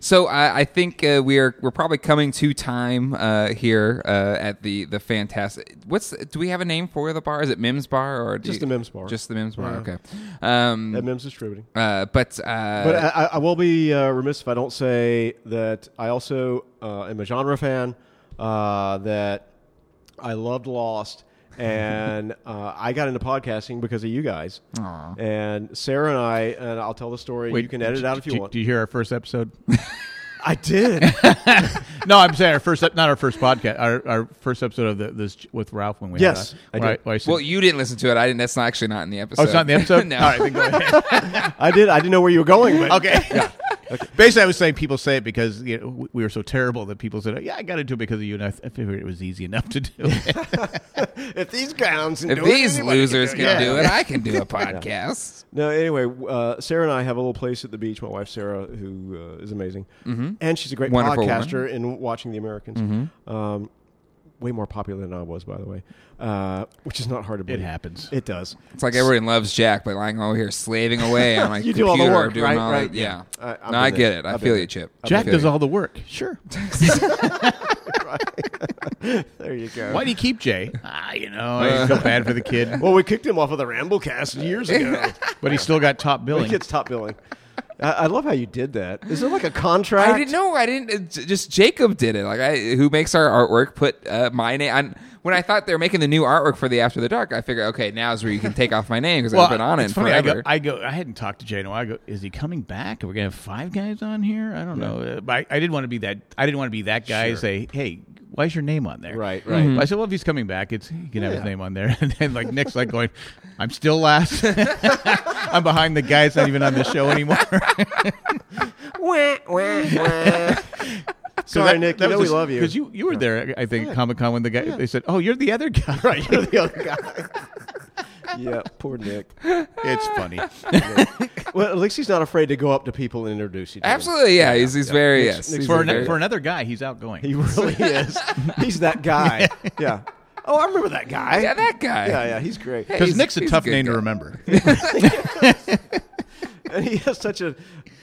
Speaker 1: So I, I think uh, we are we're probably coming to time uh, here uh, at the the fantastic. What's do we have a name for the bar? Is it Mims Bar or do
Speaker 3: Just
Speaker 1: you-
Speaker 3: the Mims Bar.
Speaker 1: Just the Mims Bar. Okay. Um,
Speaker 3: At Mims Distributing.
Speaker 1: uh, but uh,
Speaker 3: But I, I- I will be uh, remiss if I don't say that I also uh, am a genre fan. Uh, that I loved Lost, and uh, I got into podcasting because of you guys.
Speaker 1: Aw.
Speaker 3: And Sarah and I, and I'll tell the story. you can edit it out if you
Speaker 4: do,
Speaker 3: want.
Speaker 4: Do you hear our first episode?
Speaker 3: I did.
Speaker 4: no, I'm saying our first, ep- not our first podcast, our, our first episode of the, this with Ralph when we
Speaker 3: Yes,
Speaker 4: had,
Speaker 3: I
Speaker 4: uh, where
Speaker 3: did.
Speaker 4: where said-
Speaker 1: well, you didn't listen to it. I didn't. That's not actually not in the episode.
Speaker 4: oh, it's not in the episode.
Speaker 1: no.
Speaker 4: All right, then go ahead.
Speaker 3: I did. I didn't know where you were going. But
Speaker 4: Okay. Basically, I was saying people say it because you know, we- we were so terrible that people said, oh, "Yeah, I got into it because of you," and I, th- I figured it was easy enough to do. It.
Speaker 3: if these clowns, can
Speaker 1: If
Speaker 3: do it,
Speaker 1: these
Speaker 3: anybody
Speaker 1: losers
Speaker 3: do
Speaker 1: can
Speaker 3: it.
Speaker 1: do it, I can do a podcast.
Speaker 3: No, anyway, uh, Sarah and I have a little place at the beach. My wife Sarah, who uh, is amazing, and she's a great
Speaker 1: Wonderful
Speaker 3: podcaster in watching the Americans. Um, way more popular than I was, by the way, uh, which is not hard to believe.
Speaker 4: happens.
Speaker 3: It does.
Speaker 1: It's like everyone loves Jack, but lying over here slaving away on my
Speaker 3: You
Speaker 1: computer,
Speaker 3: do all the work,
Speaker 1: doing
Speaker 3: right,
Speaker 1: all
Speaker 3: right,
Speaker 1: the- yeah.
Speaker 3: yeah. I- I've
Speaker 1: no, I
Speaker 3: been
Speaker 1: get
Speaker 3: there.
Speaker 1: it. I
Speaker 3: I've
Speaker 1: feel
Speaker 3: been
Speaker 1: you,
Speaker 3: there.
Speaker 1: Chip. I
Speaker 4: Jack
Speaker 1: feel
Speaker 4: does
Speaker 1: you.
Speaker 4: all the work. Sure.
Speaker 3: There you go.
Speaker 4: Why do you keep Jay? Ah, you know, I feel bad for the kid,
Speaker 3: well, we kicked him off of the Ramblecast years ago.
Speaker 4: but he still got top
Speaker 3: the
Speaker 4: billing.
Speaker 3: kid's top billing. I, I love how you did that. Is it like a contract?
Speaker 1: I didn't know. I didn't. it j- Just Jacob did it. Like I, who makes our artwork, put uh, my name. on when I thought they were making the new artwork for the After the Dark, I figured, okay, now's where you can take off my name because I've been on it
Speaker 4: it's funny, I
Speaker 1: forever.
Speaker 4: go, I go. I hadn't talked to Jay in a while. I go. Is he coming back? Are we gonna have five guys on here? I don't know. Uh, But I, I didn't want to be that. I didn't want to be that guy. and Say, hey, why's your name on there?
Speaker 3: Right, right.
Speaker 4: But I said, well, if he's coming back, it's he can have his
Speaker 3: Yeah.
Speaker 4: name on there. And then like Nick's like going, I'm still last. I'm behind the guy. It's not even on the show anymore.
Speaker 3: Sorry, Nick. you know we love you.
Speaker 4: because you you were there. I think Comic Con when the guy they said, oh, you're the other guy.
Speaker 3: right. You're the other guy. yeah, poor Nick.
Speaker 4: it's funny.
Speaker 3: Well, at least he's not afraid to go up to people and introduce you. To them.
Speaker 1: Absolutely, yeah. he's he's very yes.
Speaker 3: Nick's
Speaker 1: he's
Speaker 4: for,
Speaker 1: a
Speaker 4: an,
Speaker 1: very-
Speaker 4: for another guy, he's outgoing.
Speaker 3: He really is. He's that guy. Yeah. Oh, I remember that guy.
Speaker 1: yeah, that guy.
Speaker 3: Yeah, yeah, he's great.
Speaker 4: because
Speaker 1: he's-
Speaker 4: Nick's a
Speaker 1: he's a
Speaker 4: tough
Speaker 1: good
Speaker 4: name
Speaker 1: guy.
Speaker 4: to remember.
Speaker 3: And he has such a,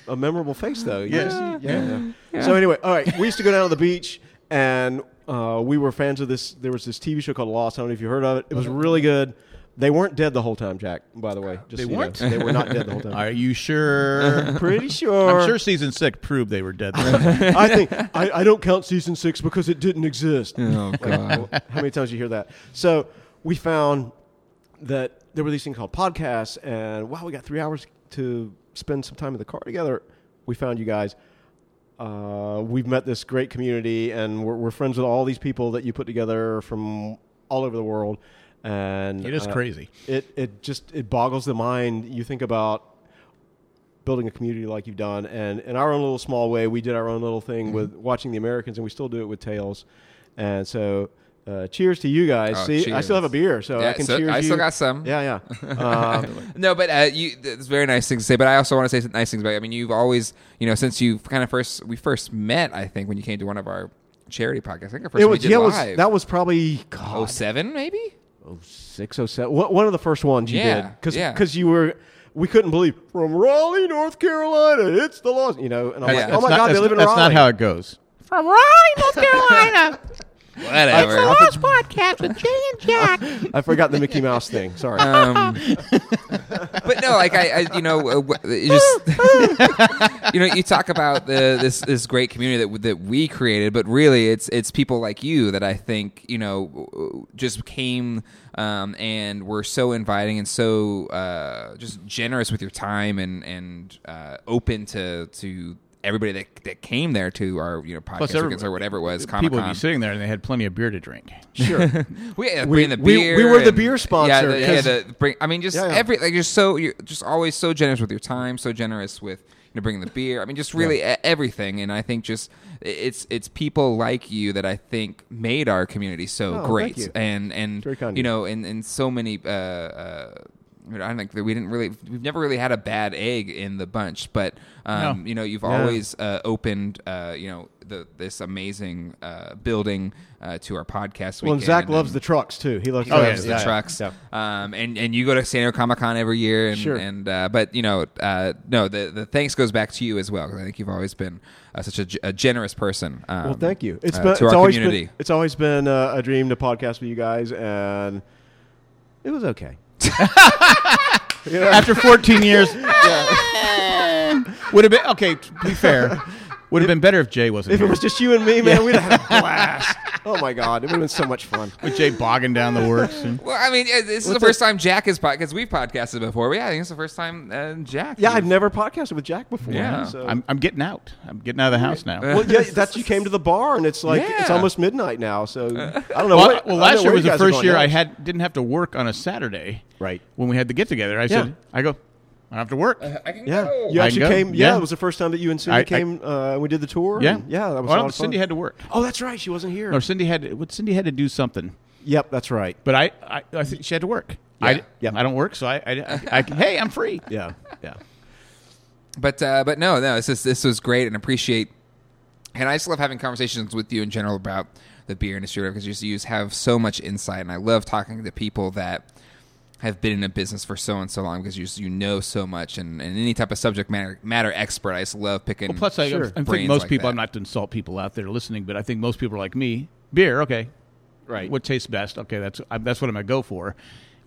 Speaker 3: a memorable face, though. You
Speaker 4: Yeah.
Speaker 3: just- Yeah. yeah. So anyway, all right, we used to go down to the beach, and uh, we were fans of this. There was this TV show called Lost. I don't know if you heard of it. It was really good. They weren't dead the whole time, Jack. By the way, just
Speaker 4: They
Speaker 3: so you know.
Speaker 4: weren't?
Speaker 3: They were not dead the whole time.
Speaker 4: Are you sure?
Speaker 3: Pretty sure.
Speaker 4: I'm sure season six proved they were dead.
Speaker 3: I think I, I don't count season six because it didn't exist.
Speaker 1: Oh god.
Speaker 3: Well, How many times you hear that? So we found that there were these things called podcasts, and wow, we got three hours to spend some time in the car together. We found you guys. Uh, we've met this great community, and we're, we're friends with all these people that you put together from all over the world. And
Speaker 4: It is
Speaker 3: uh,
Speaker 4: crazy.
Speaker 3: It it just it boggles the mind. You think about building a community like you've done and in our own little small way we did our own little thing
Speaker 1: Mm-hmm.
Speaker 3: with watching the americans and we still do it with tails and so uh, cheers to you guys
Speaker 1: Oh,
Speaker 3: see i still
Speaker 1: cheers.
Speaker 3: have a beer so
Speaker 1: Yeah,
Speaker 3: i can
Speaker 1: so
Speaker 3: cheers
Speaker 1: I still
Speaker 3: you.
Speaker 1: got some.
Speaker 3: yeah yeah uh,
Speaker 1: No, but uh, you, th- it's very nice things to say. But I also want to say some nice things about. You. I mean, you've always, you know, since you kind of first we first met. I think when you came to one of our charity podcasts. I think the first
Speaker 3: it
Speaker 1: one
Speaker 3: was
Speaker 1: we did
Speaker 3: yeah it was,
Speaker 1: live.
Speaker 3: that was probably
Speaker 1: Oh
Speaker 3: God,
Speaker 1: seven, maybe.
Speaker 3: 607 one one of the first ones you
Speaker 1: Yeah,
Speaker 3: did because
Speaker 1: yeah.
Speaker 3: you were we couldn't believe from Raleigh, North Carolina. It's the law, you know. And I'm like,
Speaker 1: That's-
Speaker 3: oh my
Speaker 4: not,
Speaker 3: God, they
Speaker 4: that's-
Speaker 3: live in
Speaker 4: That's
Speaker 3: Raleigh.
Speaker 4: not how it goes.
Speaker 5: From Raleigh, North Carolina,
Speaker 1: Whatever.
Speaker 5: Lost Podcast with Jay and Jack.
Speaker 3: I forgot the Mickey Mouse thing. Sorry.
Speaker 1: Um, but no, like I, I you know, uh, wh- it just you know, you talk about the this this great community that that we created, but really, it's it's people like you that I think you know w- w- just came um, and were so inviting and so uh, just generous with your time and and uh, open to to everybody that, that came there to our you know podcast
Speaker 4: everybody-
Speaker 1: weekends or whatever it was. Comic
Speaker 4: People would be
Speaker 1: Con.
Speaker 4: sitting there and they had plenty of beer to drink.
Speaker 3: Sure.
Speaker 1: We, yeah,
Speaker 3: We-
Speaker 1: bring the
Speaker 3: we-
Speaker 1: beer.
Speaker 3: we were the
Speaker 1: and-
Speaker 3: beer
Speaker 1: Yeah,
Speaker 3: sponsor,
Speaker 1: the, yeah,
Speaker 3: 'cause-
Speaker 1: the, bring, I mean, just
Speaker 3: Yeah, yeah.
Speaker 1: every like you're so you're just always so generous with your time, so generous with you know bringing the beer. I mean, just really e- everything. And I think just i- it's it's people like you that I think made our community so
Speaker 3: Oh, thank
Speaker 1: great.
Speaker 3: you.
Speaker 1: And and
Speaker 3: Very kind of
Speaker 1: you
Speaker 3: you.
Speaker 1: know, and and so many. Uh, uh, you know, I don't think that we didn't really. We've never really had a bad egg in the bunch, but um,
Speaker 4: No.
Speaker 1: you know, you've
Speaker 3: Yeah.
Speaker 1: always uh, opened, uh, you know, the, this amazing uh, building uh, to our podcast.
Speaker 3: well, and
Speaker 1: weekend
Speaker 3: Zach loves
Speaker 1: and-
Speaker 3: the trucks too. He loves.
Speaker 1: Oh,
Speaker 4: yeah,
Speaker 1: yeah, the trucks.
Speaker 3: yeah.
Speaker 1: Um, and and you go to San Diego Comic Con every year, and
Speaker 3: Sure.
Speaker 1: and uh, but you know, uh, no, the the thanks goes back to you as well. 'cause I think you've always been uh, such a, g- a generous person. Um,
Speaker 3: Well, thank you. It's
Speaker 1: uh,
Speaker 3: been,
Speaker 1: to
Speaker 3: it's
Speaker 1: our
Speaker 3: always
Speaker 1: community.
Speaker 3: Been, it's always been uh, a dream to podcast with you guys, and it was okay.
Speaker 4: After 14 years, would have been okay. To be fair, would have been better if Jay wasn't
Speaker 3: If it
Speaker 4: here.
Speaker 3: was just you and me, man, we'd have had a blast. oh my god, it would have been so much fun.
Speaker 4: with Jay bogging down the works. And,
Speaker 1: Well, I mean, uh, this is the
Speaker 3: What's
Speaker 1: first time Jack is podcast. We've podcasted before. But yeah, I think it's the first time uh, Jack.
Speaker 3: Yeah,
Speaker 1: is-
Speaker 3: I've never podcasted with Jack before.
Speaker 1: Yeah.
Speaker 3: so-
Speaker 4: I'm, I'm getting out. I'm getting out of the house now. Well,
Speaker 3: well, yeah, that's you came to the bar, and it's like it's
Speaker 1: Yeah.
Speaker 3: almost midnight now. So I don't know.
Speaker 4: I-
Speaker 3: what, I
Speaker 4: well,
Speaker 3: don't know
Speaker 4: last year
Speaker 3: where
Speaker 4: was
Speaker 3: you
Speaker 4: the
Speaker 3: guys are
Speaker 4: first
Speaker 3: going
Speaker 4: year I
Speaker 3: next.
Speaker 4: had didn't have to work on a Saturday.
Speaker 3: Right.
Speaker 4: when we had the get together, I
Speaker 3: Yeah.
Speaker 4: said, "I go, I don't have to work."
Speaker 1: I can
Speaker 3: Yeah,
Speaker 1: go.
Speaker 3: you
Speaker 4: I
Speaker 3: actually
Speaker 4: can go.
Speaker 3: came. Yeah,
Speaker 4: Yeah.
Speaker 3: it was the first time that you and Cindy
Speaker 4: I- I-
Speaker 3: came. uh, and we did the tour.
Speaker 4: yeah,
Speaker 3: and yeah, that was
Speaker 4: Well,
Speaker 3: a lot of
Speaker 4: Cindy
Speaker 3: fun.
Speaker 4: had to work,
Speaker 3: Oh, that's right. She wasn't here.
Speaker 4: or Cindy had what? Cindy had to do something,
Speaker 3: Yep, that's right.
Speaker 4: but I, I, I think she had to work.
Speaker 1: Yeah.
Speaker 4: I,
Speaker 3: Yeah.
Speaker 4: I don't work, so I, I, I, I hey, I'm free.
Speaker 3: Yeah, yeah.
Speaker 1: But uh, but no, no, this is this was great and appreciate. And I just love having conversations with you in general about the beer industry because you just you just have so much insight, and I love talking to people that have been in a business for so and so long because you just, you know so much and, and any type of subject matter matter expert. I just love picking.
Speaker 4: Well, plus, I,
Speaker 3: Sure.
Speaker 4: I think
Speaker 1: Brains
Speaker 4: most
Speaker 1: like
Speaker 4: people.
Speaker 1: that.
Speaker 4: I'm not to insult people out there listening, but I think most people are like me. Beer, okay,
Speaker 3: Right.
Speaker 4: What tastes best? Okay, that's I, that's what I'm gonna go for,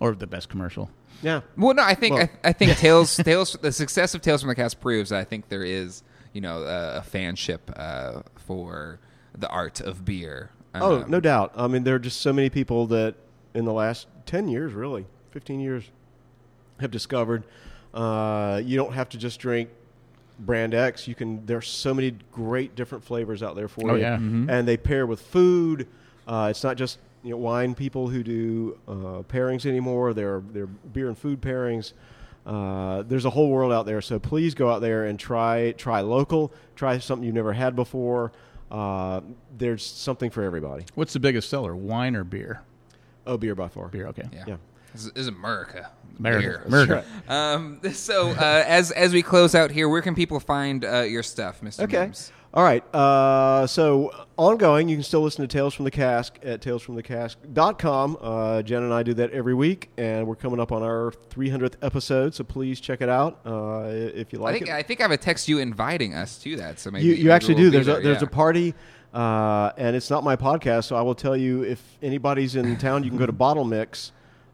Speaker 4: or the best commercial.
Speaker 3: Yeah.
Speaker 1: Well, no, I think
Speaker 3: Well-
Speaker 1: I, I think Tales Tales the success of Tales from the Cast proves that I think there is you know a, a fanship uh, for the art of beer.
Speaker 3: Oh,
Speaker 1: Um,
Speaker 3: no doubt. I mean, there are just so many people that in the last 10 years, really, 15 years, have discovered uh, you don't have to just drink brand X. You can, there's so many great different flavors out there for
Speaker 4: Oh,
Speaker 3: you.
Speaker 4: yeah. Mhm.
Speaker 3: And they pair with food. Uh, it's not just you know, wine people who do uh, pairings anymore, there are, there are beer and food pairings. Uh, there's a whole world out there, so please go out there and try try local, try something you've never had before. Uh, there's something for everybody.
Speaker 4: What's the biggest seller? Wine or beer?
Speaker 3: Oh, beer by far.
Speaker 4: Beer, okay.
Speaker 1: Yeah.
Speaker 3: Yeah.
Speaker 1: This is- this is America.
Speaker 4: America.
Speaker 1: Beer.
Speaker 4: America.
Speaker 3: That's
Speaker 1: Um, so uh, as as we close out here, where can people find uh, your stuff, Mr.
Speaker 3: Okay.
Speaker 1: Mims?
Speaker 3: All right. Uh, so ongoing, you can still listen to Tales from the Cask at talesfromthecask.com. Uh, Jen and I do that every week, and we're coming up on our 300th episode, so please check it out uh, if you
Speaker 1: I
Speaker 3: like
Speaker 1: think
Speaker 3: it.
Speaker 1: I think I have a text you inviting us to that. So maybe
Speaker 3: you,
Speaker 1: maybe
Speaker 3: you actually
Speaker 1: we'll
Speaker 3: do.
Speaker 1: be
Speaker 3: There's a
Speaker 1: there,
Speaker 3: there's
Speaker 1: yeah.
Speaker 3: a party, uh, and it's not my podcast, so I will tell you if anybody's in town, you can go to Bottle Mix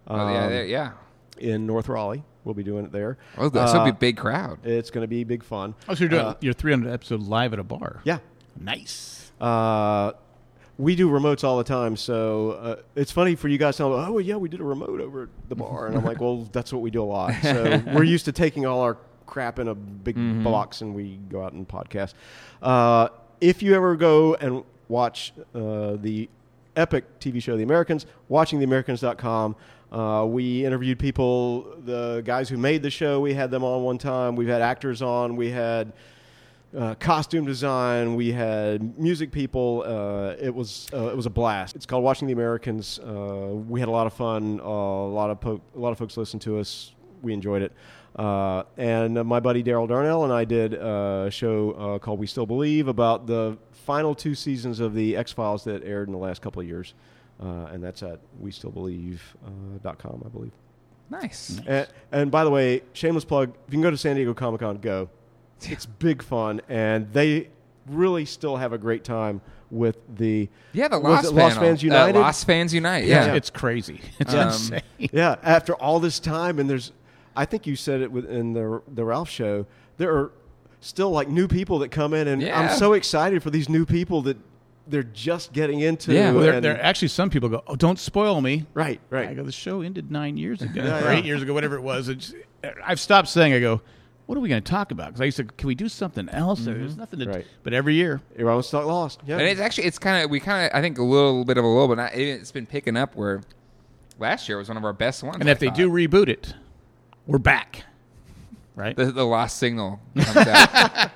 Speaker 1: Oh, yeah,
Speaker 3: um,
Speaker 1: there, yeah.
Speaker 3: in North Raleigh. We'll be doing it there.
Speaker 1: Oh, this will be
Speaker 3: Uh,
Speaker 1: a big crowd.
Speaker 3: It's going to be big fun.
Speaker 4: Oh, so you're doing
Speaker 3: Uh,
Speaker 4: your 300 episode live at a bar?
Speaker 3: yeah.
Speaker 4: Nice.
Speaker 1: Oh,
Speaker 3: Uh, we do remotes all the time, so uh, it's funny for you guys. To know, oh, well, yeah, we did a remote over at the bar, and I'm like, well, that's what we do a lot. So we're used to taking all our crap in a big box, and we go out and podcast. Uh, if you ever go and watch uh, the epic TV show, The Americans, watchingtheamericans.com. Uh, we interviewed people, the guys who made the show. We had them on one time. We've had actors on. We had uh, costume design. We had music people. Uh, it was uh, it was a blast. It's called Watching the Americans. Uh, we had a lot of fun. Uh, a lot of po- a lot of folks listened to us. We enjoyed it. Uh, and uh, my buddy Daryl Darnell and I did uh, a show uh, called We Still Believe about the final two seasons of the X Files that aired in the last couple of years. Uh, and that's at we still believe uh, dot com, I believe.
Speaker 1: Nice.
Speaker 3: And, and by the way, shameless plug: if you can go to San Diego Comic Con, go. It's big fun, and they really still have a great time with the
Speaker 1: Yeah, the
Speaker 3: was
Speaker 1: Lost,
Speaker 3: it Lost
Speaker 1: panel.
Speaker 3: Fans United.
Speaker 1: Uh, Lost fans unite. Yeah.
Speaker 4: It's crazy. It's
Speaker 1: Um,
Speaker 4: insane.
Speaker 3: yeah, after all this time, and there's, I think you said it within the the Ralph show. There are still like new people that come in, and
Speaker 1: Yeah.
Speaker 3: I'm so excited for these new people that they're just getting into.
Speaker 1: Yeah.
Speaker 4: Well, there,
Speaker 3: and-
Speaker 4: there actually some people go, "Oh, don't spoil me."
Speaker 3: right,
Speaker 4: I
Speaker 3: right.
Speaker 4: go, "The show ended nine years ago,
Speaker 3: Yeah,
Speaker 4: or
Speaker 3: yeah.
Speaker 4: eight years ago, whatever it was." It's, I've stopped saying. I go, what are we going to talk about? Because I used to, can we do something else? There's nothing to.
Speaker 3: Mm-hmm. Right.
Speaker 4: But every year,
Speaker 3: You're almost not lost. Yeah.
Speaker 1: And it's actually it's kind of we kind of I think a little bit of a low, but not, it's been picking up where last year was one of our best ones.
Speaker 4: and
Speaker 1: I
Speaker 4: if they
Speaker 1: thought.
Speaker 4: do reboot it, we're back. Right.
Speaker 1: the, the lost signal comes out.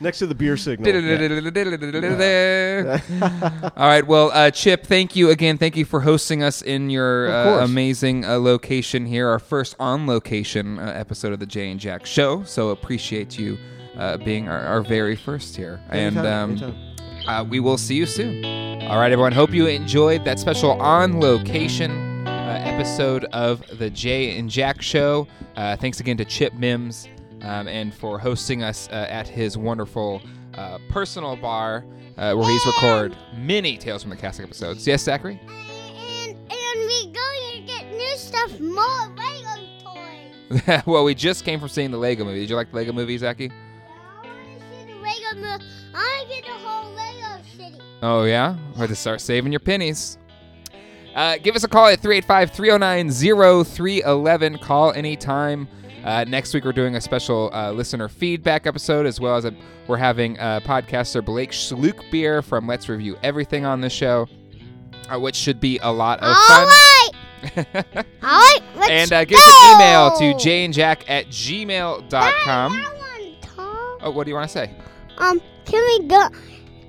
Speaker 3: Next to the beer signal.
Speaker 1: All right, well, uh, Chip, thank you again. Thank you for hosting us in your
Speaker 3: Of course.
Speaker 1: uh, amazing uh, location here, our first on location uh, episode of the Jay and Jack Show. So appreciate you uh, being our, our very first here, and um,
Speaker 3: Anytime, anytime.
Speaker 1: uh, we will see you soon. All right, everyone. Hope you enjoyed that special on location uh, episode of the Jay and Jack Show. Uh, thanks again to Chip Mims um, and for hosting us uh, at his wonderful uh, personal bar uh, where he's recorded many Tales from the Castle episodes. Yes, Zachary?
Speaker 2: And, and we're going to get new stuff, more Lego toys.
Speaker 1: well, we just came from seeing the Lego movie. Did you like the Lego movie, Zachy?
Speaker 2: I want to see the Lego mo- I want to get the whole Lego city.
Speaker 1: Oh, yeah? We'll have to start saving your pennies. Uh, give us a call at 385 309 0311. Call anytime. Uh, next week, we're doing a special uh, listener feedback episode, as well as a, we're having uh, podcaster Blake Schluckbeer from Let's Review Everything on the show, uh, which should be a lot of
Speaker 2: All
Speaker 1: fun.
Speaker 2: right. All right. Let's
Speaker 1: and uh, give
Speaker 2: go.
Speaker 1: us an email to janejack at gmail.com.
Speaker 2: That one, Tom.
Speaker 1: Oh, what do you want to say?
Speaker 2: Um, can we go?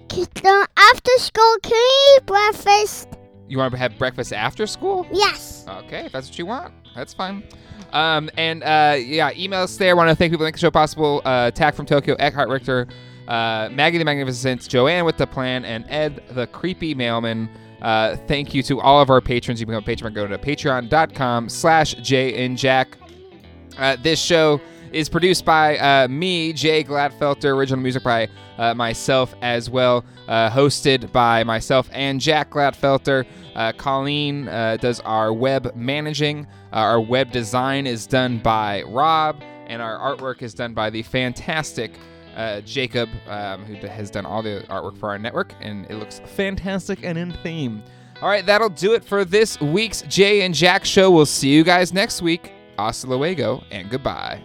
Speaker 2: Can, uh, after school, can we eat breakfast?
Speaker 1: You want to have breakfast after school?
Speaker 2: Yes.
Speaker 1: Okay, if that's what you want, that's fine. Um, and uh, yeah, email us there. Want to thank people that make the show possible. Uh, Tack from Tokyo, Eckhart Richter, uh, Maggie the Magnificent, Joanne with the Plan, and Ed the Creepy Mailman. Uh, thank you to all of our patrons. You can become a patron by going to patreon.com slash Jay and Jack. Uh, this show is produced by uh, me, Jay Gladfelter. Original music by uh, myself as well. Uh, hosted by myself and Jack Gladfelter. Uh, Colleen uh, does our web managing. Uh, our web design is done by Rob, and our artwork is done by the fantastic. Uh, Jacob, um, who has done all the artwork for our network, and it looks fantastic and in theme. All right, that'll do it for this week's Jay and Jack show. We'll see you guys next week. Hasta luego and goodbye.